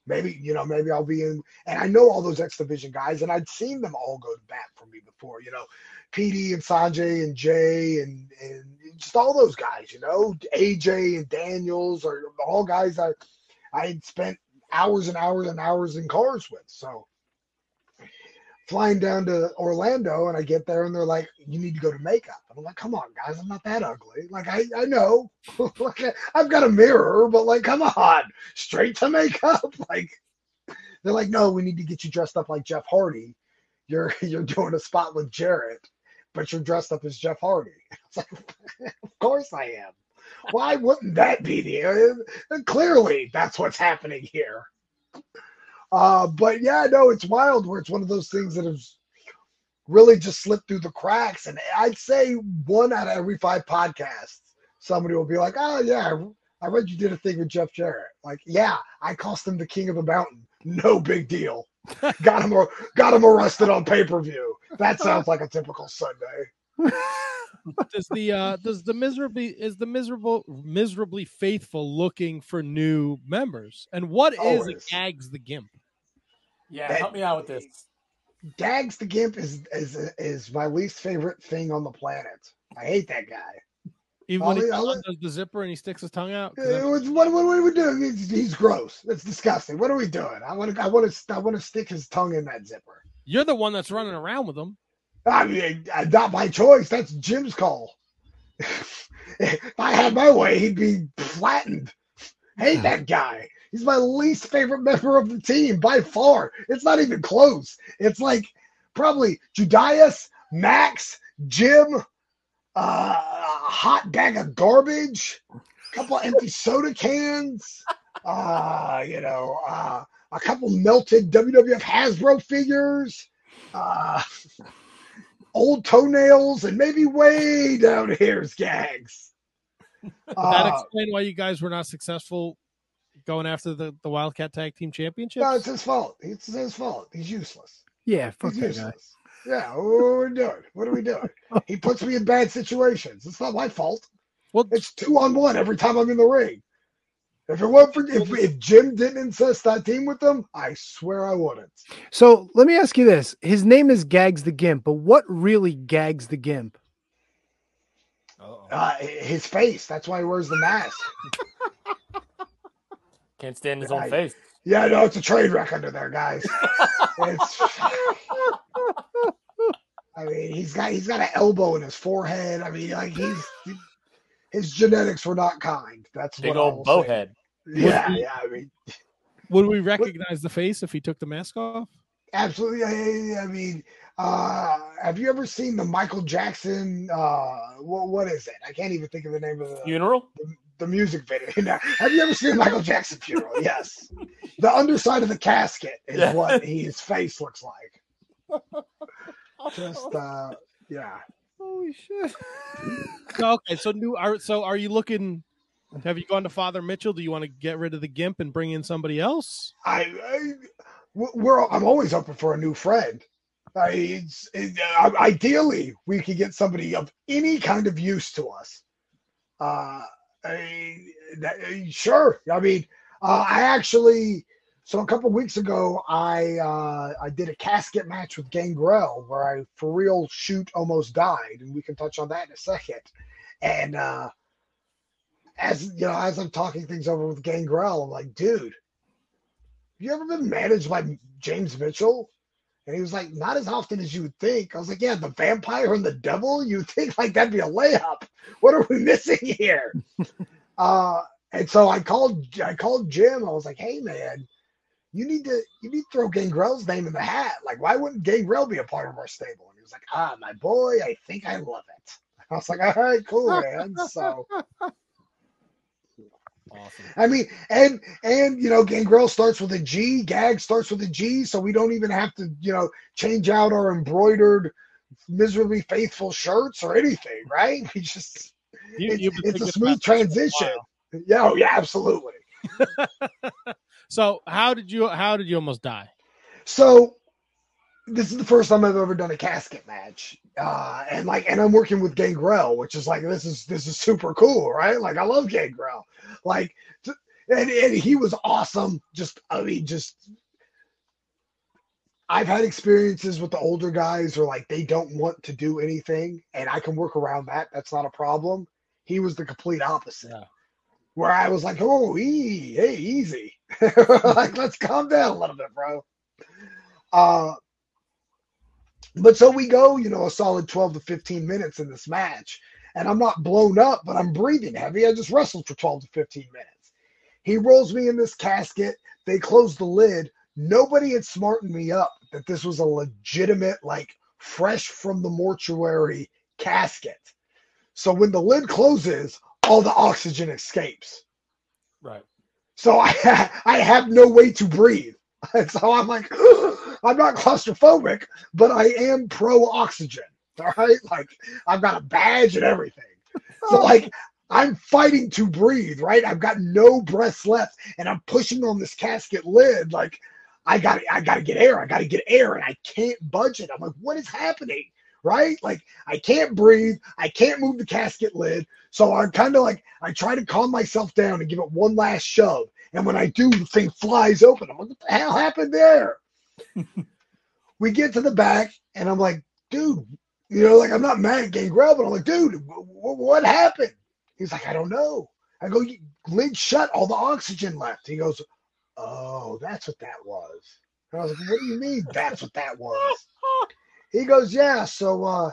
maybe, you know, maybe I'll be in and I know all those X Division guys, and I'd seen them all go to bat for me before, you know, PD and Sanjay and Jay and and just all those guys, you know, AJ and Daniels are all guys I I had spent hours and hours and hours in cars with. So flying down to Orlando and I get there and they're like, you need to go to makeup. And I'm like, come on, guys, I'm not that ugly. Like, I, I know. [laughs] like, I- I've got a mirror, but like, come on, straight to makeup. [laughs] like, they're like, no, we need to get you dressed up like Jeff Hardy. You're [laughs] you're doing a spot with Jarrett, but you're dressed up as Jeff Hardy. [laughs] It's like, of course I am. Why wouldn't that be the? Clearly, that's what's happening here. Uh, but yeah, no, it's wild where it's one of those things that has really just slipped through the cracks. And I'd say one out of every five podcasts, somebody will be like, oh, yeah, I read you did a thing with Jeff Jarrett. Like, yeah, I cost him the king of the mountain. No big deal. got him, got him arrested on pay per view. That sounds like a typical Sunday.
does the uh does the miserably is the miserable miserably faithful looking for new members and what is
Always.
gags the gimp
Yeah,
That-
help me out with this.
Dags the Gimp is is is my least favorite thing on the planet. I hate that guy.
even when he
I'll- I'll-
does the zipper and he sticks his tongue out 'Cause
Uh,
I'm-
What, what, what are we doing? He's, he's gross. That's disgusting. What are we doing? I want to, I want to, I want to stick his tongue in that zipper.
you're the one that's running around with him
I mean, uh, not my choice. That's Jim's call. [laughs] if I had my way, he'd be flattened. Hate that guy. He's my least favorite member of the team by far. It's not even close. It's like probably Judias, Max, Jim, uh, a hot bag of garbage, a couple empty soda cans, uh, you know, uh, a couple melted WWF Hasbro figures, uh, old toenails, and maybe way down here's gags.
Would that
Uh,
explain why you guys were not successful going after the, the Wildcat Tag Team Championships?
no, it's his fault. It's his fault. He's useless.
Yeah, fuck
[laughs]
He's
that guy.
useless. Yeah, what are we doing? What are we doing?
[laughs]
He puts me in bad situations. It's not my fault.
Well,
it's two on one every time I'm in the ring. If it weren't for if, if Jim didn't insist I team with them, I swear I wouldn't.
So let me ask you this: His name is Gags the Gimp, but what really gags the Gimp?
Uh, his face. That's why he wears the mask.
Can't stand his own
I-
face.
Yeah, no, it's a train wreck under there, guys. it's. I mean, he's got he's got an elbow in his forehead. I mean, like he's his genetics were not kind. That's
Big
what I
old
will say.
bowhead.
Yeah, yeah. I mean,
Would we recognize the face if he took the mask off?
Absolutely. I- I, I mean, uh, have you ever seen the Michael Jackson? Uh, what, what is it? I can't even think of the name of the
Funeral?
the music video. [laughs] No. Have you ever seen a Michael Jackson funeral? Yes. The underside of the casket is
Yeah.
what his face looks like. Just uh, yeah.
Holy shit!
No, okay, so new are so are you looking have you gone to Father Mitchell? Do you want to get rid of the gimp and bring in somebody else?
I, I we're I'm always open for a new friend. I, it's, it, I, ideally, we could get somebody of any kind of use to us. Uh, I, that, uh, sure. I mean, uh, I actually so a couple weeks ago, I uh, I did a casket match with Gangrel where I for real shoot almost died, and we can touch on that in a second. And uh, as you know, as I'm talking things over with Gangrel, I'm like, dude, you ever been managed by James Mitchell? And he was like, not as often as you would think. I was like, yeah, the vampire and the devil. You think like that'd be a layup? What are we missing here? uh, and so I called, I called Jim. I was like, hey man, you need to, you need to throw Gangrel's name in the hat. Like, why wouldn't Gangrel be a part of our stable? And he was like, ah, my boy, I think I love it. I was like, all right, cool, man. So.
Awesome.
I mean, and and you know, Gangrel starts with a G, Gag starts with a G, so we don't even have to, you know, change out our embroidered, miserably faithful shirts or anything, right? [laughs] We just
You,
it's,
you've been
it's a
thinking
smooth
about this for a
transition.
while.
Yeah, oh, yeah, absolutely.
So how did you how did you almost die?
So this is the first time I've ever done a casket match, uh, and like, and I'm working with Gangrel, which is like, this is this is super cool, right? Like, I love Gangrel, like, t- and and he was awesome. Just, I mean, just, I've had experiences with the older guys where like they don't want to do anything, and I can work around that. That's not a problem. He was the complete opposite. Where I was like, oh, ee, hey, easy. [laughs] like, let's calm down a little bit, bro. Uh, but so we go, you know, a solid 12 to 15 minutes in this match. And I'm not blown up, but I'm breathing heavy. I just wrestled for 12 to 15 minutes. He rolls me in this casket. They close the lid. Nobody had smartened me up that this was a legitimate, like, fresh from the mortuary casket. So when the lid closes, all the oxygen escapes.
Right.
So [laughs] I, I have no way to breathe. And [laughs] so I'm like, [gasps] I'm not claustrophobic, but I am pro oxygen. [laughs] All right. Like I've got a badge and everything. So like I'm fighting to breathe, right? I've got no breaths left and I'm pushing on this casket lid. Like I got I gotta get air. I gotta get air and I can't budge it. I'm like, what is happening? Right? Like I can't breathe. I can't move the casket lid. So I'm kind of like I try to calm myself down and give it one last shove. And when I do, the thing flies open. I'm like, what the hell happened there? we get to the back, and I'm like, dude, you know, like I'm not mad at Gangrel, but I'm like, dude, w- w- what happened? He's like, I don't know. I go, "You- lid shut, all the oxygen left. He goes, oh, that's what that was. And I was like, what do you mean that's what that was? He goes, yeah. So uh,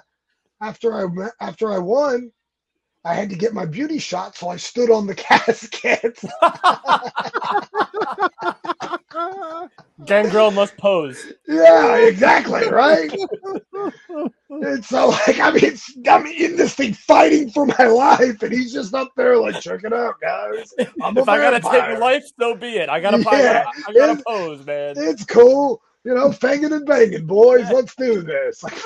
after I wa- after I won, I had to get my beauty shot, so I stood on the [laughs] casket.
Gangrel must pose.
Yeah, exactly, right? and so, like, I mean, it's, I'm in this thing fighting for my life, and he's just up there, like, check it out, guys. I'm a
if I gotta
vampire.
take life, so be it. I gotta buy.
Yeah,
I gotta
it's-
pose, man.
It's cool, you know, fanging and banging, boys. Let's do this. Like,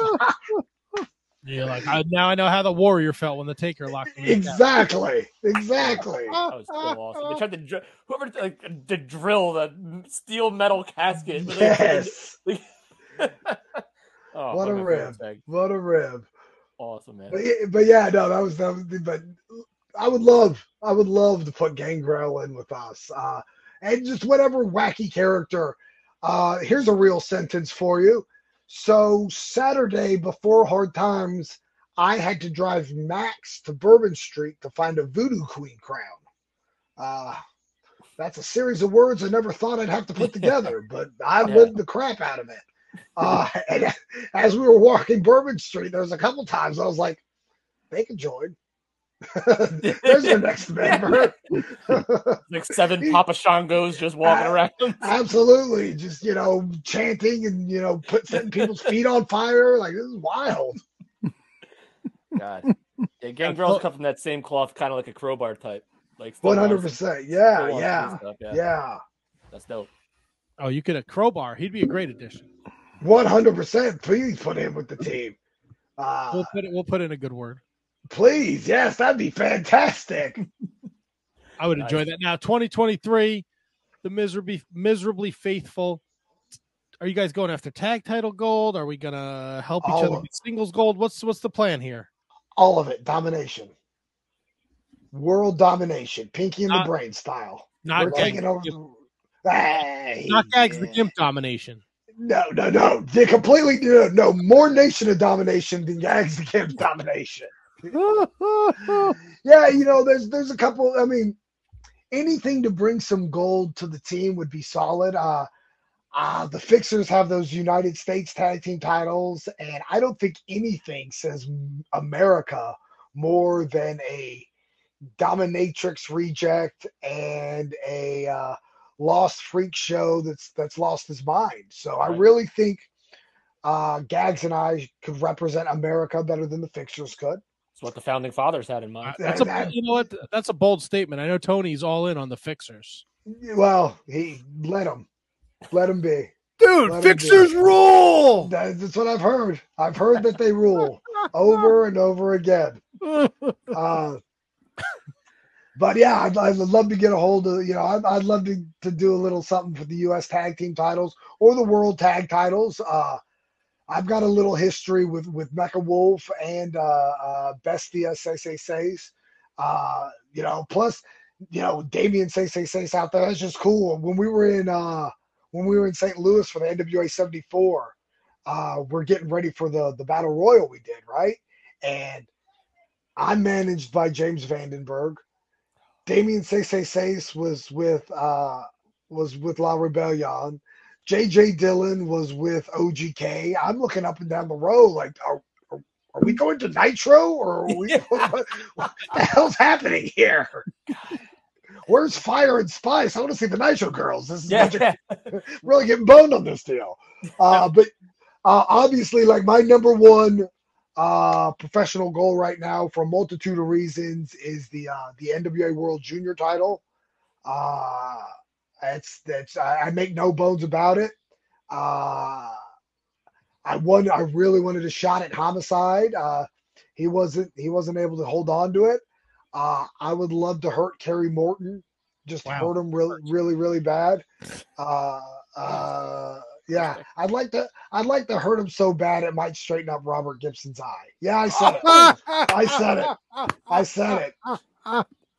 You're like, I, now I know how the warrior felt when the taker locked him. in the casket."
exactly, exactly.
That was so awesome. They tried to dr- whoever like to drill the steel metal casket. with, like, friggin-
Yes.
oh,
what a
my favorite
rib!
thing.
What a rib!
Awesome, man.
But, yeah- but yeah, no, that was that was. But I would love, I would love to put Gangrel in with us, uh, and just whatever wacky character. Uh, here's a real sentence for you. So Saturday before Hard Times, I had to drive Max to Bourbon Street to find a Voodoo Queen crown. Uh, that's a series of words I never thought I'd have to put together, but I
Yeah.
lived the crap out of it. Uh, [laughs] and as we were walking Bourbon Street, there was a couple times I was like, they can join. [laughs] There's their
[laughs]
next member. [laughs]
Like seven Papa Shangos just walking
Uh,
around.
[laughs] Absolutely. Just, you know, chanting and, you know, put setting people's feet on fire. Like, this is wild.
God, yeah, Gangrel's
Absolutely.
cut from that same cloth, kind of like a crowbar type. Like still wants to-
100%.
still
Yeah,
wants to do
yeah,
stuff, yeah.
yeah.
That's dope.
Oh, you could a crowbar. He'd be a great addition.
100%. Please put him with the team. Uh,
We'll put it. We'll put in a good word.
please. Yes, that'd be fantastic.
I would
Nice.
enjoy that. Now, 2023, the miserably miserably faithful. Are you guys going after tag title gold? Are we gonna help each
All
other
of-
get singles gold? What's what's the plan here?
All of it. Domination. World domination. Pinky and the
Not-
brain style.
Not
We're
gags,
taking over.
the,
Hey,
not gags the
yeah.
gimp domination.
No, no, no. They're completely no, no. More nation of domination than Gags the Kim's domination.
[laughs]
Yeah, you know, there's there's a couple. I mean, anything to bring some gold to the team would be solid. Uh, uh the Fixers have those United States Tag Team titles, and I don't think anything says America more than a dominatrix reject and a uh, lost freak show that's that's lost his mind. So I
Right.
really think uh, Gags and I could represent America better than the fixtures could.
It's what the founding fathers had in
Uh,
mind.
That's a
That-
you know what? That's a bold statement. I know Tony's all in on the fixers.
Well, he let him, let him be.
Dude,
Let 'em do it.
fixers rule.
[laughs]
That- That's what I've heard. I've heard that they rule over and over again. Uh, but yeah, I'd, I'd love to get a hold of you know I'd, I'd love to, to do a little something for the U.S. tag team titles or the world tag titles. Uh, I've got a little history with with Mecha Wolf and uh, uh, Bestia Say Say Says. Uh, you know, plus you know Damien Say Say Says out there. That's just cool. When we were in uh, when we were in St. Louis for the NWA seventy four, uh, we're getting ready for the the battle royal we did right, and I'm managed by James Vandenberg. Damien Say Say Says was with uh, was with La Rebellion. JJ Dillon was with OGK. I'm looking up and down the row like, are, are, are we going to Nitro or are we? what, the hell's happening here? Where's Fire and Spice? I want to see the Nitro girls. This is a bunch of- really getting boned on this deal. Uh, but uh, obviously, like my number one uh, professional goal right now, for a multitude of reasons, is the uh, the NWA World Junior title. Uh, that's that's I, I make no bones about it. Uh, I won. I really wanted a shot at homicide. Uh, he wasn't. He wasn't able to hold on to it. Uh, I would love to hurt Kerry Morton. Just hurt him really, really, really bad. Uh, uh, yeah, I'd like to. I'd like to hurt him so bad it might straighten up Robert Gibson's eye. Yeah, I said it. I said it. I said it.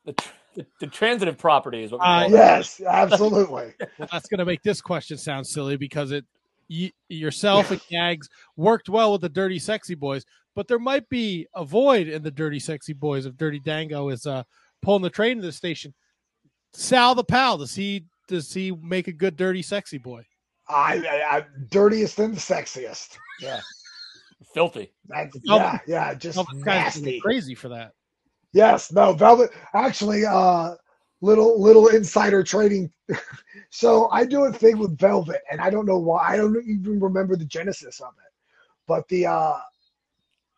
The, tr- the, the transitive property is what we
Uh,
call it.
Yes, absolutely.
Well, that's going to make this question sound silly because it you, yourself and Gags worked well with the Dirty Sexy Boys, but there might be a void in the Dirty Sexy Boys if Dirty Dango is uh, pulling the train to the station. Sal the pal, does he does he make a good Dirty Sexy Boy?
I, I, I dirtiest and sexiest. Yeah,
Filthy.
that's yeah,
Velvet-
yeah, just
Velvet Sky's gonna be
nasty.
crazy for that.
Yes, no, Velvet. Actually, uh, little little insider trading. [laughs] so I do a thing with Velvet, and I don't know why. I don't even remember the genesis of it. But the uh,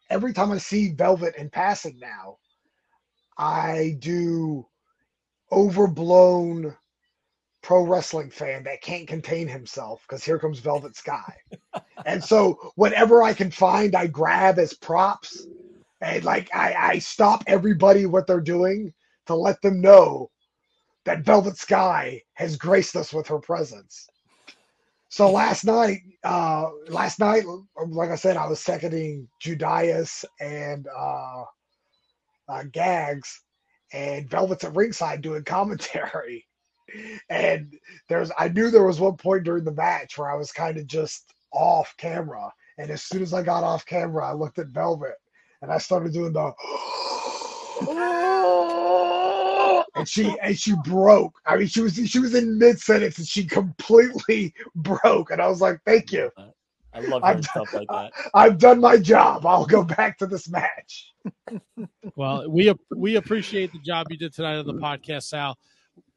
every time I see Velvet in passing now, I do overblown pro wrestling fan that can't contain himself because here comes Velvet Sky. and so whatever I can find, I grab as props. And like I, I stop everybody what they're doing to let them know that Velvet Sky has graced us with her presence. So last night, uh, last night, like I said, I was seconding Judas and uh, uh, Gags, and Velvet's at ringside doing [laughs] commentary. And there's, I knew there was one point during the match where I was kind of just off camera. And as soon as I got off camera, I looked at Velvet and I started
[gasps]
doing the. And she and she broke. I mean, she was she was in mid sentence and she completely [laughs] broke. And I was like, "Thank you,
I love
I'm
hearing stuff like that.
I've done my job. I'll go back to this match."
Well, we ap- we appreciate the job you did tonight on the podcast, Sal.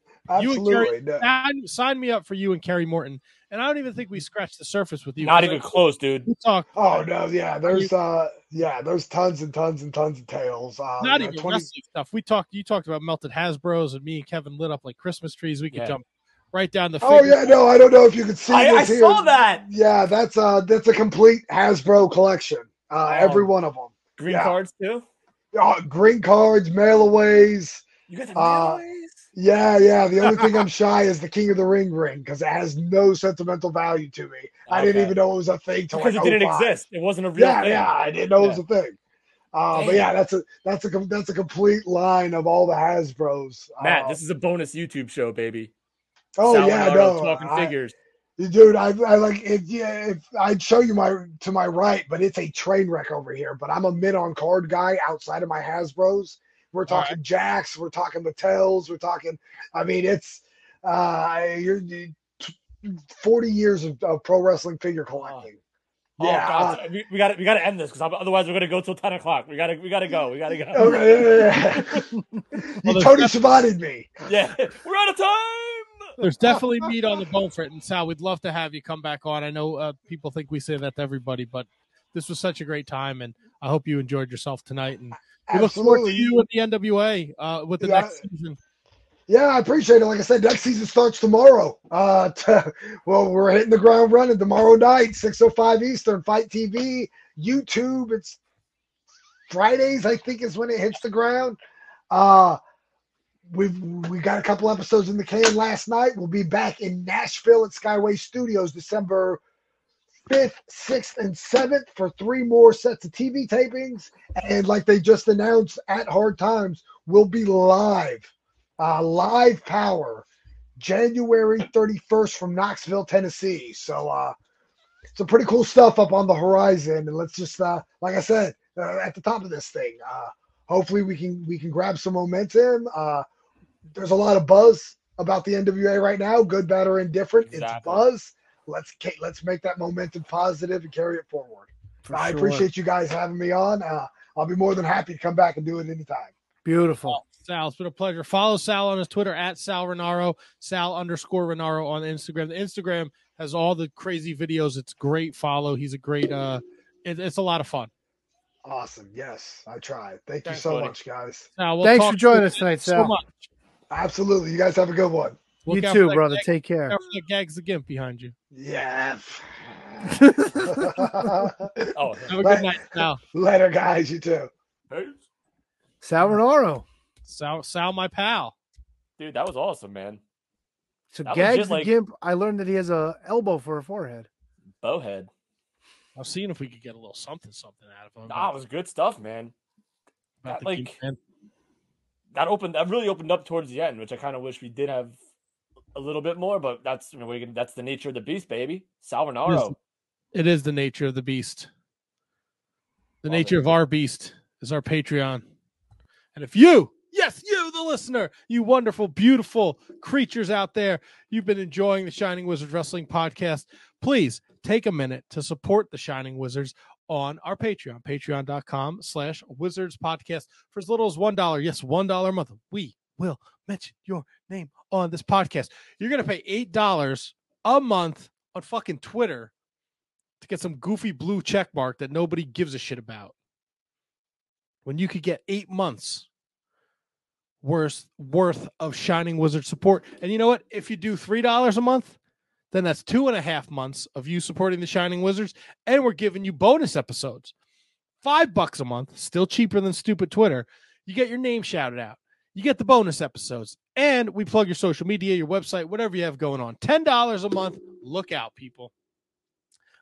you
Absolutely.
and
no.
Kerry, sign, sign me up for you and Kerry Morton. And I don't even think we scratched the surface with you.
Not even close, dude.
We talked
Oh no, yeah, there's uh yeah, there's tons and tons and tons of tales. Uh,
not
you know,
even
20
wrestling stuff. We talked. You talked about melted Hasbro's, and me and Kevin lit up like Christmas trees. We could
Yeah.
jump right down the.
Oh
figure-
yeah, no, I don't know if you could see
I-
this
I
here.
saw that.
Yeah, that's uh that's a complete Hasbro collection. Uh every
Oh.
one of them.
Green
yeah.
cards too.
Uh, green cards, mail aways.
You got the
Uh, yeah, yeah. The only
[laughs]
thing I'm shy is the King of the Ring ring because it has no sentimental value to me. I didn't
Okay.
even know it was a thing till
because
like
it didn't
05.
exist. It wasn't a real
yeah,
thing.
yeah, I didn't know it was a
Yeah.
thing. Uh, but
Damn.
yeah, that's a that's a com- that's a complete line of all the Hasbro's.
Matt,
Uh,
this is a bonus YouTube show, baby.
oh
Sal
yeah,
Lenardo
no,
talking
I,
figures.
Dude, I, I like it. Yeah, if I'd show you my to my right, but it's a train wreck over here. But I'm a mid on card guy outside of my Hasbro's. We're
All right.
talking Jacks, we're talking Mattels, we're talking. I mean, it's uh, you're you- t- 40 years of, of pro wrestling figure collecting.
oh
yeah, uh,
God, so we, we got to we got to end this because otherwise we're gonna go till ten o'clock. We gotta we gotta go. We gotta go.
uh, [laughs] okay,
[laughs]
you
there's
Tony
def-
Schiavone'd me.
[laughs] yeah, we're out of time.
There's definitely meat on the bone for it. And Sal, we'd love to have you come back on. I know uh, people think we say that to everybody, but this was such a great time, and I hope you enjoyed yourself tonight. And we look forward to
Absolutely.
you with the NWA uh, with the
Yeah.
next season.
Yeah, I appreciate it. Like I said, next season starts tomorrow. Uh, [laughs] t- well, we're hitting the ground running tomorrow night, six oh five Eastern, Fight TV, YouTube. It's Fridays, I think, is when it hits the ground. Uh, we've we got a couple episodes in the can last night. We'll be back in Nashville at Skyway Studios December fifth, sixth, and seventh for three more sets of TV tapings. And like they just announced at Hard Times, will be live, uh, live power, January 31st from Knoxville, Tennessee. So, uh, some pretty cool stuff up on the horizon. And let's just, uh, like I said, uh, at the top of this thing, uh, hopefully we can we can grab some momentum. Uh, there's a lot of buzz about the NWA right now, good, bad, or indifferent. It's
Exactly.
buzz. Let's ca- let's make that momentum positive and carry it forward.
For
I
sure.
appreciate you guys having me on. Uh, I'll be more than happy to come back and do it anytime.
Beautiful.
Sal, it's been a pleasure. Follow Sal on his Twitter at Sal Renaro, Sal underscore Renaro on Instagram. The Instagram has all the crazy videos. It's great. Follow. He's a great. uh it, It's a lot of fun.
Awesome. Yes, I tried. Thank
Thanks,
you so
buddy.
much, guys.
Sal, we'll
Thanks
talk
for joining
soon.
us tonight,
Thank you
Sal.
So much.
Absolutely. You guys have a good one.
you
Look out for
too,
that
brother.
gag-
Take care.
look out for that gags again behind you.
[laughs]
Yeah. [laughs]
Oh,
Have a
Let-
good night, Sal.
Later, guys. You too.
Sal Renaro.
Sal, Sal, my pal.
dude, that was awesome, man.
So
That was
Gags
just
the
like-
Gimp. I learned that he has a elbow for a forehead.
Bowhead.
I'm seeing if we could get a little something, something out of him.
Nah, Ah, it was good stuff, man.
About
That
the Gimp,
like
man.
that opened that really opened up towards the end, which I kind of wish we did have a little bit more, but that's you know, we can, that's the nature of the beast, baby. Salvernaro.
It is the nature of the beast. The
Love
nature
it.
of our beast is our Patreon. And if you, yes, you, the listener, you wonderful, beautiful creatures out there, you've been enjoying the Shining Wizard Wrestling podcast, please take a minute to support the Shining Wizards on our Patreon, patreon.com slash wizards podcast for as little as one dollar. Yes, one dollar a month. We will mention your name on this podcast. You're gonna pay eight dollars a month on fucking Twitter to get some goofy blue check mark that nobody gives a shit about when you could get eight months worth worth of shining wizard support and you know what if you do three dollars a month then that's two and a half months of you supporting the shining wizards and we're giving you bonus episodes five bucks a month still cheaper than stupid twitter you get your name shouted out you get the bonus episodes and we plug your social media your website whatever you have going on ten dollars a month look out people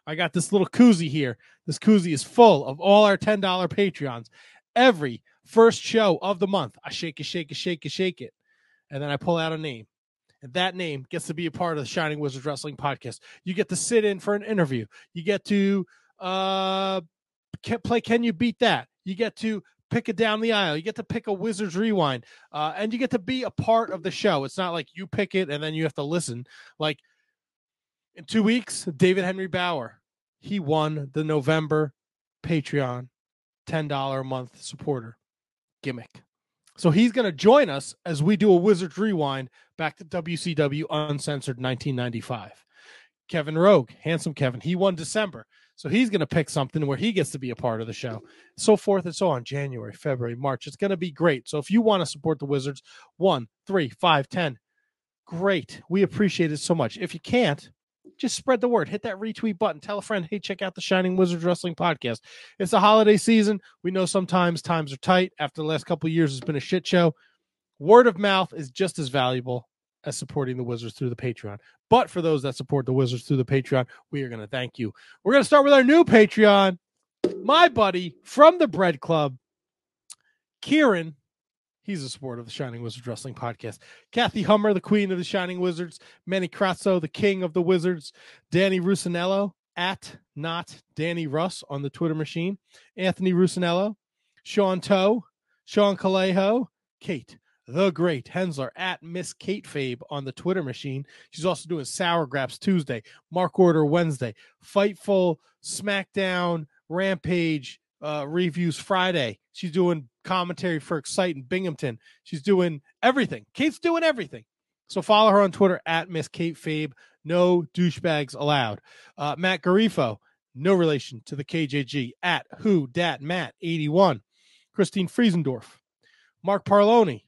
I got this little koozie here. This koozie is full of all our $10 Patreons. Every first show of the month, I shake it, shake it, shake it, shake it. And then I pull out a name. And that name gets to be a part of the Shining Wizards Wrestling podcast. You get to sit in for an interview. You get to uh, ca- play Can You Beat That? You get to pick it down the aisle. You get to pick a Wizards Rewind. Uh, and you get to be a part of the show. It's not like you pick it and then you have to listen. Like in two weeks, David Henry Bauer, he won the November Patreon $10 a month supporter gimmick. So he's going to join us as we do a Wizards Rewind back to WCW Uncensored 1995. Kevin Rogue, handsome Kevin, he won December. So he's going to pick something where he gets to be a part of the show, so forth and so on. January, February, March. It's going to be great. So if you want to support the Wizards, one, three, five, ten, great. We appreciate it so much. If you can't, just spread the word. Hit that retweet button. Tell a friend, hey, check out the Shining Wizards Wrestling Podcast. It's the holiday season. We know sometimes times are tight. After the last couple of years, it's been a shit show. Word of mouth is just as valuable as supporting the Wizards through the Patreon. But for those that support the Wizards through the Patreon, we are going to thank you. We're going to start with our new Patreon. My buddy from the Bread Club, Kieran. He's a support of the Shining Wizards Wrestling Podcast. Kathy Hummer, the queen of the Shining Wizards. Manny Crazzo, the king of the Wizards. Danny Rusinello, at not Danny Russ on the Twitter machine. Anthony Rusinello, Sean Toe, Sean Calejo, Kate, the great Hensler, at Miss Kate Fabe on the Twitter machine. She's also doing Sour Graps Tuesday, Mark Order Wednesday, Fightful, SmackDown, Rampage, uh, reviews Friday. She's doing commentary for Excite and Binghamton. She's doing everything. Kate's doing everything. So follow her on Twitter at Miss Kate Fabe. No douchebags allowed. Uh, Matt Garifo, no relation to the KJG at who dat Matt 81. Christine Friesendorf, Mark Parloni.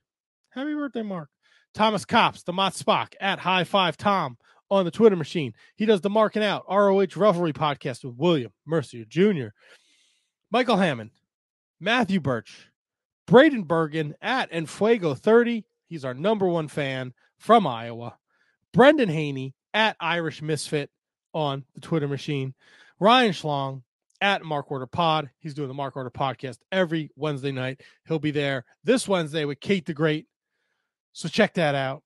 Happy birthday, Mark. Thomas Cops, the Mott Spock at High Five Tom on the Twitter machine. He does the Marking Out ROH Revelry podcast with William Mercier Jr. Michael Hammond, Matthew Birch, Braden Bergen at Enfuego 30. He's our number one fan from Iowa. Brendan Haney at Irish Misfit. on the Twitter machine. Ryan Schlong at Mark Order Pod. He's doing the Mark Order podcast every Wednesday night. He'll be there this Wednesday with Kate the Great. So check that out.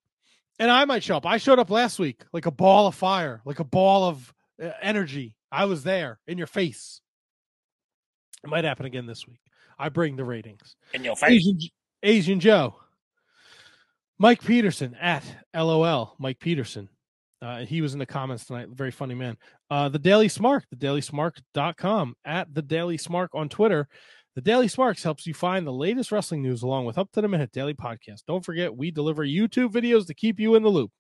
And I might show up. I showed up last week like a ball of fire, like a ball of uh, energy. I was there in your face. It might happen again this week. I bring the ratings.
In your
Asian, Asian Joe. Mike Peterson at LOL. Mike Peterson. Uh, he was in the comments tonight. Very funny man. Uh, the Daily Smark, thedailysmark.com, at the Daily Smark on Twitter. The Daily Smarks helps you find the latest wrestling news along with up to the minute daily podcast. Don't forget, we deliver YouTube videos to keep you in the loop.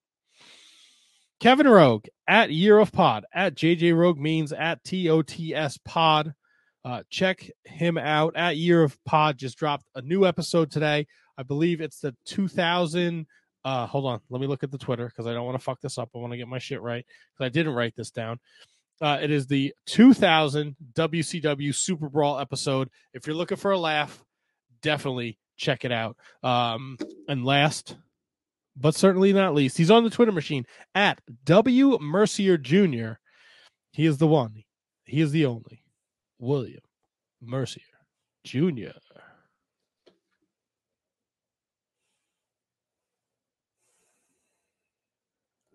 Kevin Rogue at Year of Pod, at JJ Rogue means at TOTS Pod. Uh, check him out at Year of Pod. Just dropped a new episode today. I believe it's the 2000. Uh, hold on, let me look at the Twitter because I don't want to fuck this up. I want to get my shit right because I didn't write this down. Uh, it is the 2000 WCW Super Brawl episode. If you're looking for a laugh, definitely check it out. Um, and last, but certainly not least, he's on the Twitter machine at W Mercier Jr. He is the one. He is the only. William Mercier Jr.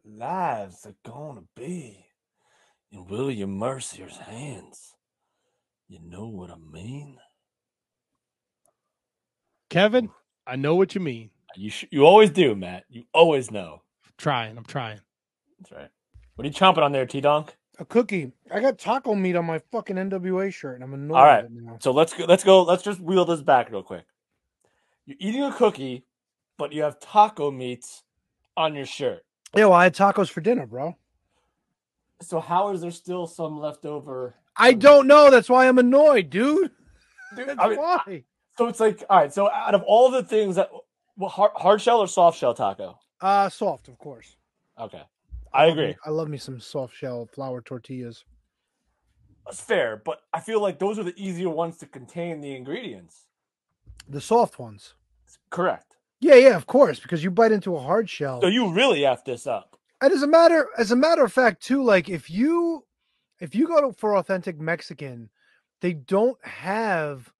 Lives are gonna be in William Mercier's hands. You know what I mean?
Kevin, I know what you mean.
You sh- you always do, Matt. You always know.
trying. I'm trying.
That's right. What are you chomping on there, T Donk?
A cookie. I got taco meat on my fucking NWA shirt, and I'm annoyed.
All right.
with it now.
So let's go. Let's go. Let's just wheel this back real quick. You're eating a cookie, but you have taco meats on your shirt.
Yeah, well, I had tacos for dinner, bro.
So how is there still some left over?
I don't know. That's why I'm annoyed, dude.
Dude, I mean, So it's like, all right. So out of all the things that, well, hard, hard shell or soft shell taco?
Uh, soft, of course.
Okay, I
love me-
agree.
I love me some soft shell flour tortillas.
That's fair, but I feel like those are the easier ones to contain the ingredients.
The soft ones.
Correct.
Yeah, yeah, of course, because you bite into a hard shell.
So you really f this up.
And as a matter as a matter of fact, too, like if you if you go to, for authentic Mexican, they don't have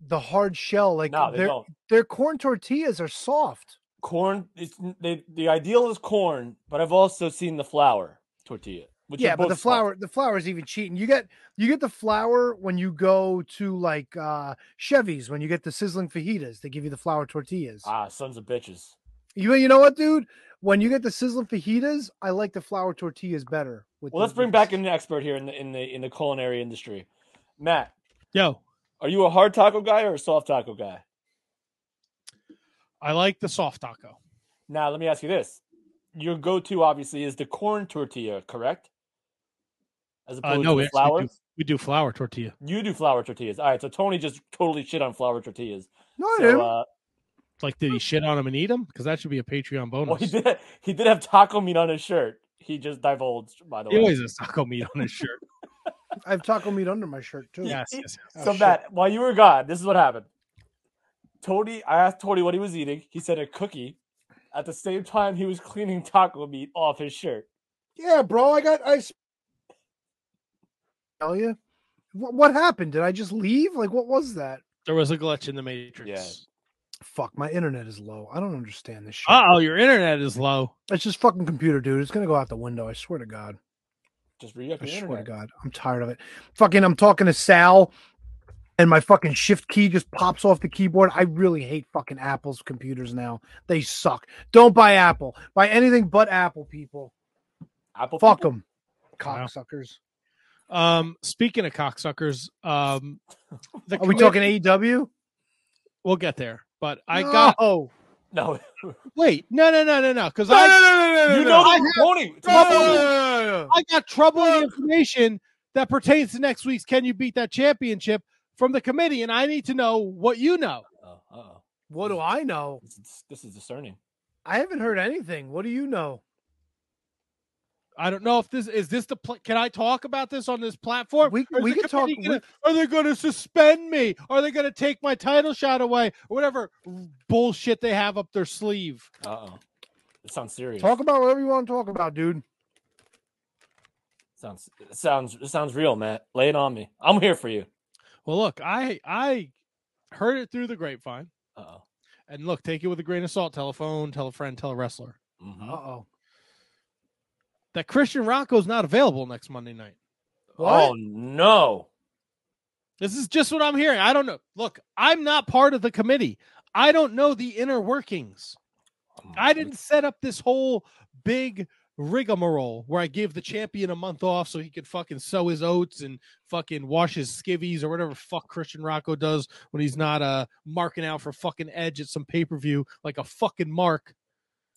the hard shell. Like
No, they
their
don't.
their corn tortillas are soft.
Corn. It's they, the ideal is corn, but I've also seen the flour tortilla, which
yeah,
are
but
both
the
soft.
flour the flour is even cheating. You get you get the flour when you go to like uh Chevy's when you get the sizzling fajitas. They give you the flour tortillas.
Ah, sons of bitches.
You you know what, dude? When you get the sizzling fajitas, I like the flour tortillas better. With
Well, let's
the-
bring back an expert here in the in the in the culinary industry. Matt,
Yo,
are you a hard taco guy or a soft taco guy?
I like the soft taco.
Now, let me ask you this: Your go-to obviously is the corn tortilla, correct? As
Uh,
opposed
no,
to
we
the
actually
flour.
do, we do flour tortilla.
You do flour tortillas. All right, so Tony just totally shit on flour tortillas.
No,
I
so,
didn't.
Uh,
It's like, did he shit on him and eat him? Because that should be a Patreon bonus.
well, he did. He did have taco meat on his shirt. He just divulged, by the
He
way.
always has taco meat on
[laughs]
his shirt.
I have taco meat under my shirt too.
Yes,
He-
yes,
yes.
So
Oh, shit.
Matt, while you were gone, this is what happened. Tony, I asked Tony what he was eating. He said a cookie. At the same time, he was cleaning taco meat off his shirt.
Yeah, bro, I got I s- tell you. What, what happened? Did I just leave? Like what was that?
There was a glitch in the matrix.
Fuck, my internet is low. I don't understand this shit.
Uh oh, your internet is low.
It's just fucking computer, dude. It's gonna go out the window. I swear to God.
Just re up
I
your
swear to
internet.
God, I'm tired of it. Fucking, I'm talking to Sal, and my fucking shift key just pops off the keyboard. I really hate fucking Apple's computers now. They suck. Don't buy Apple. Buy anything but Apple, people.
Apple
Fuck them,
Wow.
cocksuckers.
Um, speaking of cocksuckers, um, the
Are we talking E AEW?
We'll get there, but I got.
Oh
No.
Wait, no, no, no, no, no, because
No,
I,
no, no, no, no, You no, know no. the- Tony, it's
I got
Tony.
troubling- I got troubling information that pertains to next week's "Can You Beat That Championship" from the committee, and I need to know what you know.
Oh, oh.
What do I know?
This is, this is discerning.
I haven't heard anything. What do you know?
I don't know if this is this the pl- can I talk about this on this platform?
We
Or is
we
the
could talk-
committee
we-
Gonna, are they going to suspend me? Are they going to take my title shot away? Or whatever bullshit they have up their sleeve.
Uh oh. It sounds serious.
Talk about whatever you want to talk about, dude.
Sounds sounds sounds real, Matt. Lay it on me. I'm here for you.
Well, look, I I heard it through the grapevine.
Uh-oh.
And look, take it with a grain of salt. Tell a phone, tell a friend, tell a wrestler.
Mhm.
Uh,
oh.
That Christian Rocco's not available next Monday night.
Oh no.
This is just what I'm hearing. I don't know. Look, I'm not part of the committee. I don't know the inner workings.
Oh,
I didn't set up this whole big rigmarole where I give the champion a month off so he could fucking sow his oats and fucking wash his skivvies or whatever fuck Christian Rocco does when he's not uh marking out for fucking edge at some pay-per-view like a fucking mark.
[laughs]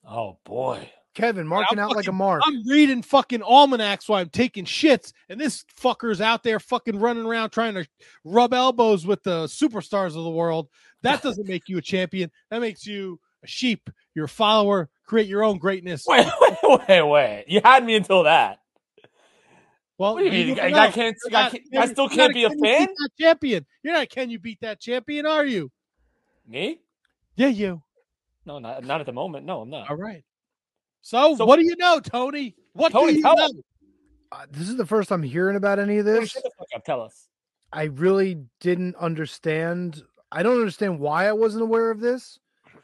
Oh boy.
Kevin marking
I'm
out like a
fucking-
mark.
I'm reading fucking almanacs while I'm taking shits, and this fucker's out there fucking running around trying to rub elbows with the superstars of the world. That doesn't make you a champion. That makes you a sheep. You're a follower. Create your own greatness.
Wait, [laughs] wait, wait, wait. You had me until that.
well,
What do you mean?
don't
I- I
know.
can't-
You're
I
not-
can't- I
you're-
still
you're
can't
not
be a
Can You
fan?
Beat That champion. You're not. Can you beat that champion? Are you?
Me?
Yeah, you.
No, not, not at the moment. No, I'm not.
All right. So,
So-
what do you know, Tony? What
Tony,
do you
tell
know?
us.
Uh, this is the first I'm hearing about any of
Tony,
this.
shut the fuck up. Tell us.
I really didn't understand. I don't understand why I wasn't aware of this.
Oh,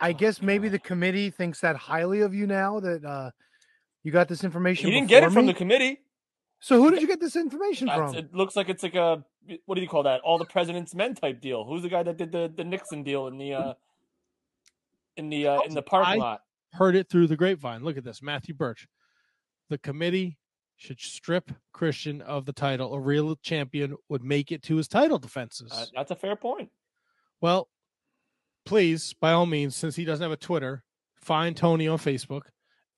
I guess maybe the committee thinks that highly of you now that uh, you got this information.
You didn't get it
before
from
me.
the committee.
So who did you get this information
Uh,
from?
It looks like it's like a what do you call that? All the president's men type deal. Who's the guy that did the, the Nixon deal in the uh in the uh, in the
I-
parking lot?
heard it through the grapevine. Look at this, Matthew Birch. The committee should strip Christian of the title. A real champion would make it to his title defenses.
Uh, that's a fair point.
well, please, by all means, since he doesn't have a Twitter, find Tony on Facebook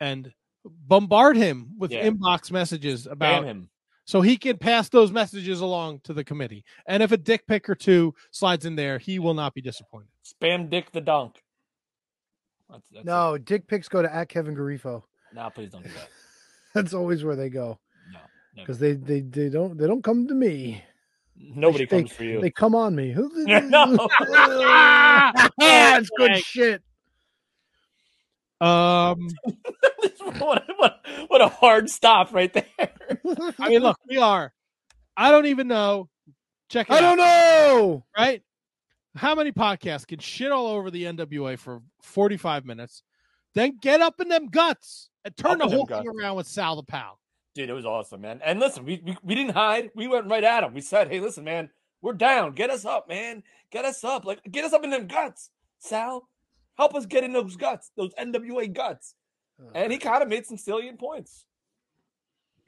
and bombard him with
Yeah.
inbox messages about
Ban him.
so he can pass those messages along to the committee. And if a dick pic or two slides in there, he will not be disappointed.
Spam Dick the Dunk. That's, that's it.
No, dick pics go to at Kevin Garifo.
nah, please don't do that.
[laughs] That's always where they go
No, never.
because they, they they don't they don't come to me.
nobody
they,
comes for you.
They come on
[laughs]
me. [laughs]
No.
Oh, That's good shit.
[laughs]
Um
what, what, what a hard stop right there. [laughs]
I mean, look, we are. I don't even know. Check it
I don't
out,
know.
right? How many podcasts can shit all over the NWA for 45 minutes, then get up in them guts and turn
Up
the
in them
whole thing
guts.
around with Sal the Pal?
Dude, it was awesome, man. And listen, we, we, we didn't hide. We went right at him. We said, hey, listen, man, we're down. Get us up, man. Get us up. Like, get us up in them guts. Sal, help us get in those guts, those NWA guts. And he kind of made some salient points.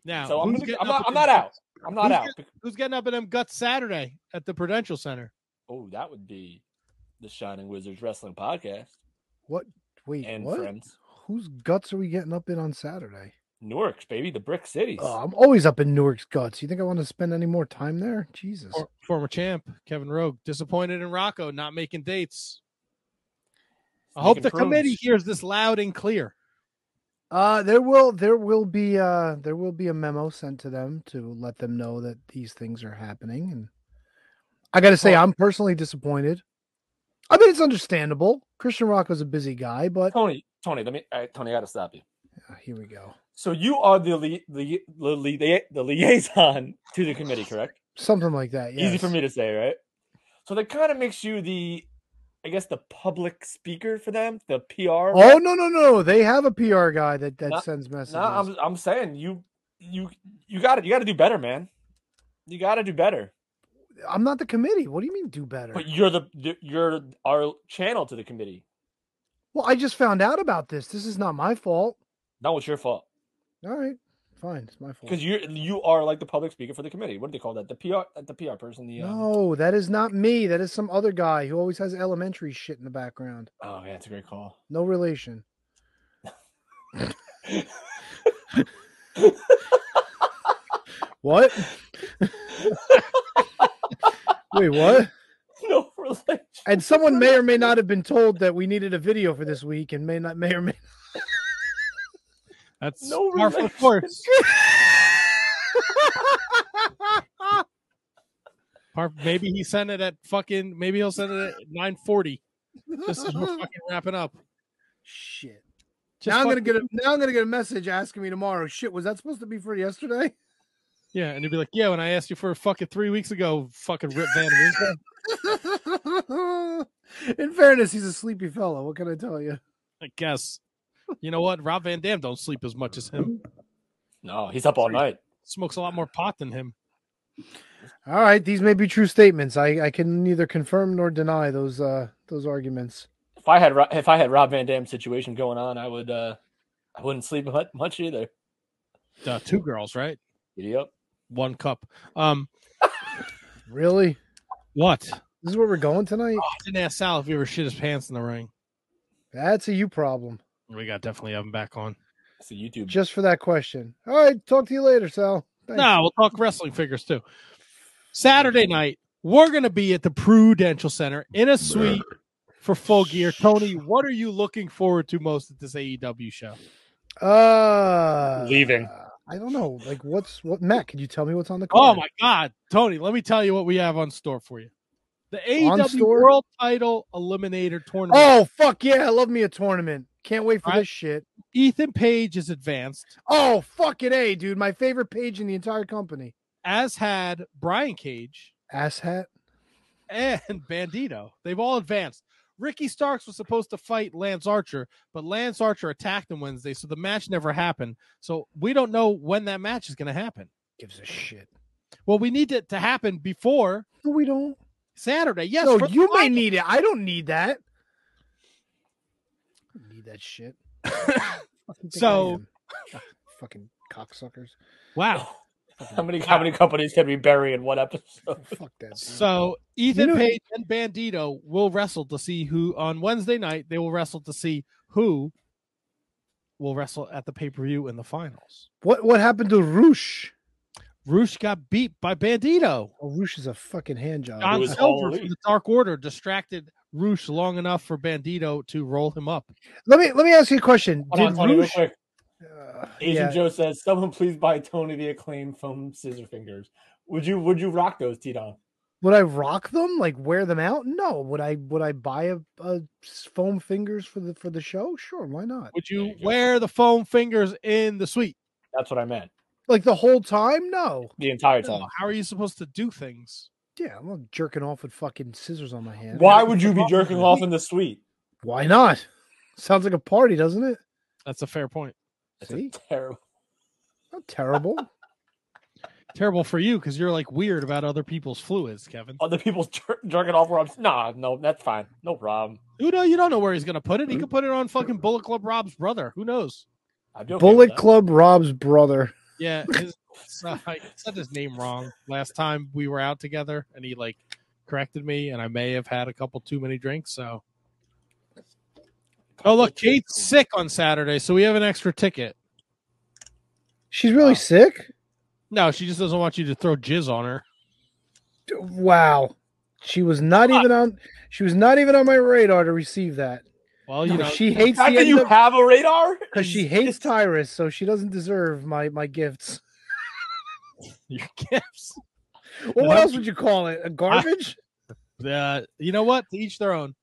Now,
So I'm,
who's
gonna,
getting
I'm,
up
not,
in
I'm
them
not out.
guts?
I'm not
Who's
out.
Who's getting up in them guts Saturday at the Prudential Center?
Oh, that would be the Shining Wizards Wrestling Podcast
What? Wait,
and
what?
friends.
Whose guts are we getting up in on Saturday?
Newark, baby, the brick cities.
Oh, I'm always up in Newark's guts. You think I want to spend any more time there? Jesus.
For- former champ Kevin Rogue disappointed in Rocco not making dates. I hope
Making
the
prunes.
committee hears this loud and clear.
Uh, there will there will be uh there will be a memo sent to them to let them know that these things are happening. And I got to say,
Well-
I'm personally disappointed. I mean, it's understandable. Christian Rocco's a busy guy,
[laughs]
but
Tony, Tony, let me. all right, Tony, I gotta stop you.
Ah, here we go.
So you are the li- the, the, li- the liaison [laughs] to the
[sighs]
committee, correct?
Something like that. Yes.
Easy for me to say, right? So that kind of makes you the, I guess, the public speaker for them, the PR.
Oh no no no! They have a PR guy that that
No-
sends messages.
No, I'm I'm saying you you you got to You got to do better, man. You got to do better.
I'm not the committee. What do you mean do better?
But you're the you're our channel to the committee.
Well, I just found out about this. This is not my fault.
Not what's your fault.
All right, fine. It's my fault.
because you you are like the public speaker for the committee. What do they call that? The PR uh, the PR person. The um,
No, that is not me. That is some other guy who always has elementary shit in the background.
oh yeah, that's a great call. [laughs]
No relation. what? Wait, what?
No relation.
And someone may or may not have been told that we needed a video for this week, and may not, may or may.
That's
No
par for the
relation. [laughs]
course. Par- maybe he sent it at fucking. Maybe he'll send it at nine forty.
[laughs]
This is we're fucking wrapping up.
Shit.
Just
now I'm gonna
fucking-
get a now I'm gonna get a message asking me tomorrow. Shit, was that supposed to be for yesterday? [laughs]
Yeah, and you'd be like, "Yeah, when I asked you for fucking three weeks ago, fucking Rip Van
[laughs]
Winkle."
In fairness, he's a sleepy fellow. What can I tell you?
I guess. You know what? Rob Van Dam don't sleep as much as him.
No, he's up all night.
Smokes a lot more pot than him.
All right, these may be true statements. I, I can neither confirm nor deny those uh those arguments.
If I had Ro- if I had Rob Van Dam's situation going on, I would uh I wouldn't sleep mu- much either.
Uh, two girls, right?
Yep.
One cup. Um,
really?
What?
This is where we're going tonight.
I didn't ask Sal if he ever shit his pants in the ring.
That's a you problem.
We got definitely have him back on.
It's a YouTube.
Just for that question. All right, talk to you later, Sal. Thanks.
No, we'll talk wrestling figures too. Saturday night, we're gonna be at the Prudential Center in a suite for full gear. Tony, what are you looking forward to most at this AEW show?
Uh
Leaving.
I don't know. Like what's what Matt, can you tell me what's on the
Oh
card?
my god, Tony, let me tell you what we have on store for you. The
On
AEW
store?
World Title Eliminator Tournament.
Oh fuck yeah, I love me a tournament. Can't wait for
Right.
this shit.
Ethan Page is advanced,
Oh fucking A, dude. My favorite page in the entire company.
as had Brian Cage
Asshat.
and [laughs] Bandito. They've all advanced. Ricky Starks was supposed to fight Lance Archer, but Lance Archer attacked him Wednesday, so the match never happened. So we don't know when that match is going to happen.
Gives a shit.
Well, we need it to happen before
No, we don't.
Saturday. Yes,
no,
for the
you may
final.
need it. I don't need that. I don't need that shit. Fucking think I
So-
[laughs] am. fucking cocksuckers.
[laughs] Wow.
[laughs] How many how many companies can we bury in one
[laughs]
episode?
Oh, Fuck that. dude.
So Ethan
know-
Page and Bandito will wrestle to see who on Wednesday night they will wrestle to see who will wrestle at the pay per view in the finals.
What what happened to Roosh?
Roosh got beat by Bandito.
Oh, Roosh is a fucking hand job.
John
Uh, was
Silver
all
from
elite.
the Dark Order distracted Roosh long enough for Bandito to roll him up.
Let me let me ask you a question.
Hold
Did
on, Tony, real
Roosh-
quick.
uh,
Asian
yeah.
Joe says, "Someone please buy Tony the acclaim foam scissor fingers." Would you would you rock those, T-Don?
Would I rock them? Like wear them out? No. Would I would I buy a, a s- foam fingers for the for the show? Sure, why not?
Would
There
you
you go.
wear the foam fingers in the suite?
That's what I meant
Like the whole time? No.
the entire
No,
Oh,
time.
How are you supposed to do things?
Yeah, I'm not jerking off with fucking scissors on my hand.
Why would you be jerking off in the suite?
Why not? Sounds like a party, doesn't it?
That's a fair point.
That's
See?
a terrible. [laughs]
Not terrible.
Terrible for you because you're like weird about other people's fluids, Kevin.
Other people [laughs] jer- jerking off where I'm. Nah, no, that's fine. No problem.
Who know? You don't know where he's gonna put it. He could put it on fucking Bullet Club Rob's brother. Who knows?
I'd be okay with
Bullet
that.
Club Rob's brother.
Yeah, [laughs] his, so I said his name wrong last time we were out together, and he like corrected me, and I may have had a couple too many drinks. So, oh look, Kate's sick on Saturday, so we have an extra ticket.
She's really sick?
No, she just doesn't want you to throw jizz on her.
D- Wow. She was not even on she was not even on my radar to receive that.
Well,
No,
you know,
she hates
How
the
can you [laughs] have a radar?
because she hates Tyrus, so she doesn't deserve my my gifts.
[laughs] your gifts.
Well, what
No.
else would you call it? A garbage? [laughs]
Uh, you know what? To each their own.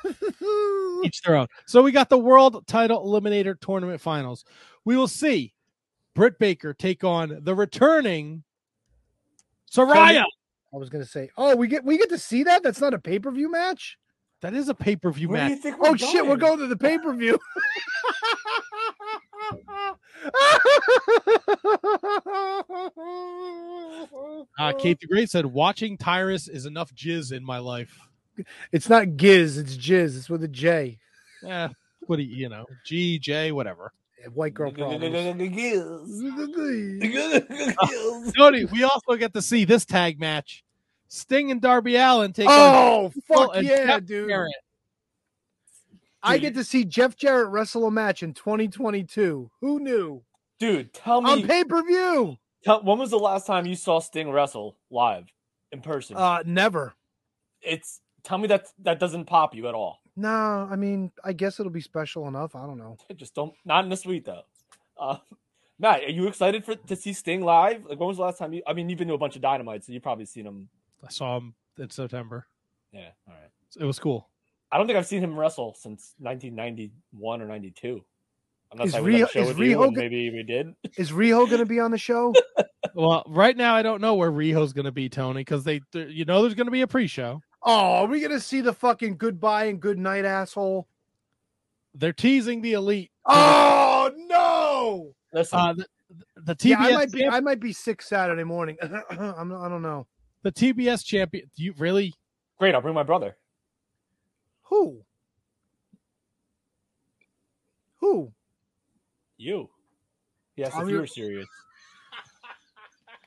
[laughs] each their own. So we got the World Title Eliminator Tournament Finals. We will see Britt Baker take on the returning Soraya.
I was gonna say, oh, we get we get to see that. That's not a pay per view match.
That is a pay per view
Where do
match.
you think we're
Oh shit, we're going to the pay per [laughs] view.
Ah,
Uh, Kate the Great said, "Watching Tyrus is enough jizz in my life."
It's not giz, it's jizz. It's with a J.
Eh, what do you, you know? G J whatever.
White
[laughs]
girl problems.
Tony, we also get to see this tag match: Sting and Darby Allen take on.
Oh
Diesel
fuck
and
yeah,
Jeff
dude!
Jarrett.
I get to see Jeff Jarrett wrestle a match in 2022. Who knew?
Dude, tell
On
me,
pay per view?
tell, when was the last time you saw Sting wrestle live in person?
Uh, never.
it's tell me that that doesn't pop you at all.
No, I mean, I guess it'll be special enough. I don't know.
Just don't. Not in the suite though. Uh, [laughs] Matt, are you excited for to see Sting live? Like, when was the last time you? I mean, you've been to a bunch of dynamites, so you've probably seen him.
I saw him in September.
Yeah, all right.
It was cool.
I don't think I've seen him wrestle since 1991 or 92. Unless
Is
I was at a
Rio-
show
is
with
Rio
you, and
go- [laughs]
maybe we did. [laughs]
Is Riho gonna be on the show?
well, right now I don't know where Riho's going to be, Tony, because they, they- you know, there's going to be a pre-show.
Oh, are we gonna see the fucking goodbye and good night, asshole?
They're teasing the elite.
Oh no!
Listen,
Uh, the, the TBS,
yeah, I might be.
champ-
I might be sick Saturday morning. [clears throat] I'm, I don't know
the TBS champion. Do you really?
Great, I'll bring my brother.
who. Who?
You. Yes,
I'm
if
your-
you're serious.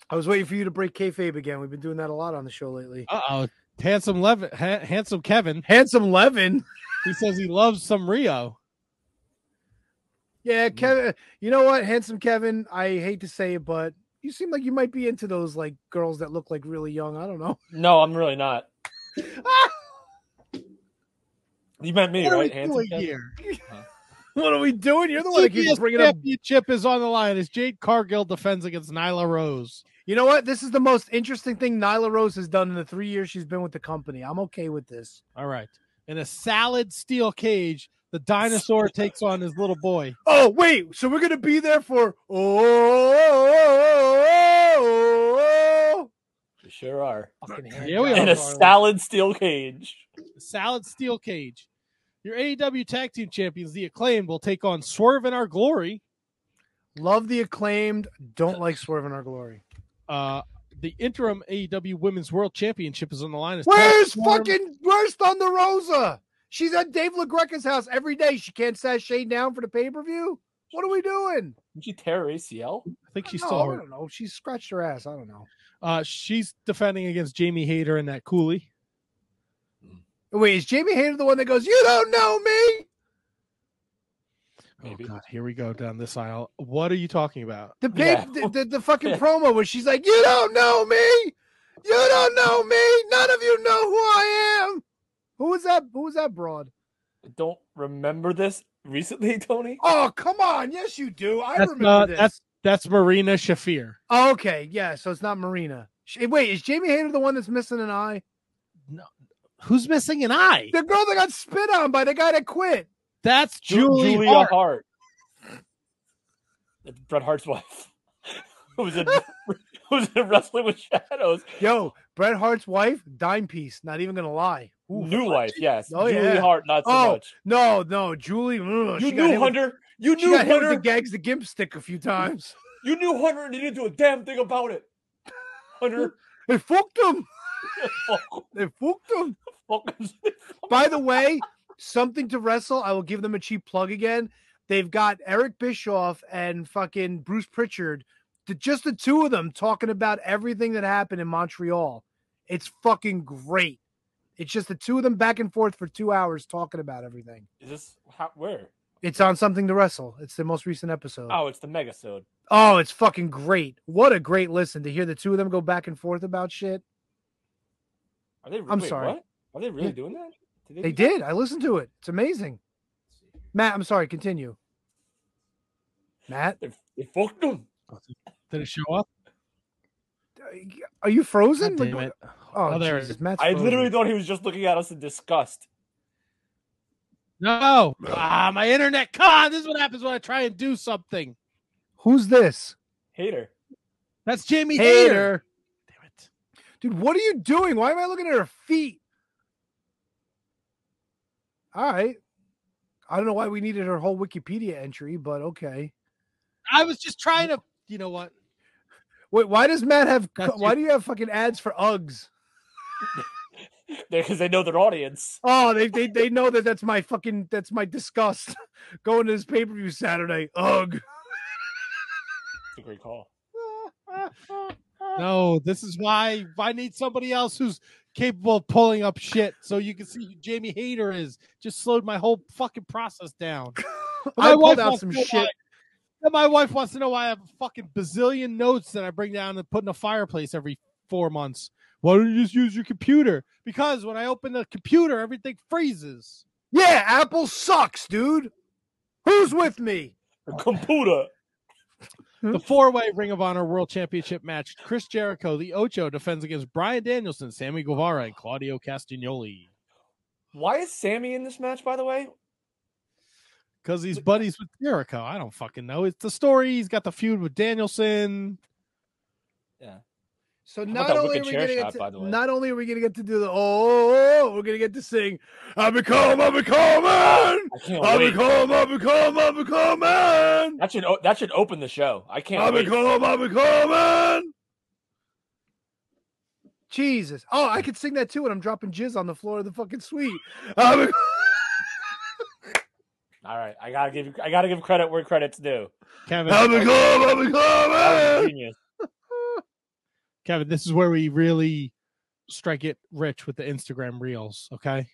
I was waiting for you to break kayfabe again. We've been doing that a lot on the show lately.
Uh oh, handsome Levin, ha- handsome Kevin.
Handsome Levin.
He says he loves some Rio.
Yeah, Kevin. You know what, handsome Kevin. I hate to say it, but you seem like you might be into those like girls that look like really young. I don't know.
No, I'm really
[laughs]
not. you meant me,
What are we
right? Handsome
doing
Kevin?
here?
[laughs] What are we doing? You're the one that keeps
TBS
bringing up.
championship is on the line as Jade Cargill defends against Nyla Rose.
You know what? This is the most interesting thing Nyla Rose has done in the three years she's been with the company. I'm okay with this.
All right, in a salad steel cage, the dinosaur takes on his little boy.
Oh wait, so we're gonna be there for oh.
You sure
[laughs]
are.
Fucking
Here we are.
In a
Carlin.
solid steel cage.
Salad Steel Cage. Your AEW Tag Team Champions, The Acclaimed, will take on Swerve and Our Glory.
Love the acclaimed. Don't like Swerve in our glory.
Uh, the interim AEW Women's World Championship is on the line. as
Where's
Tony Storm-
fucking where's Thunder Rosa? She's at Dave LaGreca's house every day. She can't sashay down for the pay per view. What are we doing?
Didn't she tear her ACL?
I think she's
no,
still
I
hurt.
don't know. She scratched her ass. I don't know.
Uh, she's defending against Jamie Hayter and that Cooley.
Wait, is Jamie Hayter the one that goes, "You don't know me"?
Maybe.
Oh God, here we go down this aisle. What are you talking about?
The
[laughs]
pay,
Yeah.
the, the, the fucking promo where she's like, "You don't know me. You don't know me. None of you know who I am." Who was that? Who was that broad?
I don't remember this recently, [laughs] Tony.
Oh, come on. Yes, you do. I
That's
remember
not-
this.
that's- That's Marina Shafir.
Oh, okay, yeah. So it's not Marina. Sh- eh, Wait, is Jamie Hayter the one that's missing an eye?
Who's missing an eye?
The girl that got spit on by the guy that quit.
That's
Ju-
Julie.
Julia
Hart.
Hart. That's Bret Hart's wife. [laughs] who was in who was in Wrestling with Shadows.
Yo, Bret Hart's wife, dime piece. Not even gonna lie. Ooh,
New wife, yes.
Oh,
Julie
yeah.
Hart, not so
Oh,
much.
No, no, Julie. ugh,
You
she got
knew
hit with-
Hunter. you
She
knew
got hit with
Hunter.
the gags the gimp stick a few times. [laughs]
you knew Hunter, and you didn't do a damn thing about it. Hunter,
[laughs] They fucked him.
fuck,
They fucked him.
fuck.
By the way, something to wrestle. I will give them a cheap plug again. They've got Eric Bischoff and fucking Bruce Pritchard, the, just the two of them talking about everything that happened in Montreal. It's fucking great. It's just the two of them back and forth for two hours talking about everything.
Is this how, where?
It's on something to wrestle. It's the most recent episode.
Oh, it's the Megasode.
Oh, it's fucking great. What a great listen to hear the two of them go back and forth about shit.
Are they?
I'm
wait,
sorry.
What? Are they really
Yeah.
doing that?
They
do that?
did. I listened to it. It's amazing. Matt, I'm sorry. Continue. Matt,
They, they fucked them.
Did it show up?
are you frozen?
God damn
Like,
it.
Oh,
Oh, there it
Jesus,
is.
Matt's
I
frozen.
literally thought he was just looking at us in disgust.
No. Ah, my internet. Come on. This is what happens when I try and do something.
Who's this?
Hater. [laughs]
That's Jamie
Hater.
Hater. Damn it.
Dude, what are you doing? Why am I looking at her feet? All right. I don't know why we needed her whole Wikipedia entry, but okay.
I was just trying to. You
[laughs]
know what?
Wait, why does Matt have
That's
why do you have fucking ads for Uggs?
Because they know their audience.
Oh, they, they they know that that's my fucking that's my disgust [laughs] going to this pay-per-view Saturday. Ugg.
It's a great call.
No, this is why I need somebody else who's capable of pulling up shit so you can see who Jamie Hater is. Just slowed my whole fucking process
[laughs]
down. But
I pulled out
wants
some
to know
shit.
why- and my wife wants to know why I have a fucking bazillion notes that I bring down and put in a fireplace every four months. Why don't you just use your computer? Because when I open the computer, everything freezes.
Yeah, Apple sucks, dude. Who's with me?
A computer. Mm-hmm.
The four way Ring of Honor World Championship match Chris Jericho, the Ocho, defends against Brian Danielson, Sammy Guevara, and Claudio Castagnoli.
Why is Sammy in this match, by the way?
Because he's buddies with Jericho. I don't fucking know. It's the story. He's got the feud with Danielson.
Yeah.
So
How about
not
that
only,
wicked
are we
chair
gonna
shot,
get
by
to,
the way?
not only are we going to get to do the, oh, oh, oh, we're going to get to sing, I become, I become, man.
I can't
I
Oh, wait.
become, I become, I become, man.
That should o- that should open the show. I can't
Bobby
wait.
Cole, Bobby Cole, man. Jesus. Oh, I could sing that too when I'm dropping jizz on the floor of the fucking suite. I
[laughs]
be- [laughs]
All right, I gotta give I gotta give credit where credit's due.
Kevin.
Bobby Cole,
Bobby Cole,
That was
man.
genius.
Kevin, this is where we really strike it rich with the Instagram reels. Okay,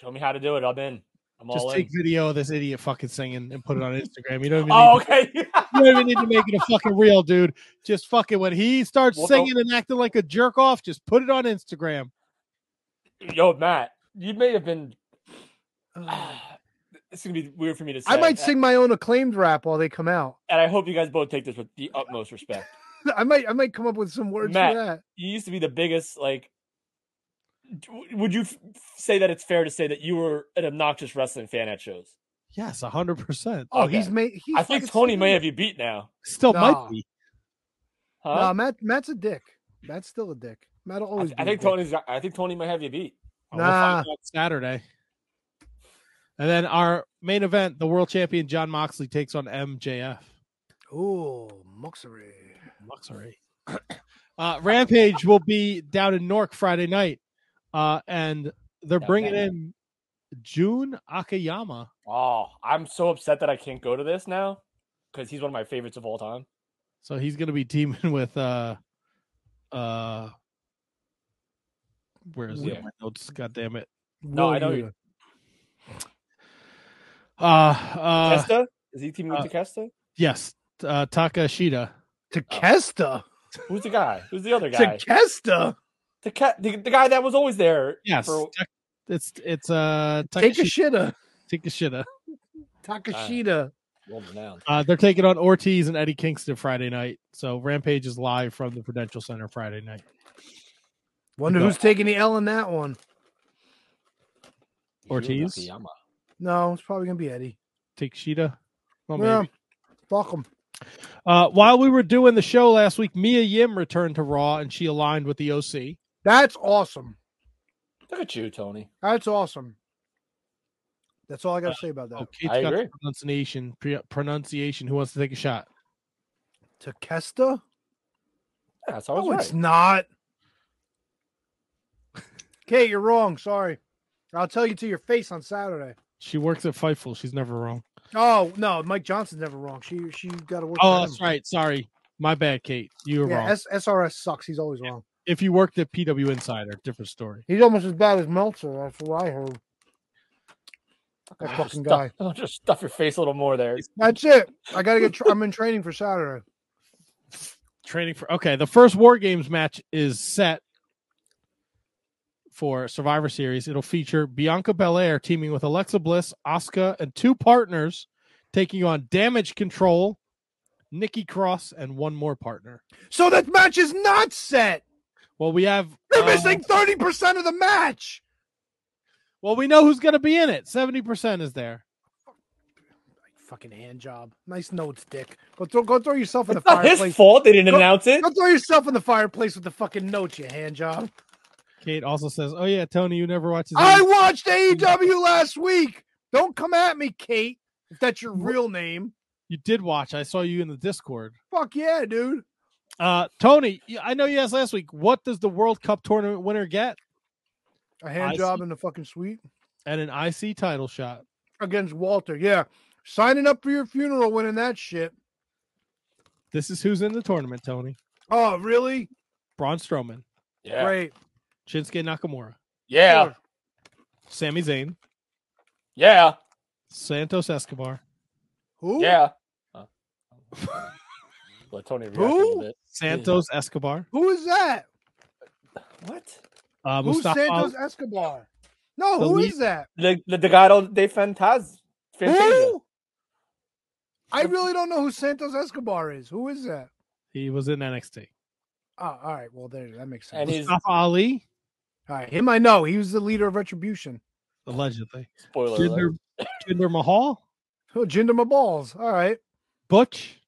Show me how to do it. I'm in. I'm
just
all in.
take video of this idiot fucking singing and put it on Instagram. You don't
[laughs]
even.
Oh,
need to-
okay.
you don't even need to make it a fucking reel, dude. Just fucking when he starts
Well,
singing and acting like a jerk off, just put it on Instagram.
Yo, Matt, you may have been. [sighs] it's gonna be weird for me to say.
I might
uh,
sing my own acclaimed rap while they come out. [laughs]
and I hope you guys both take this with the utmost respect.
I might I might come up with some words
Matt,
for that.
you used to be the biggest. Like, d- would you f- say that it's fair to say that you were an obnoxious wrestling fan at shows?
Yes, hundred percent.
Oh,
Okay.
he's made he's
I think
fucking
Tony
singing
may
it.
have you beat now.
Still
Nah.
might be.
Huh?
Nah, Matt Matt's a dick. Matt's still a dick. Matt'll
I,
always
I
be a
think
dick.
Tony's. got- I think Tony might have you beat.
Oh, Well, we'll find
Nah.
out Saturday. And then our main event, the world champion John Moxley takes on MJF.
Ooh, Moxery.
Oh, Moxley.
[clears throat]
Uh, Rampage will be down in Newark Friday night. Uh, and they're
Down
bringing
that
in June Akayama.
Oh, I'm so upset that I can't go to this now because he's one of my favorites of all time.
So he's going to be teaming [laughs] with, uh, uh, where is it?
Yeah.
My notes, God damn it.
No, I know
Will
you.
Uh, uh,
Kesta? Is he teaming with
uh,
the Kesta?
yes. Uh, Takashita.
Takesta.
Who's the guy? Who's the other guy?
Takesta.
The, ca- the the guy that was always there.
Yes.
for-
Tak- it's, it's, uh,
Take a
Takashi-
shitter.
Takashita.
Takashita.
well renowned.
Uh, they're taking on Ortiz and Eddie Kingston Friday night. So Rampage is live from the Prudential Center Friday night.
Wonder
No.
who's taking the L in that one.
Yun
Ortiz?
Akiyama.
No, it's probably gonna be Eddie.
Take Sheeta. Well,
Yeah,
Oh, maybe.
fuck him.
Uh, while we were doing the show last week, Mia Yim returned to Raw and she aligned with the OC.
That's awesome.
Look at you, Tony.
That's awesome. That's all I gotta say about that.
Oh, Kate's
I
got the
agree.
pronunciation. Pre- pronunciation. Who wants to take a shot?
Takesta?
Yeah, that's always
No,
right.
it's not. Okay, you're wrong. Sorry. I'll tell you to your face on Saturday.
She works at Fightful. She's never wrong.
Oh no, Mike Johnson's never wrong. She she got to work.
Oh,
for
that's
him.
right. Sorry, my bad, Kate. You were
Yeah,
wrong.
S- SRS sucks. He's always wrong.
if you worked at PW Insider, different story.
He's almost as bad as Meltzer. That's what I heard. That
Just
fucking guy.
stuff- [laughs] just stuff your face a little more there.
That's it. I gotta get. Tra- I'm in training for Saturday.
Training for okay. The first War Games match is set for Survivor Series. It'll feature Bianca Belair teaming with Alexa Bliss, Asuka, and two partners taking on Damage Control, Nikki Cross, and one more partner.
So that match is not set.
Well, we have.
They're
uh,
missing thirty percent of the match.
well, we know who's going to be in it. Seventy percent is there.
Fucking hand job. Nice notes, Dick. Go throw. Go throw yourself in the
It's not his
fireplace.
fault they didn't
Go-
announce it.
Go throw yourself in the fireplace with the fucking notes, you hand job.
Kate also says, "Oh yeah, Tony, you never watches."
I watched AEW last week. Don't come at me, Kate. If that's your real name.
you did watch. I saw you in the Discord.
Fuck yeah, dude.
Uh, Tony, y- I know you asked last week. What does the World Cup tournament winner get?
A
I
hand job in the fucking suite
And an IC title shot.
against Walter. Yeah, signing up for your funeral, winning that shit.
This is who's in the tournament. Tony
Oh, really?
Braun Strowman,
Yeah.
Great.
Shinsuke Nakamura,
Yeah.
Sure.
Sami Zayn,
Yeah.
Santos Escobar,
Who?
Yeah. Huh. Let Tony react a little
Who?
bit.
Santos Escobar,
Who is that?
What?
uh,
Who's
Mustafa.
Santos Escobar? No,
The
who
lead-
is that?
The the, the guy de Fantaz. Fantasia.
Who? I really don't know who Santos Escobar is. Who is that?
He was in NXT.
Oh, all right. Well, there, that makes sense.
And he's
Mustafa Ali,
all right, him I know. He was the leader of Retribution.
allegedly.
spoiler alert.
Jinder, Jinder Mahal,
Oh, Jinder my balls. All right.
Butch,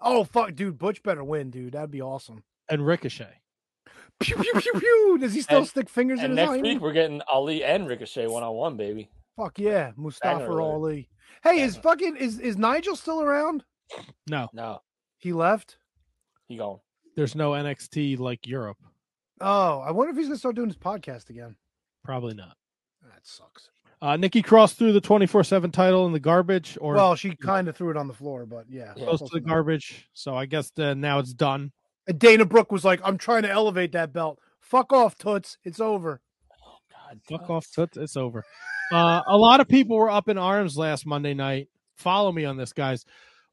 Oh fuck, dude, Butch better win, dude. That'd be awesome.
and Ricochet.
Pew pew pew pew. Does he still
And-
stick fingers in
And
his
next
eye?
week we're getting Ali and Ricochet one on one, baby.
Fuck yeah, Mustafa
Banger alert.
Ali. Hey, is fucking is is Nigel still around?
No,
No,
He left.
he gone.
there's no NXT like Europe.
Oh, I wonder if he's gonna start doing his podcast again.
Probably not.
That sucks.
Uh, Nikki Cross threw the 24 7 title in the garbage or
well, she kind of threw it on the floor, but yeah,
close to the
enough.
garbage. So I guess uh, now it's done.
And Dana Brooke was like, "I'm trying to elevate that belt. Fuck off, toots. It's over."
Fuck off. Toots. It's over. Uh, a lot of people were up in arms last Monday night. Follow me on this, guys.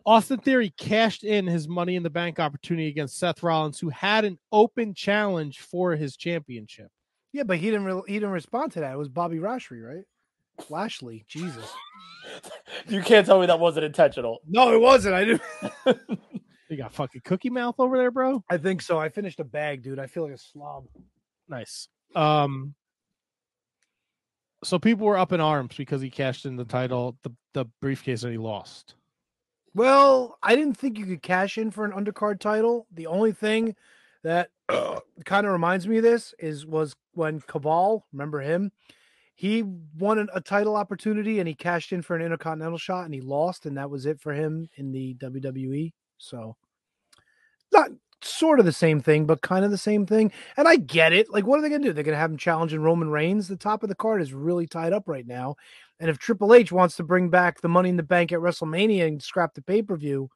Austin Theory cashed in his Money in the Bank opportunity against Seth Rollins, who had an open challenge for his championship.
Yeah, but he didn't. Re- he didn't respond to that. It was Bobby Lashley, right? Lashley, Jesus.
You can't tell me that wasn't intentional. [laughs]
No, it wasn't. I didn't. [laughs]
You got fucking cookie mouth over there, bro.
I think so. I finished a bag, dude. I feel like a slob.
Nice. Um so people were up in arms because he cashed in the title, the, the briefcase that he lost.
Well, I didn't think you could cash in for an undercard title. The only thing that kind of reminds me of this is was when Cabal, remember him? He won an- a title opportunity and he cashed in for an intercontinental shot and he lost, and that was it for him in the WWE. So not sort of the same thing, but kind of the same thing. And I get it. Like, what are they gonna do? They're gonna have him challenging Roman Reigns. The top of the card is really tied up right now. And if Triple H wants to bring back the money in the bank at WrestleMania and scrap the pay-per-view,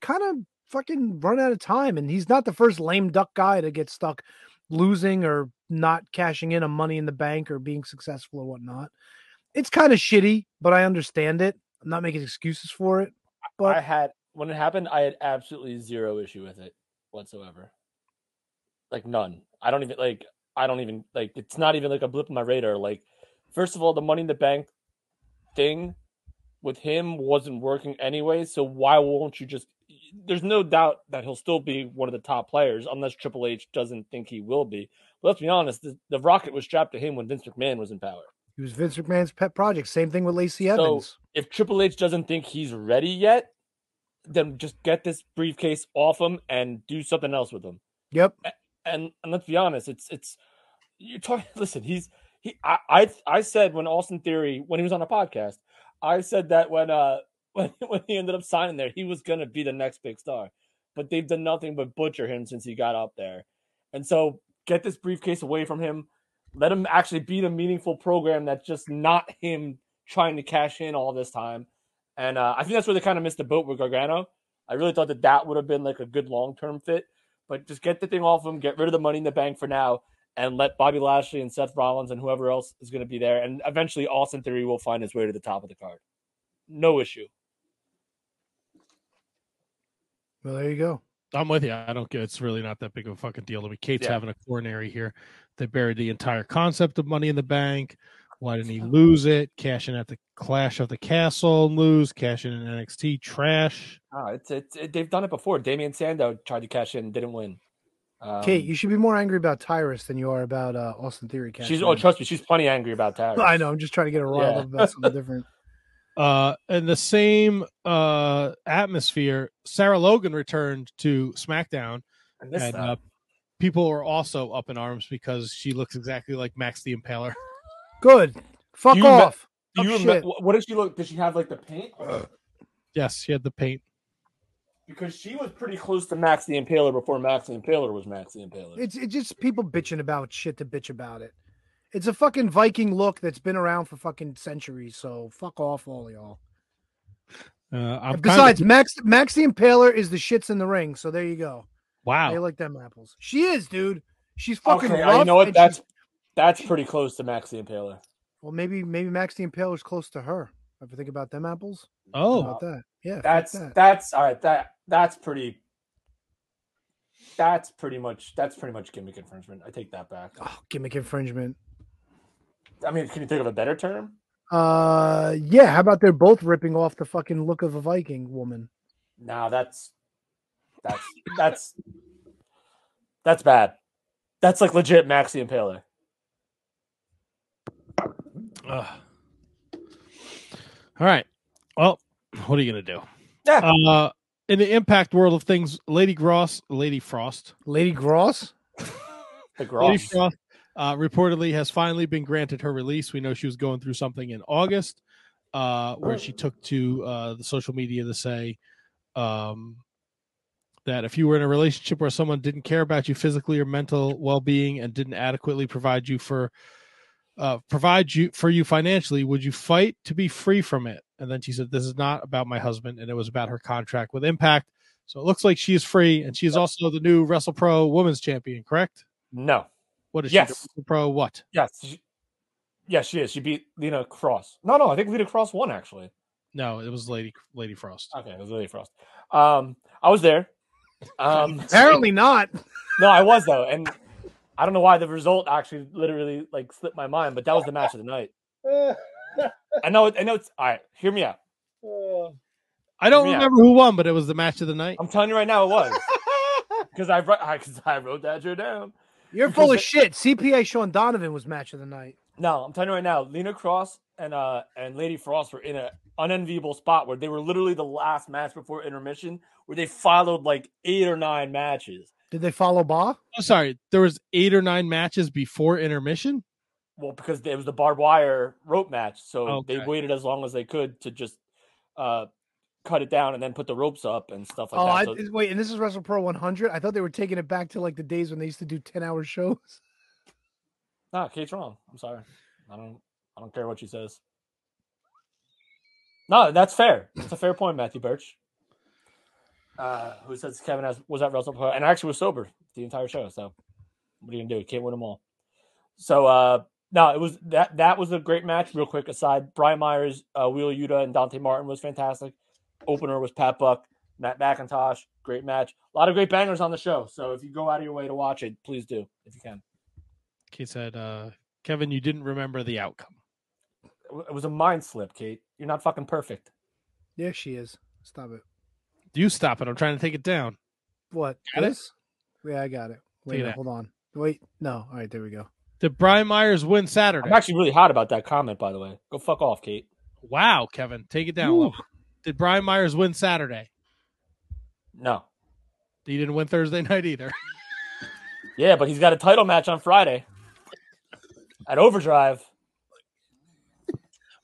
kind of fucking run out of time. And he's not the first lame duck guy to get stuck losing or not cashing in on money in the bank or being successful or whatnot. It's kind of shitty, but I understand it. I'm not making excuses for it. But
I had when it happened, I had absolutely zero issue with it whatsoever. Like none. I don't even like I don't even like it's not even like a blip on my radar. Like, first of all, the money in the bank thing with him wasn't working anyway, so why won't you just there's no doubt that he'll still be one of the top players unless Triple H doesn't think he will be. But let's be honest, the, the rocket was strapped to him when Vince McMahon was in power.
he was Vince McMahon's pet project. Same thing with Lacey
So
Evans.
if Triple H doesn't think he's ready yet, then just get this briefcase off him and do something else with him.
Yep.
And and let's be honest, it's it's you're talking. [laughs] Listen, he's he. I I, I said when Austin Theory when he was on a podcast, I said that when uh [laughs] when when he ended up signing there, he was gonna be the next big star, but they've done nothing but butcher him since he got up there, and so get this briefcase away from him. Let him actually be the meaningful program that's just not him trying to cash in all this time. And uh, I think that's where they kind of missed the boat with Gargano. I really thought that that would have been like a good long term fit, but just get the thing off him, get rid of the money in the bank for now, and let Bobby Lashley and Seth Rollins and whoever else is going to be there. And eventually, Austin Theory will find his way to the top of the card. No issue.
Well, there you go.
I'm with you. I don't get it's really not that big of a fucking deal to me. Kate's
Yeah.
having a coronary here. They buried the entire concept of money in the bank. Why didn't he lose it? Cash in at the Clash of the Castle and lose, cash in in NXT trash.
Ah, it's, it's it, they've done it before. Damian Sandow tried to cash in, didn't win. Um,
Kate, you should be more angry about Tyrus than you are about uh, Austin Theory.
she's
cashing
oh
in.
trust me, she's plenty angry about that.
[laughs] I know. I'm just trying to get her riled
Yeah.
up about something different.
Uh and the same uh atmosphere, Sarah Logan returned to SmackDown
I missed
and
that.
uh, people are also up in arms because she looks exactly like Max the Impaler. [laughs]
Good. Fuck
You me-
off.
Do
Oh,
you
shit.
remember what did she look? Did she have like the paint?
Yes, she had the paint.
Because she was pretty close to Max the Impaler before Max the Impaler was Max the Impaler.
It's it's just people bitching about shit to bitch about it. It's a fucking Viking look that's been around for fucking centuries. So fuck off, all y'all.
Uh, I'm
And
kinda-
Besides, Max Max the Impaler is the shits in the ring. So there you go. They
wow,
like them apples. She is, dude. She's fucking
okay,
rough.
you know what?
and she's-
That's that's pretty close to Max the Impaler.
well, maybe maybe Max the Impaler's close to her. Ever think about them apples? How
oh,
about that? Yeah. fuck
That's
that.
that's all right. That that's pretty. That's pretty much that's pretty much gimmick infringement. I take that back.
Oh, gimmick infringement.
I mean, can you think of a better term?
Uh, yeah. How about they're both ripping off the fucking look of a Viking woman?
No, that's that's that's that's bad. That's like legit Max the Impaler.
Ugh. all right. Well, what are you gonna do?
Yeah.
Uh, in the impact world of things, Lady Gross, Lady Frost,
Lady Gross,
the
Lady
Gross.
Frost uh, reportedly has finally been granted her release. We know she was going through something in August uh, where she took to uh, the social media to say um, that if you were in a relationship where someone didn't care about you physically or mental well being and didn't adequately provide you for uh, provide you for you financially, would you fight to be free from it? And then she said, "This is not about my husband," and it was about her contract with Impact. So it looks like she is free, and she is also the new Wrestle Pro Women's Champion, correct?
No.
What is
Yes.
she? the Pro what?
Yes. She, yes, she is. She beat Lena Cross. No, no, I think Lena Cross won actually.
No, it was Lady Lady Frost.
Uh,
Okay, it was Lena Frost. Um, I was there. Um,
Apparently not.
no, I was though, and I don't know why the result actually literally like slipped my mind, but that was the match of the night. I know. I know. It's all right. Hear me out.
I don't
Yeah.
remember who won, but it was the match of the
Um,
night.
I'm telling you right now, it was because I wrote I, 'cause I wrote that shit down.
You're full of
Because
shit. CPA Sean Donovan was match of the night.
No, I'm telling you right now, Lena Cross and uh and Lady Frost were in an unenviable spot where they were literally the last match before intermission, where they followed like eight or nine matches.
Did they follow Ba?
I'm Oh, sorry, there was eight or nine matches before intermission.
Well, because it was the barbed wire rope match, so they
Okay.
waited as long as they could to just uh cut it down and then put the ropes up and stuff like
oh, I,
that. So,
wait, and this is Wrestle Pro 100. I thought they were taking it back to like the days when they used to do 10 hour shows. [laughs]
nah, Kate's wrong. I'm sorry. I don't I don't care what she says. No, that's fair. That's a fair point, Matthew Birch. Uh, who says Kevin has was at Russell Pro and I actually was sober the entire show. So what are you gonna do? Can't win them all. So uh no, it was that that was a great match. Real quick aside, Brian Myers, uh, Wheel Yuta, and Dante Martin was fantastic. Opener was Pat Buck, Matt McIntosh. Great match. A lot of great bangers on the show. So if you go out of your way to watch it, please do if you can.
Kate said, uh, "Kevin, you didn't remember the outcome."
It wa- It was a mind slip, Kate. You're not fucking perfect.
Yeah, she is. Stop it.
You stop it. I'm trying to take it down.
What?
Got it?
this? Yeah, I got it. Wait,
Take it
no,
out.
hold on. Wait, no. All right, there we go.
Did Brian Myers win Saturday?
I'm actually really hot about that comment, by the way. Go fuck off, Kate.
Wow, Kevin, take it down.
Woo.
Love it. Did Brian Myers win Saturday?
No.
He didn't win Thursday [laughs] night either.
Yeah, but he's got a title match on Friday at Overdrive.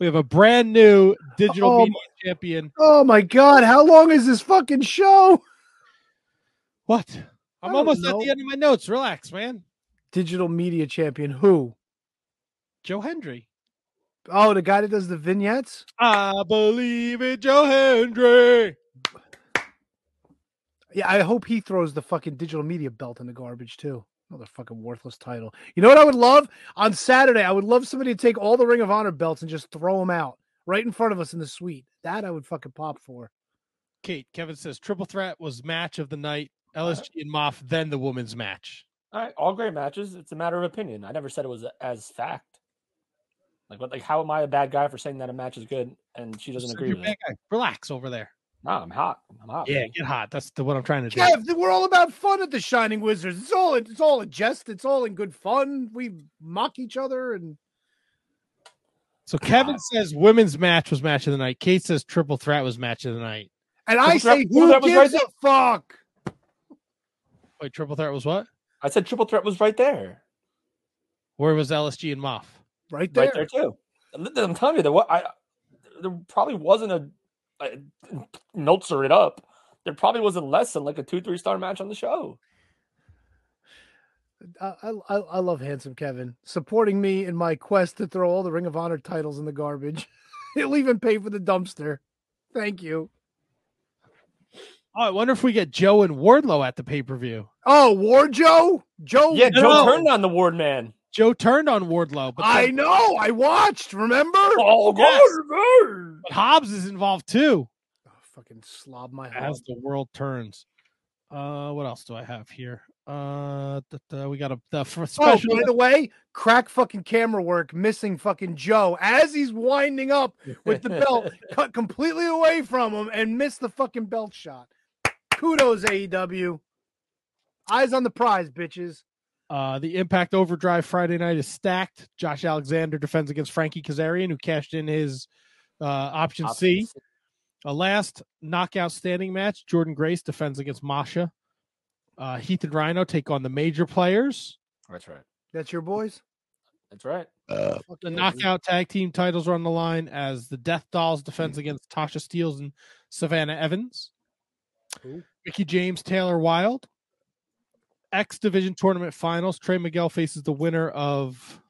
We have a brand new digital
Oh,
media champion.
Oh my god, how long is this fucking show?
What?
I
I'm
don't
almost at
know.
the end of my notes. Relax, man.
Digital media champion who?
Joe Hendry.
Oh, the guy that does the vignettes?
I believe in Joe Hendry.
Yeah, I hope he throws the fucking digital media belt in the garbage too. Another fucking worthless title. You know what I would love? On Saturday, I would love somebody to take all the Ring of Honor belts and just throw them out right in front of us in the suite. That I would fucking pop for.
Kate, Kevin says triple threat was match of the night. LSG and Moff, then the women's match.
All right, all great matches. It's a matter of opinion. I never said it was a- as fact. Like, what? Like, how am I a bad guy for saying that a match is good and she doesn't
Said
agree
you're
with
bad
it?
guy. Relax over there.
No, I'm hot. I'm hot.
Yeah,
baby.
get hot. That's the, what I'm trying to do.
Kev, we're all about fun at the Shining Wizards. It's all it's all a jest. It's all in good fun. We mock each other and
So Kevin says women's match was match of the night. Kate says triple threat was match of the night.
and
Triple
I say,
threat- triple
who
threat was right
gives a fuck?
Wait, triple threat was what?
I said triple threat was right there,
Where was LSG and Moff?
Right there.
right there too. And li- I'm telling you, there what I there probably wasn't a, a Meltzer it up. There probably wasn't less than like a two three star match on the show.
I, I- I I love handsome Kevin supporting me in my quest to throw all the Ring of Honor titles in the garbage. [laughs] He'll even pay for the dumpster. Thank you.
Oh, I wonder if we get Joe and Wardlow at the pay per view.
Oh, War Joe? Joe
Yeah, Joe
no.
turned on the ward man.
Joe turned on Wardlow, but,
I
then-
know. I watched, remember?
Oh
Oh,
God, man.
but Hobbs is involved too.
Oh, fucking slob my heart.
As the world turns. Uh, what else do I have here? Uh, th- th- we got a the f-
Oh,
special.
by the way, crack fucking camera work, missing fucking Joe as he's winding up with
[laughs]
the belt, cut completely away from him and missed the fucking belt shot. Kudos, AEW. Eyes on the prize, bitches.
Uh, the Impact Overdrive Friday night is stacked. Josh Alexander defends against Frankie Kazarian, who cashed in his uh, option C. A last knockout standing match: Jordan Grace defends against Masha. Uh, Heath and Rhino take on the major players.
That's right.
That's your boys.
That's right.
the knockout tag team titles are on the line as the Death Dolls
Mm-hmm.
defends against Tasha Steeles and Savannah Evans. Mickey James, Taylor Wilde. X Division Tournament Finals. Trey Miguel faces the winner of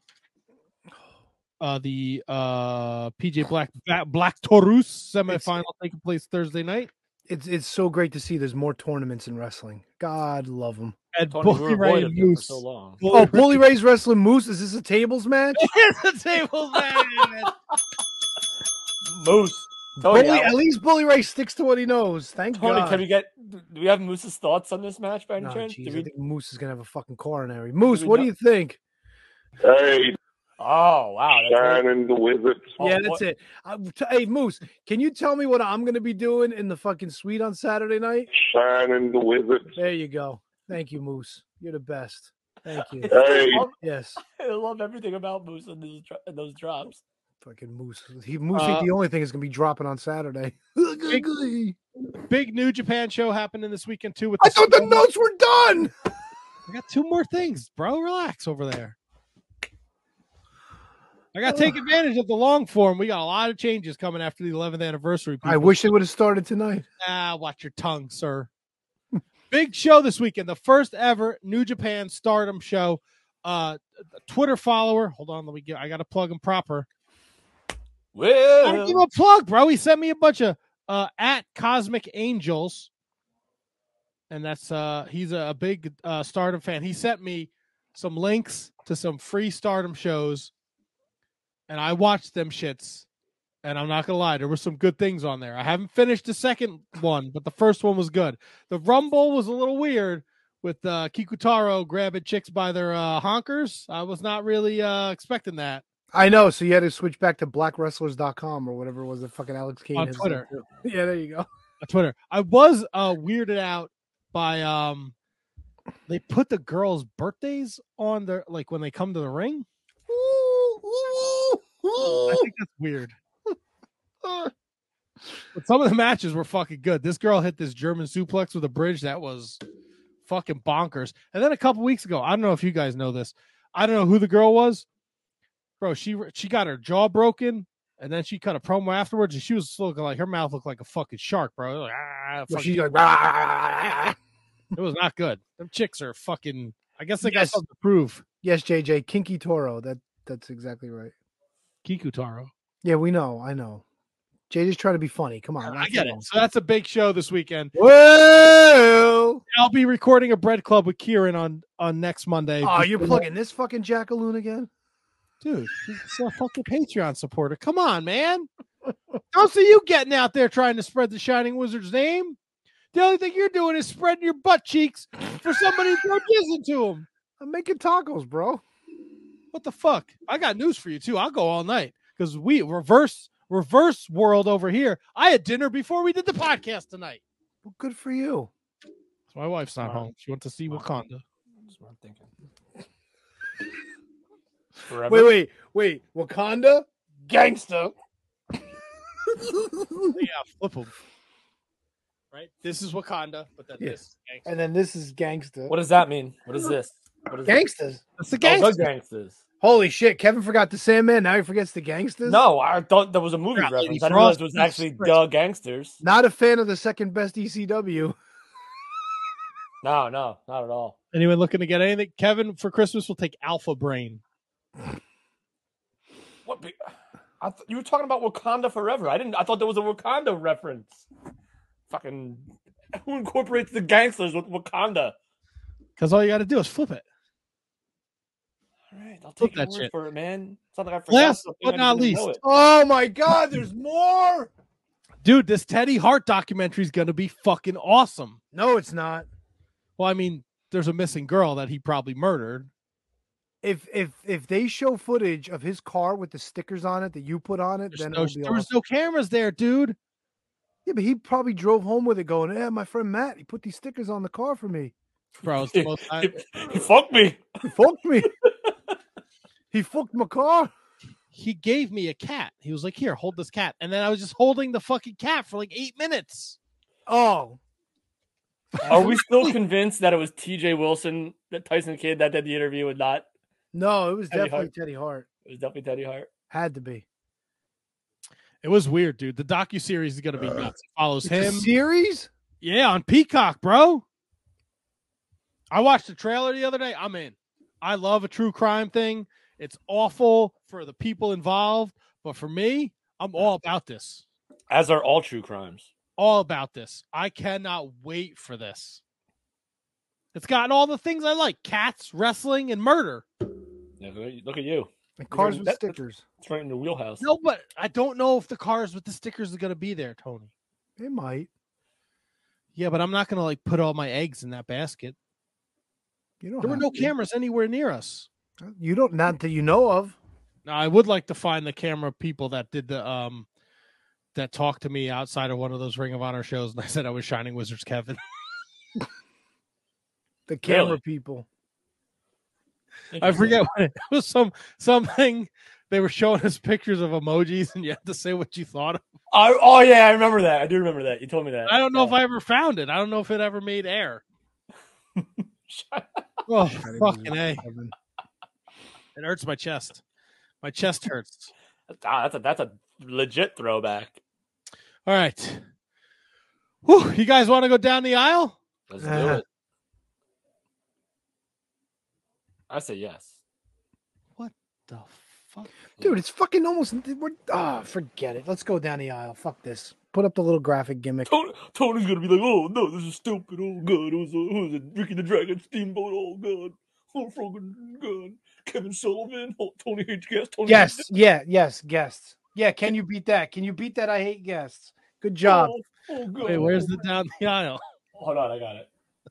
uh, the uh, PJ Black Ba- Black Taurus semifinal taking place Thursday night.
It's it's so great to see. There's more tournaments in wrestling. God love them.
And
Tony,
Bully
we were
Ray
void
and
of them for
Moose.
so long.
Bully
Oh, Bully Ray's wrestling Moose. Is this a tables match?
It's a table match.
Moose.
Oh,
Tony,
Bully,
I-
at least Bully Ray sticks to what he knows. Thank
Tony,
oh, God.
can we get? Do we have Moose's thoughts on this match by any
Nah,
chance?
jeez,
Do
I
we,
think Moose is gonna have a fucking coronary. Moose,
we
what do
know-
you think?
Hey,
oh wow, that's what-
shining the wizard.
Oh,
yeah, that's
what-
it. I, t- hey, Moose, can you tell me what I'm gonna be doing in the fucking suite on Saturday night?
Shining the wizard.
There you go. Thank you, Moose. You're the best. Thank
[laughs]
you.
Hey.
Yes,
I love everything about Moose and those, dro- and those drops.
fucking Moose. He, Moose
Uh,
ain't the only thing that's gonna be dropping on Saturday. [laughs]
Big, [laughs] big New Japan show happening this weekend too. With
I thought the notes were done.
I got two more things, bro. Relax over there. I got to take advantage of the long form. We got a lot of changes coming after the 11th anniversary.
I wish they would have started tonight.
Ah, watch your tongue, sir. [laughs] Big show this weekend, the first ever New Japan Stardom show. Uh, Twitter follower, hold on, let me get. I got to plug him proper. I give him
Well,
a plug, bro. He sent me a bunch of uh at Cosmic Angels, and that's uh he's a, a big uh Stardom fan. He sent me some links to some free Stardom shows, and I watched them shits. And I'm not gonna lie, there were some good things on there. I haven't finished the second one, but the first one was good. The Rumble was a little weird with uh Kikutaro grabbing chicks by their uh honkers. I was not really uh expecting that.
I know. So you had to switch back to blackwrestlers.com or whatever it was that fucking Alex Kane
On
has
Twitter.
there, too. [laughs] Yeah, there you go.
on Twitter. I was uh weirded out by um they put the girls' birthdays on their like when they come to the ring. I think that's weird. But some of the matches were fucking good. This girl hit this German suplex with a bridge that was fucking bonkers. And then a couple weeks ago, I don't know if you guys know this. I don't know who the girl was, bro. She she got her jaw broken, and then she cut a promo afterwards, and she was looking like her mouth looked like a fucking shark, bro. Like, ah,
Well,
fucking-
she's like, "Rah."
it was not good. Them chicks are fucking. I guess they got
Yes.
something to prove.
yes, JJ, Kinky Toro. That That's exactly right.
Kikutaro.
Yeah, we know. I know. JJ's trying to be funny. Come on.
I
let's
get
go.
it. So that's a big show this weekend.
Well,
I'll be recording a bread club with Kieran on on next Monday.
oh, you're plugging this fucking Jackaloon again?
dude. He's a fucking Patreon supporter. Come on, man. Don't see you getting out there trying to spread the Shining Wizard's name. The only thing you're doing is spreading your butt cheeks for somebody to throw jizz into him.
I'm making tacos, bro.
What the fuck? I got news for you too. I'll go all night because we reverse reverse world over here. I had dinner before we did the podcast tonight.
Well, good for you.
So my wife's not
Wow.
home. She went to see
Wow.
Wakanda.
That's what I'm
[laughs]
thinking. Forever.
Wait, wait, wait. Wakanda?
gangster.
Yeah, flip 'em. Right. This is Wakanda, but then
Yes.
this.
And then this is gangster.
What does that mean? What is this? What is
gangsters?
That's the
This? Oh,
gangster.
the gangsters.
Holy shit! Kevin forgot the Sandman. Now he forgets the gangsters.
No, I thought that was a movie
Yeah, Lady
reference. I didn't
Frost,
realize it was
Jesus
actually
Christ.
the gangsters.
Not a fan of the second best E ECW.
No, no, not at all.
Anyone looking to get anything? Kevin for Christmas will take Alpha Brain.
What? Be- I th- you were talking about Wakanda forever. I didn't. I thought there was a Wakanda reference. Fucking who incorporates the gangsters with Wakanda?
Because all you got to do is flip it.
All right, I'll
Look
take your
that
word
shit.
for it, man. It's not like I forgot.
Last
something,
but
I just
not
didn't know
least.
it.
Oh my God! There's more.
Dude, this Teddy Hart documentary is going to be fucking awesome.
No, it's not.
Well, I mean, there's a missing girl that he probably murdered.
If if if they show footage of his car with the stickers on it that you put on it,
There's
then
no,
it'll be
there
awesome.
was no cameras there, dude.
Yeah, but he probably drove home with it, going, "Yeah, my friend Matt, he put these stickers on the car for me.
Bro, [laughs] it's the most, I,
[laughs] He fucked me.
He fucked me. he fucked my car."
he gave me a cat. He was like, "Here, hold this cat," and then I was just holding the fucking cat for like eight minutes.
Oh,
[laughs] Are we still convinced that it was T.J. Wilson, that Tyson kid that did the interview, and not?
[laughs] No, it was
Teddy
definitely
Hart.
Teddy Hart.
It was definitely Teddy Hart.
Had to be.
It was weird, dude. The docu series is gonna be nuts. It follows
It's a
him.
series?
Yeah, on Peacock, bro. I watched the trailer the other day. I'm in. I love a true crime thing. It's awful for the people involved, but for me, I'm all about this.
As are all true crimes.
All about this. I cannot wait for this. It's gotten all the things I like: cats, wrestling, and murder.
Yeah, Look at you.
cars with
That-
stickers.
It's right in the wheelhouse.
No, but I don't know if the cars with the stickers are going to be there, Tony.
They might.
Yeah, but I'm not going to like put all my eggs in that basket.
You don't
There were
have
no
to.
cameras anywhere near us.
You don't not that you know of.
Now, I would like to find the camera people that did the um that talked to me outside of one of those Ring of Honor shows, and I said I was Shining Wizards Kevin. [laughs]
The camera
Really?
people.
I forget what it was. Some something they were showing us pictures of emojis, and you had to say what you thought of.
I, oh yeah, I remember that. I do remember that. You told me that.
I don't know if I ever found it. I don't know if it ever made air.
[laughs]
oh, fucking a! It hurts my chest. My chest hurts.
Ah, that's a that's a legit throwback.
All right. Whew, you guys want to go down the aisle?
Let's do
Uh.
it. I say yes.
Dude, it's fucking almost. We're, ah, forget it. Let's go down the aisle. Fuck this. Put up the little graphic gimmick.
Tony, Tony's gonna be like, "Oh no, this is stupid. Oh god, it was, a, it was a Ricky the Dragon Steamboat. Oh god, oh fucking god, Kevin Sullivan, oh, Tony hates gas. Tony hates
Yes. Yeah. Yes. Guests. Yeah. Can you beat that? Can you beat that? I hate guests. Good job.
Oh, oh god.
Wait, where's the down the aisle? [laughs]
Hold on, I got it.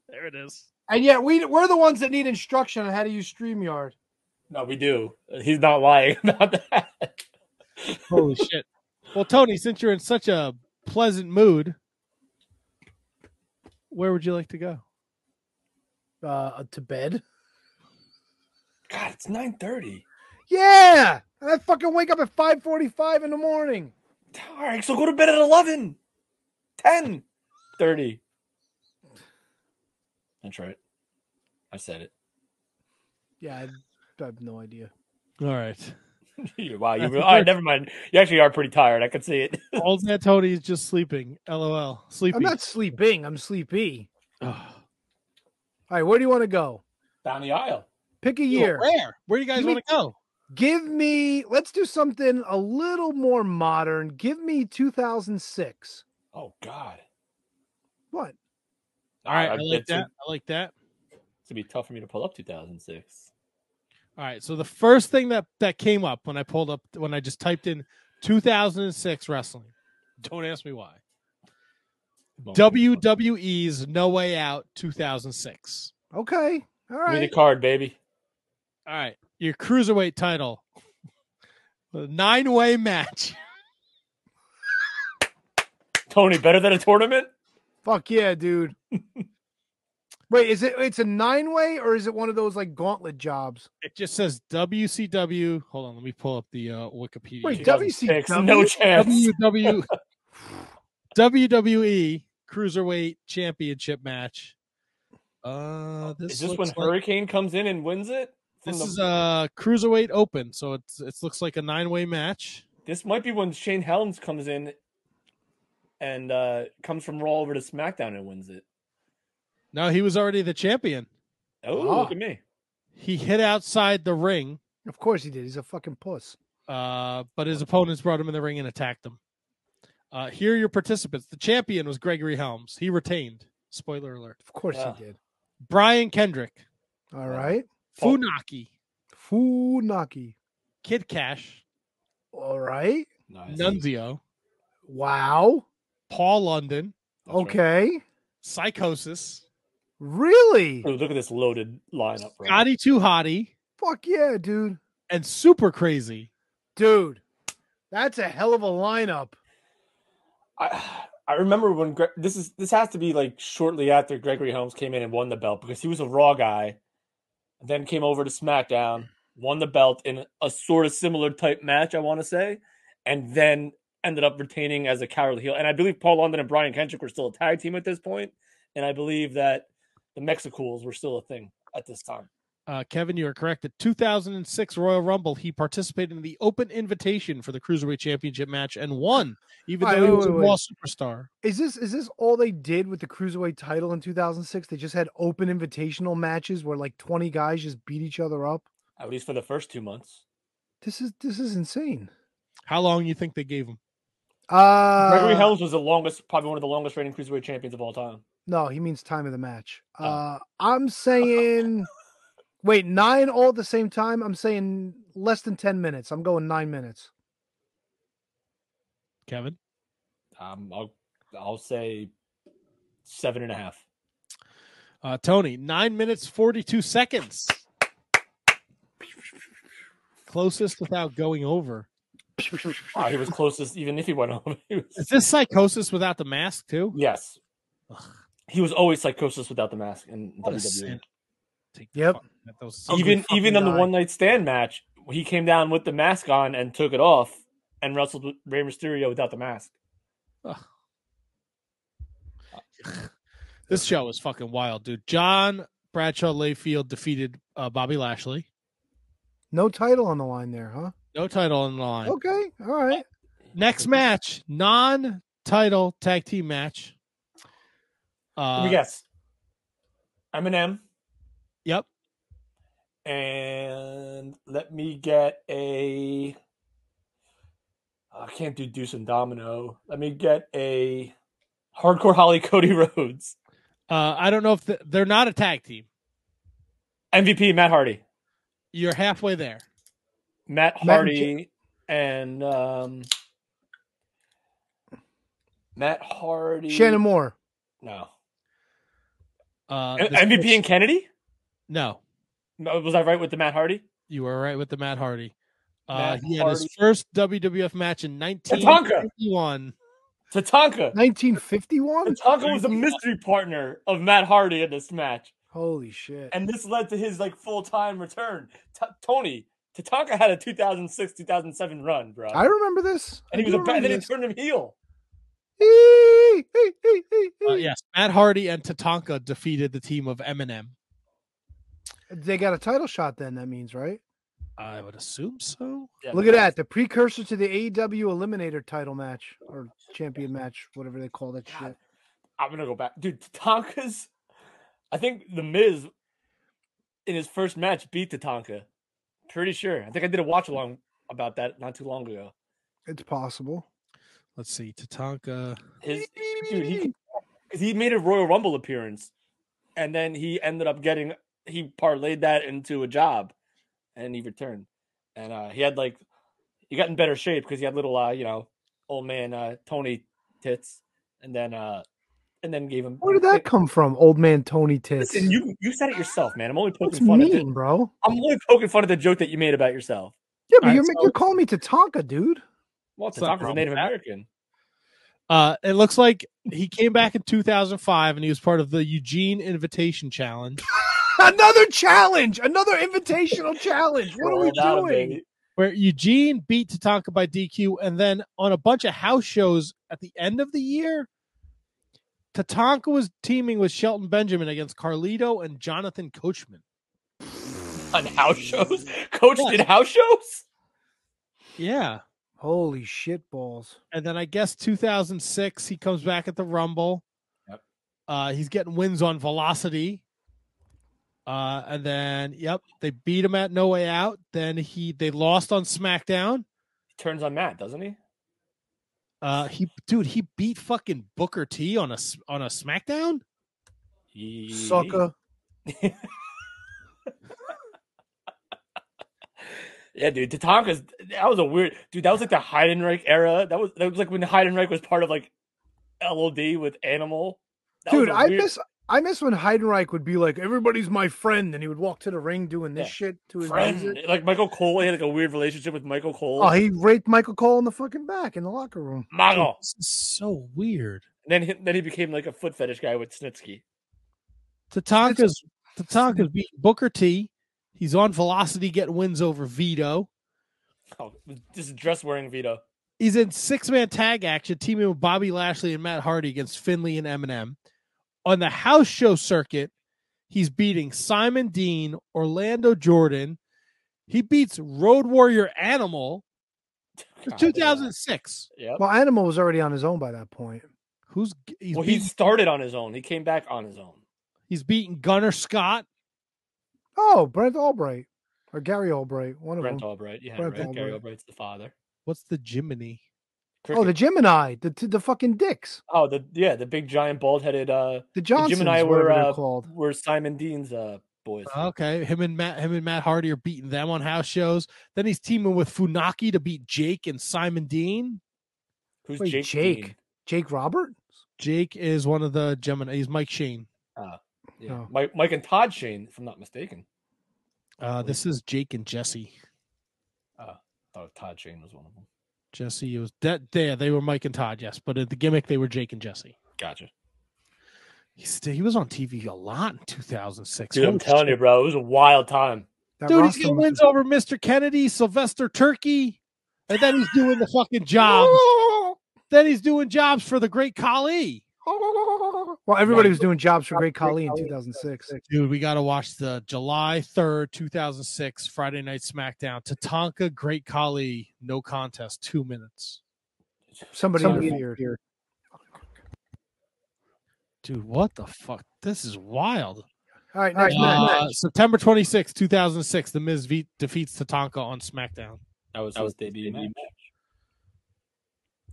There it is.
And yet we we're the ones that need instruction on how to use Streamyard.
No, we do. He's not lying [laughs] about that.
Holy shit. Well, Tony, since you're in such a pleasant mood, where would you like to go?
Uh, to bed.
God, it's nine thirty.
Yeah. And I fucking wake up at five forty-five in the morning.
All right, so go to bed at 11, 10, 30. That's right. I said it. [laughs]
Yeah. I, I have no idea.
All right.
You- wow, you
That's
were,
the
all right,
first-
never mind. You actually are pretty tired. I could see it. [laughs]
Old man Tony is just sleeping. LOL. Sleepy.
I'm not sleeping. I'm sleepy.
Ugh.
All right. Where do you want to go?
Down the aisle.
Pick a
Yo,
year.
Where? Where do you guys
Give me-
want to go?
Give me, let's do something a little more modern. Give me 2006.
Oh, God.
What?
All right. I
I'd
like
get to-
that. I like that.
It's going to be tough for me to pull up 2006.
All right. So the first thing that that came up when I pulled up when I just typed in 2006 wrestling. Don't ask me why.
Won't be.
WWE's No Way Out 2006.
Okay. All
Give me
right.
the card, baby.
All right, your cruiserweight title, nine way [laughs] match.
Tony, better than a tournament?
Fuck
[laughs]
yeah, dude. Wait, is it it's a nine way or is it one of those like gauntlet jobs?
It just says WCW. Hold on, let me pull up the uh, Wikipedia.
Wait,
2006,
WCW?
No chance.
[laughs] WW WWE E Cruiserweight Championship match. Uh, this
Is this when
looks like-
Hurricane comes in and wins it? From
this
the-
is a cruiserweight open, so it's it looks like a nine way match.
this might be when Shane Helms comes in and uh, comes from Raw over to SmackDown and wins it.
No, he was already the champion.
Oh,
Ah.
look at me.
He hit outside the ring,
Of course he did. He's a fucking puss.
uh, but his opponents brought him in the ring and attacked him. Uh, here are your participants. The champion was Gregory Helms. He retained. Spoiler alert.
Of course
Yeah.
he did.
Brian Kendrick,
All right.
Oh.
Funaki,
Funaki.
Kid Cash,
All right.
Nice.
Nunzio,
Wow.
Paul London,
That's right.
okay.
Psychosis,
Really?
Dude, look at this loaded lineup, bro.
Scotty Too Hottie,
Fuck yeah, dude.
and Super Crazy.
Dude. That's a hell of a lineup.
I, [sighs] I remember when Gre- this is this has to be like shortly after Gregory Holmes came in and won the belt because he was a Raw guy, and then came over to SmackDown, won the belt in a sort of similar type match, I want to say, and then ended up retaining as a cowardly heel. And I believe Paul London and Brian Kendrick were still a tag team at this point, and I believe that the Mexicools were still a thing at this time.
Uh, Kevin, you are correct. The 2006 Royal Rumble, he participated in the open invitation for the Cruiserweight Championship match and won, even
All right,
though he
wait,
was
wait,
a
wait.
Raw superstar.
Is this is this all they did with the cruiserweight title in 2006? They just had open invitational matches where like 20 guys just beat each other up.
At least for the first two months.
This is this is insane.
How long you think they gave him?
Uh
Gregory Helms was the longest, probably one of the longest reigning cruiserweight champions of all time.
No, he means time of the match.
Oh.
Uh, I'm saying, wait, nine all at the same time. I'm saying less than ten minutes. I'm going nine minutes.
Kevin,
Um, I'll I'll say seven and a half.
uh, Tony, nine minutes forty-two seconds. Closest without going over.
Wow, he was closest, even if he went over. [laughs] He was-
Is this psychosis without the mask too?
yes, he was always psychosis without the mask in
What a
WWE.
sin.
Yep.
That was
even even on the one night stand match, he came down with the mask on and took it off and wrestled with Rey Mysterio without the mask.
This show is fucking wild, dude. John Bradshaw Layfield defeated uh, Bobby Lashley.
No title on the line there, huh?
No title on the line.
Okay, all right.
Next match, non-title tag team match. Uh,
Let me guess. Eminem.
Yep.
And let me get a. I can't do Deuce and Domino. Let me get a hardcore Holly Cody [laughs] Rhodes.
Uh, I don't know if the, they're not a tag team.
MVP Matt Hardy.
You're halfway there.
Matt
Matt and
Hardy and, um, Matt Hardy.
Shannon Moore.
No.
Uh,
M-
this
MVP
was-
and Kennedy?
No,
No, Was I right with the Matt Hardy?
you were right with the Matt Hardy. Uh,
Matt
he had his
Hardy.
first WWF match in
Tatanka.
1951.
Tatanka.
1951.
Tatanka was a mystery partner of Matt Hardy in this match.
Holy shit!
and this led to his like full time return. T- Tony Tatanka had a 2006 2007 run, bro,
I remember this.
and he
I
was
do
a bad.
remember
Then he
this.
turned him heel.
Hee, hee, hee, hee,
Uh,
Hmm.
hee.
yes, Matt Hardy and Tatanka defeated the team of Eminem.
They got a title shot then. That means right.
I would assume so.
Look at that. The precursor to the AEW Eliminator title match or champion match, whatever they call that shit.
I'm gonna go back, dude. Tatanka's, I think the Miz in his first match beat Tatanka. Pretty sure. I think I did a watch along about that not too long ago.
It's possible.
Let's see. Tatanka.
His dude, he because he made a Royal Rumble appearance, and then he ended up getting he parlayed that into a job, and he returned, and uh, he had like he got in better shape because he had little uh you know old man uh Tony tits, and then uh and then gave him.
Where did that come from? Old man Tony Tits.
Listen, you you said it yourself, man. I'm only poking
That's
fun at the,
mean, bro.
I'm only poking fun at the joke that you made about yourself.
Yeah, but
Alright,
you're, ma-
so-
you're calling me Tatanka, dude.
Well,
It's not a
Tatanka's a
problem
Native
with that.
American.
Uh, it looks like he came back in 2005 and he was part of the Eugene Invitation Challenge,
[laughs] Another challenge, another invitational challenge. What are we
Rolled out of
doing?
baby.
where Eugene beat Tatanka by DQ. And then on a bunch of house shows at the end of the year, Tatanka was teaming with Shelton Benjamin against Carlito and Jonathan Coachman.
on house
[laughs]
shows. Coach did house shows.
Yeah.
Holy shit balls.
And then I guess 2006, he comes back at the Rumble.
Yep.
Uh, he's getting wins on velocity. Uh, and then, yep, they beat him at No Way Out. Then he they lost on SmackDown.
He turns on Matt, doesn't he?
Uh, he dude, he beat fucking Booker T on a s- on a SmackDown.
Ye-
Sucker.
Yeah, dude, Tatanka's that was a weird dude. That was like the Heidenreich era. That was that was like when Heidenreich was part of like LOD with Animal. That was
Dude,
a
I
weird-
miss I miss when Heidenreich would be like, everybody's my friend, and he would walk to the ring doing this
Yeah.
shit to his
friend.
music.
Like Michael Cole he had like a weird relationship with Michael Cole.
Oh, he raped Michael Cole in the fucking back in the locker room.
Michael.
This is so weird.
And then he, then he became like a foot fetish guy with Snitsky.
Tatanka's Tatanka's beat Booker T. He's on velocity, getting wins over Vito.
Oh, this is dress wearing Vito.
He's in six man tag action, teaming with Bobby Lashley and Matt Hardy against Finley and Eminem. On the house show circuit, he's beating Simon Dean, Orlando Jordan. He beats Road Warrior Animal. It's 2006.
Yep.
Well, Animal was already on his own by that point.
Who's he's
well, he
beaten-
started on his own. He came back on his own.
He's beaten Gunner Scott.
Oh, Brent Albright or Gary Albright, one of
Brent
them.
Albright. Yeah,
Brent
right. Gary
Albright.
Albright's the father.
What's the Jiminy?
Oh, the Gemini, the the fucking dicks.
Oh, the yeah, the big giant bald headed uh
The Johnsons,
Gemini
whatever
were
they're
uh,
called.
were Simon Dean's uh boys.
Ah,
Okay, him and Matt, him and Matt Hardy are beating them on house shows. Then he's teaming with Funaki to beat Jake and Simon Dean.
Who's
Wait,
Jake?
Jake?
Dean?
Jake Robert?
Jake is one of the Gemini. He's Mike Shane.
Uh, yeah.
Oh.
Mike, Mike and Todd Shane, if I'm not mistaken.
Uh, this is Jake and Jesse.
Uh, thought Todd Shane was one of them.
Jesse was that there. They were Mike and Todd, yes, but at the gimmick they were Jake and Jesse.
Gotcha.
He st- he was on TV a lot in 2006.
Dude, I'm
Holy
telling you, bro, it was a wild time.
That
Dude, he's
roster
getting
must
wins over Mr. Kennedy, Sylvester Turkey, and then he's doing the fucking [laughs] job. then he's doing jobs for the great Kali.
have- Well, everybody was doing jobs for Great Khali in 2006.
Dude, we got to watch the July 3rd, 2006 Friday Night SmackDown. Tatanka, Great Kali, no contest, two minutes.
Somebody,
Somebody
interfered.
Dude, what the fuck? This is wild.
All right, next
Uh,
match.
September 26, 2006, The Miz ve- defeats Tatanka on SmackDown.
That was his debut match.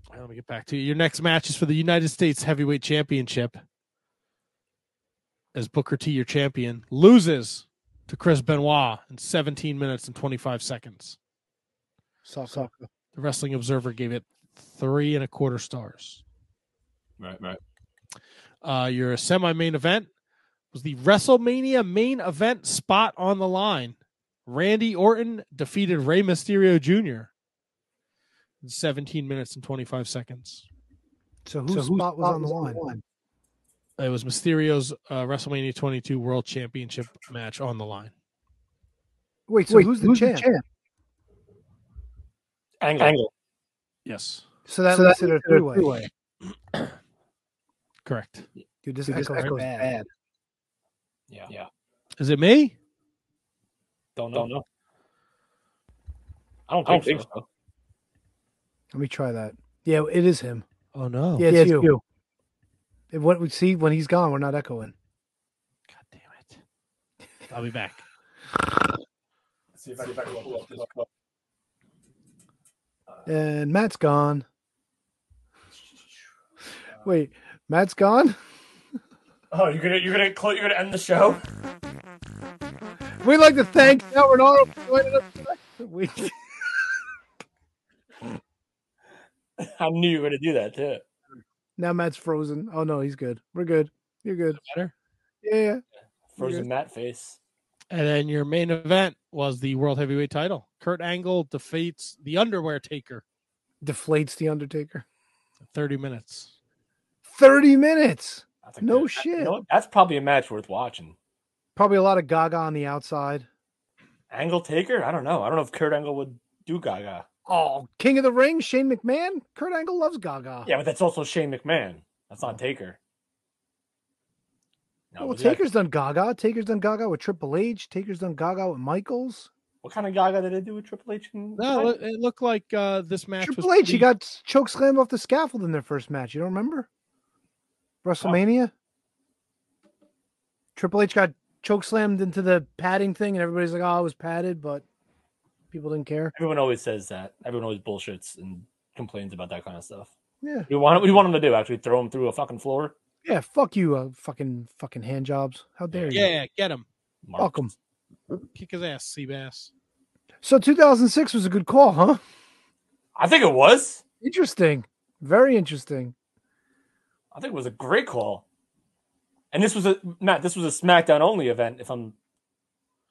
All right, let me get back to you. Your next match is for the United States Heavyweight Championship. As Booker T, your champion, loses to Chris Benoit in 17 minutes and 25 seconds.
Sucker.
The Wrestling Observer gave it three and a quarter stars.
Right, right.
Uh, your semi main event was the WrestleMania main event spot on the line. Randy Orton defeated Rey Mysterio Jr. in 17 minutes and 25 seconds.
So whose spot was on the line?
It was Mysterio's uh, WrestleMania 22 World Championship match on the line.
Wait, so who's, the, champ?
Angle. Angle.
Yes,
So that makes it a three-way.
correct.
Dude, this
Dude, this
echoes,
echoes
bad.
Yeah. Yeah.
Is it me?
Don't know. Don't know. I don't
I don't
think, so.
Let me try that. Yeah, it is him.
Oh no.
Yeah, it's, you. It- What we see when he's gone, we're not echoing.
I'll be back.
See if I can pull up this clip.
And
[laughs]
Matt's gone. Wait, Matt's gone? [laughs]
Oh, you're gonna you're gonna clo- you're gonna end the show.
We'd like to thank Howard Arnold for joining us tonight. [laughs] We-
[laughs] I knew you were gonna do that too.
Now Matt's frozen. Oh no, he's good. We're good. You're good.
Better.
Yeah, yeah.
Frozen Matt face.
And then your main event was the World Heavyweight title. Kurt Angle defeats the Underwear Taker
Deflates the Undertaker.
in 30 minutes.
Thirty minutes.
That's a
No
good-
shit.
You know what? that's probably a match worth watching.
Probably a lot of Gaga on the outside.
Angle Taker? I don't know. I don't know if Kurt Angle would do Gaga.
Oh, King of the Ring, Shane McMahon. Kurt Angle loves Gaga.
Yeah, but that's also Shane McMahon. That's not Taker. No,
Oh. well,
was that-
Taker's done Gaga. Taker's done Gaga with Triple H. Taker's done Gaga with Michaels.
What kind of Gaga did they do with Triple H? And
No, it look- it looked like uh, this match
Triple
was
H, he
pretty-
got choke slammed off the scaffold in their first match. You don't remember? WrestleMania. Triple H got choke slammed into the padding thing, and everybody's like, "Oh, it was padded," but people didn't care.
Everyone always says that. Everyone always bullshits and complains about that kind of stuff.
Yeah,
We want we want them to do actually throw him through a fucking floor.
yeah. Fuck you, uh, fucking fucking hand jobs. How dare you?
Yeah, get him.
Mark.
Fuck 'em.
Kick his ass, Seabass.
So 2006 was a good call, huh?
I think it was.
Interesting. Very interesting.
I think it was a great call. And this was a Matt. This was a SmackDown only event. If I'm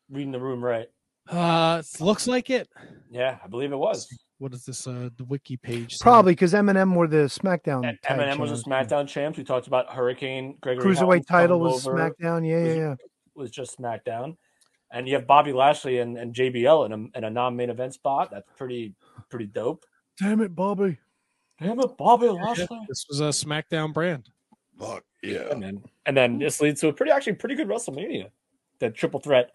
reading the room right,
Uh, looks like it.
yeah, I believe it was.
What is this? Uh, the wiki page. say?
Probably because Eminem were the SmackDown.
And
tag
Eminem was a
champs.
SmackDown champs. We talked about Hurricane Gregory.
Cruiserweight
Helms coming
title was
over,
SmackDown. Yeah,
was-
yeah, yeah.
Was just SmackDown, and you have Bobby Lashley and, and JBL in a, in a non-main event spot. That's pretty pretty dope.
Damn it, Bobby.
Damn it, Bobby Lashley.
This was a SmackDown brand.
Fuck yeah. And then, and then this leads to a pretty actually pretty good WrestleMania. That triple threat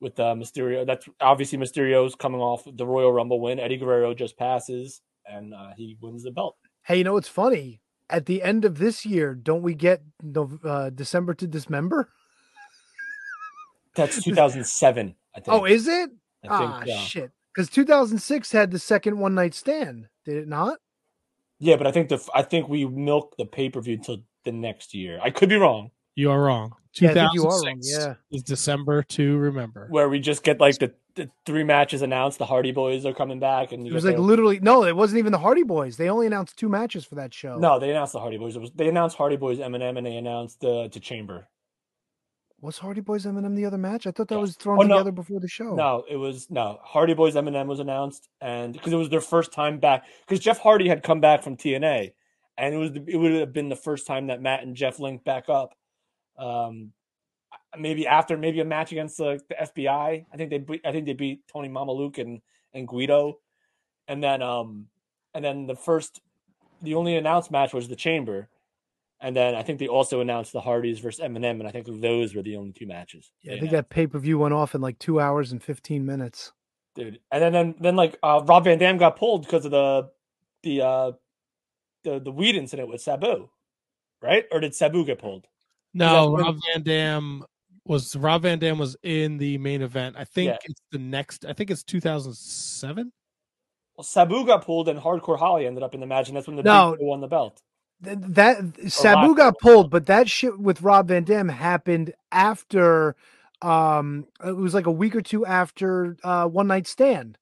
with uh, Mysterio. That's obviously Mysterio's coming off the Royal Rumble win. Eddie Guerrero just passes and uh, he wins the belt.
Hey, you know what's funny? At the end of this year, don't we get Nov- uh, December to Dismember?
[laughs] That's 2007, I think.
Oh, is it?
I think, uh,
ah,
yeah.
shit. Because 2006 had the second one night stand, did it not?
Yeah, but I think the I think we milk the pay per view until the next year. I could be wrong.
You are wrong.
Yeah, I
2006
think you are wrong,
is December to remember.
Where we just get like the, the three matches announced. The Hardy Boys are coming back, and you
It was
get
like
the-
literally no, it wasn't even the Hardy Boys. They only announced two matches for that show.
no, they announced the Hardy Boys. It was, they announced Hardy Boys Eminem, and they announced uh, to Chamber.
Was Hardy Boys Eminem the other match? I thought that was
Oh,
thrown
no.
together before the show.
No, it was no Hardy Boys Eminem was announced, and because it was their first time back, because Jeff Hardy had come back from TNA, and it was the, it would have been the first time that Matt and Jeff linked back up. Um, maybe after maybe a match against the, the FBI. I think they beat, I think they beat Tony Mamaluke and and Guido, and then um and then the first the only announced match was the Chamber. And then I think they also announced the Hardys versus Eminem, and I think those were the only two matches.
Yeah, I think that pay per view went off in like two hours and fifteen minutes.
dude. And then then, then like uh, Rob Van Dam got pulled because of the the uh the the weed incident with Sabu, right? Or did Sabu get pulled?
No,
Because
Rob Van Dam was Rob Van Dam was in the main event. I think
Yeah.
it's the next. I think it's 2007.
Well, Sabu got pulled, and Hardcore Holly ended up in the match, and that's when the
No.
Big Show won the belt.
Th- That Sabu
Rock-
got pulled, but that shit with Rob Van Dam happened after um it was like a week or two after uh one night stand.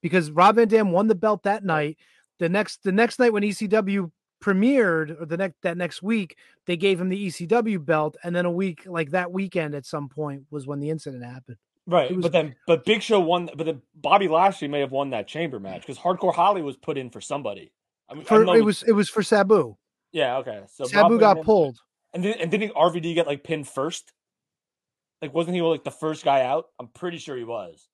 Because Rob Van Dam won the belt that night. The next the next night when ECW premiered or the next that next week, they gave him the ECW belt, and then a week like that weekend at some point was when the incident happened.
Right,
It was-
but then but Big Show won, but then Bobby Lashley may have won that chamber match because Hardcore Holly was put in for somebody. I mean, I
For
know
it was it was for Sabu.
yeah okay. So
Sabu
Rob Van
got
Dam-
pulled.
and then, and didn't RVD get like pinned first? Like, wasn't he like the first guy out? I'm pretty sure he was.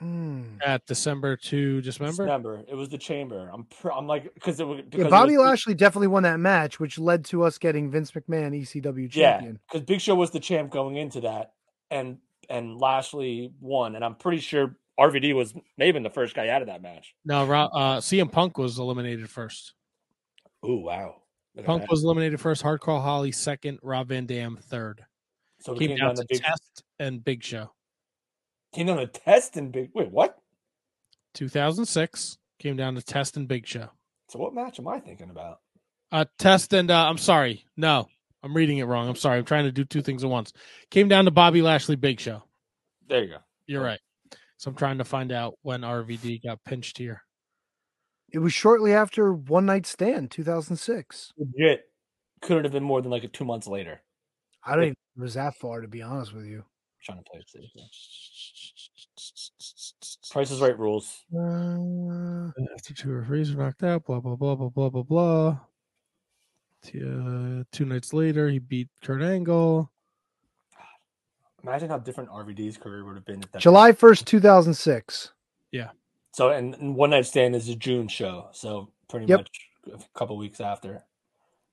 Mm.
At December to just remember.
Remember, it was the chamber. I'm pr- I'm like because it was because
Yeah,
it
Bobby
was,
Lashley definitely won that match, which led to us getting Vince McMahon ECW
yeah
champion.
because Big Show was the champ going into that, and and Lashley won, and I'm pretty sure RVD was maybe the first guy out of that match.
No, Ro- uh, CM Punk was eliminated first.
Oh wow, Look at
Punk
that.
was eliminated first. Hardcore Holly second. Rob Van Dam third.
So it
came,
came
down,
down
to
to Big-
Test and Big Show.
came down to Test and Big. Wait, what?
2006 came down to Test and Big Show.
So what match am I thinking about?
Uh, test and uh, I'm sorry. No, I'm reading it wrong. I'm sorry. I'm trying to do two things at once. Came down to Bobby Lashley Big Show.
There you go.
You're right. So I'm trying to find out when RVD got pinched here.
It was shortly after One Night Stand, 2006.
Legit, couldn't have been more than like a two months later.
I don't even think it was that far, to be honest with you.
trying to play it safe. yeah. Price is Right rules.
Uh,
After two referees were knocked out, blah blah blah blah blah blah blah. Two, uh, two nights later, he beat Kurt Angle.
Imagine how different RVD's career would have been if that
July 1st, 2006.
So and, and one night stand is a June show, so pretty
Yep.
much a couple weeks after.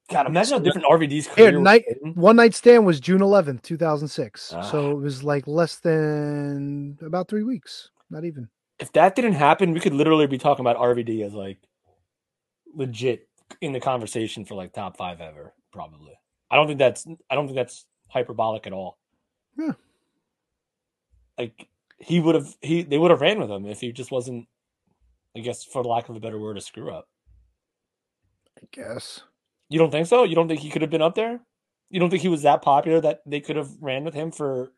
God, imagine how different RVD's
Here,
career. would-
night, One Night Stand was June 11th, 2006.
Ah.
So it was like less than about three weeks. Not even.
If that didn't happen, we could literally be talking about RVD as like legit in the conversation for like top five ever, probably. I don't think that's I don't think that's hyperbolic at all.
Yeah.
Like he would have he they would have ran with him if he just wasn't, I guess, for lack of a better word, a screw up.
I guess.
You don't think so? You don't think he could have been up there? You don't think he was that popular that they could have ran with him for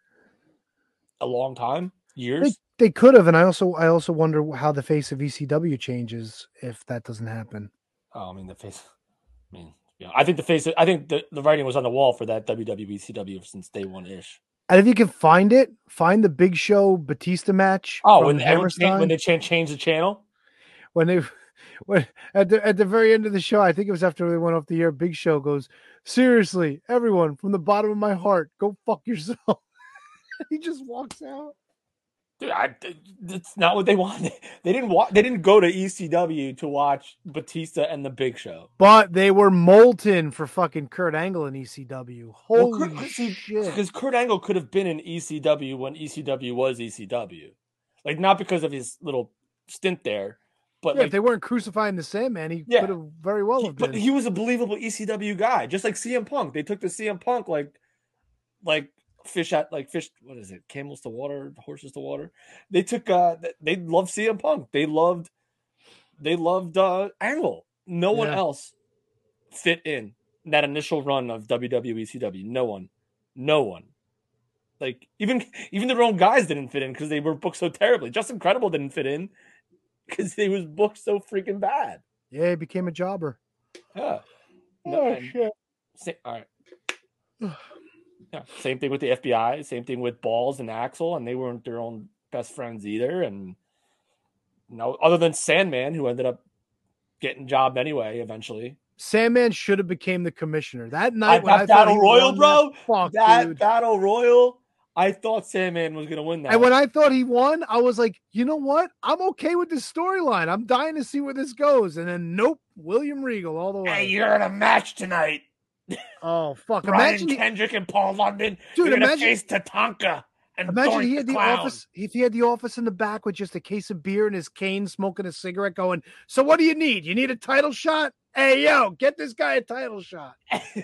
a long time,
They,
years?
they could have, and I also I also wonder how the face of ECW changes if that doesn't happen.
Oh, I mean the face. I mean, yeah, I think the face. I think the, the writing was on the wall for that WWE CW since day one ish.
And if you can find it, find the Big Show Batista match.
Oh,
from
when everyone
Hammerstein.
changed, when they chan- changed the channel,
when they [laughs] when at the at the very end of the show, I think it was after they went off the air, Big Show goes, [laughs] Seriously, everyone, from the bottom of my heart, go fuck yourself. he just walks out.
Dude, I, it's not what they [laughs] wanted. They didn't wa- They didn't go to ECW to watch Batista and the Big Show.
But they were molten for fucking Kurt Angle in ECW. Holy shit!
Because Kurt Angle could have been in ECW when ECW was ECW, like not because of his little stint there, but
yeah,
like
if they weren't crucifying the Sandman, he
Yeah.
could have very well have been.
But he was a believable ECW guy, just like CM Punk. They took the CM Punk like, like fish out, like fish. What is it? Camels to water, horses to water. They took. uh th- They loved CM Punk. They loved. They loved uh Angle. No one
Yeah.
else fit in that initial run of E WWE ECW. No one. No one. Like even even their own guys didn't fit in because they were booked so terribly. Just Incredible didn't fit in because they was booked so freaking bad.
yeah, he became a jobber.
Yeah.
Oh,
and sa- all
[sighs]
right. Yeah. Same thing with the FBI. Same thing with Balls and Axel, and they weren't their own best friends either. And no, other than Sandman, who ended up getting jobbed anyway eventually.
Sandman should have became the commissioner that
I,
night. when I
that
thought he
battle royal,
won
bro.
That, fuck,
that
dude.
battle royal. I thought Sandman was gonna win that.
And when I thought he won, I was like, you know what? I'm okay with this storyline. I'm dying to see where this goes. And then, nope, William Regal all the way.
Hey, you're in a match tonight.
Oh fuck!
Brian
imagine, he-
Kendrick and Paul London.
Dude,
you're gonna
imagine-
face Tatanka and
imagine
Doink
he had the
Clown.
office. If he had the office in the back with just a case of beer and his cane, smoking a cigarette, going, "So what do you need? You need a title shot? Hey yo, get this guy a title shot."
[laughs]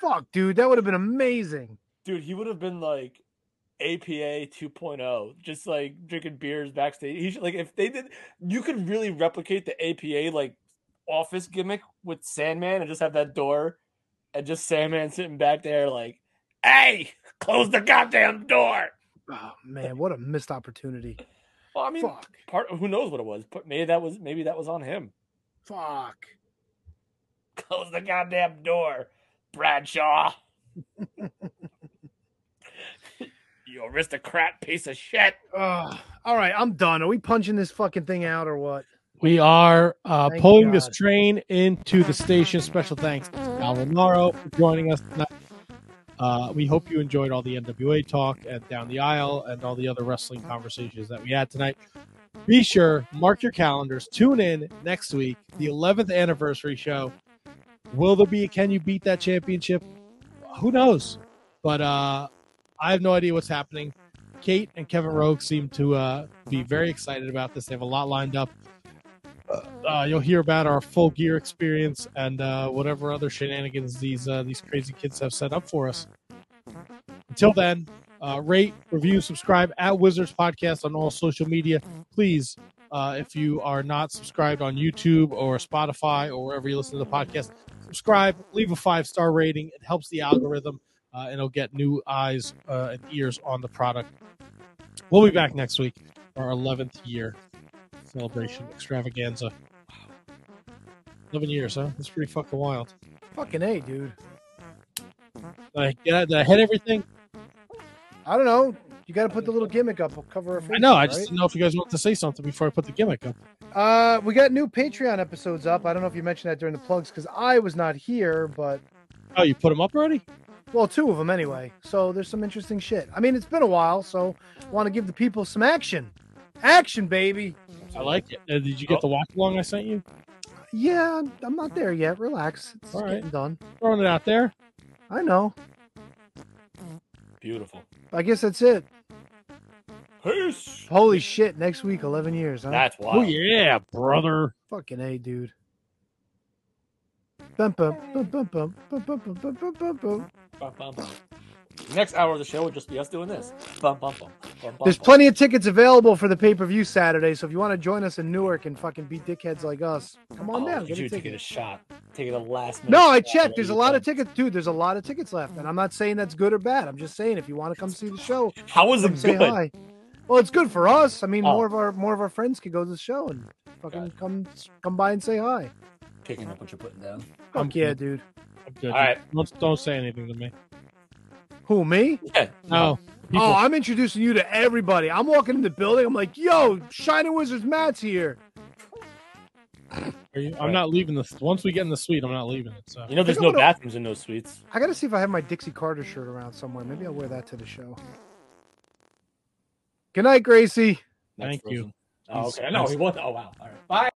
fuck, dude, that would have been amazing.
dude, he would have been like APA 2.0, oh, just like drinking beers backstage. He should, like if they did, you could really replicate the APA like office gimmick with Sandman and just have that door and just Sandman sitting back there like, "Hey, close the goddamn door."
Oh man, what a missed opportunity.
Well, I mean, part who knows what it was, but maybe that was maybe that was on him. [laughs]
Fuck.
Close the goddamn door, Bradshaw. you aristocrat piece of shit.
Ugh. all right, I'm done. Are we punching this fucking thing out or what?
We are uh,
Thank
pulling this
God.
train into the station. Special thanks to Alan Naro for joining us tonight. Uh, we hope you enjoyed all the NWA talk and down the aisle and all the other wrestling conversations that we had tonight. Be sure, mark your calendars, tune in next week, the 11th anniversary show. Will there be a Can You Beat That Championship? Who knows? But uh, I have no idea what's happening. Kate and Kevin Rogue seem to uh, be very excited about this. They have a lot lined up uh, you'll hear about our full gear experience and uh, whatever other shenanigans these uh, these crazy kids have set up for us. Until then, uh, rate, review, subscribe at Wizards Podcast on all social media. Please, uh, if you are not subscribed on YouTube or Spotify or wherever you listen to the podcast, subscribe, leave a five star rating. It helps the algorithm uh, and it'll get new eyes uh, and ears on the product. We'll be back next week for our 11th year celebration extravaganza. Wow. 11 years, huh? That's pretty fucking wild.
Fucking A, dude.
Like, yeah, did I hit everything?
I don't know. You got to put the little gimmick up. We'll cover our
I know.
faces,
I just
right?
didn't know if you guys wanted to say something before I put the gimmick up.
Uh, we got new Patreon episodes up. I don't know if you mentioned that during the plugs because I was not here, but
Oh, you put them up already?
well, two of them anyway. So there's some interesting shit. I mean, it's been a while, so want to give the people some action, action, baby.
I like it. Uh, did you get the watch along I sent you?
Yeah, I'm- I'm not there yet. Relax, it's
All right.
getting done.
Throwing it out there.
I know.
Beautiful.
I guess that's it.
Peace.
Holy shit! Next week, 11 years. Huh?
That's
Oh,
wild.
yeah, brother.
Fucking a, dude. Bum, bum, bum, bum, bum, bum, bum, bum, bum, bum, bum, bum.
Bum, bum, bum. Next hour of the show would just be us doing this. Bum, bum, bum, bum, bum,
There's
bum.
plenty of tickets available for the pay per view Saturday, so if you want to join us in Newark and fucking beat dickheads like us, come on
Oh,
down.
did
Get a
you
ticket.
take it a shot? Take it a last minute.
No, I
shot
checked.
while
There's a
you
lot of
can.
tickets, dude. There's a lot of tickets left, and I'm not saying that's good or bad. I'm just saying if you want to come see
[laughs]
the show,
How is
come
it
say
good?
hi. Well, it's good for us. I mean,
Oh.
more of our more of our friends could go to the show and fucking come come by and say hi.
Picking up what you're putting down.
Fuck
I'm-
yeah, dude.
I'm good.
All right.
Don't, don't say anything to me.
Who me?
Yeah.
No. People,
Oh, I'm introducing you to everybody. I'm walking in the building. I'm like, yo, Shining Wizards Matt's here.
are you- I'm not leaving this. Once we get in the suite, I'm not leaving it. So.
You know, there's
Think
no
I'm gonna-
bathrooms in those suites.
I gotta see if I have my Dixie Carter shirt around somewhere. Maybe I'll wear that to the show. Good night, Gracie.
Thank you. Oh, okay. No, he was. Oh, wow. All right. Bye.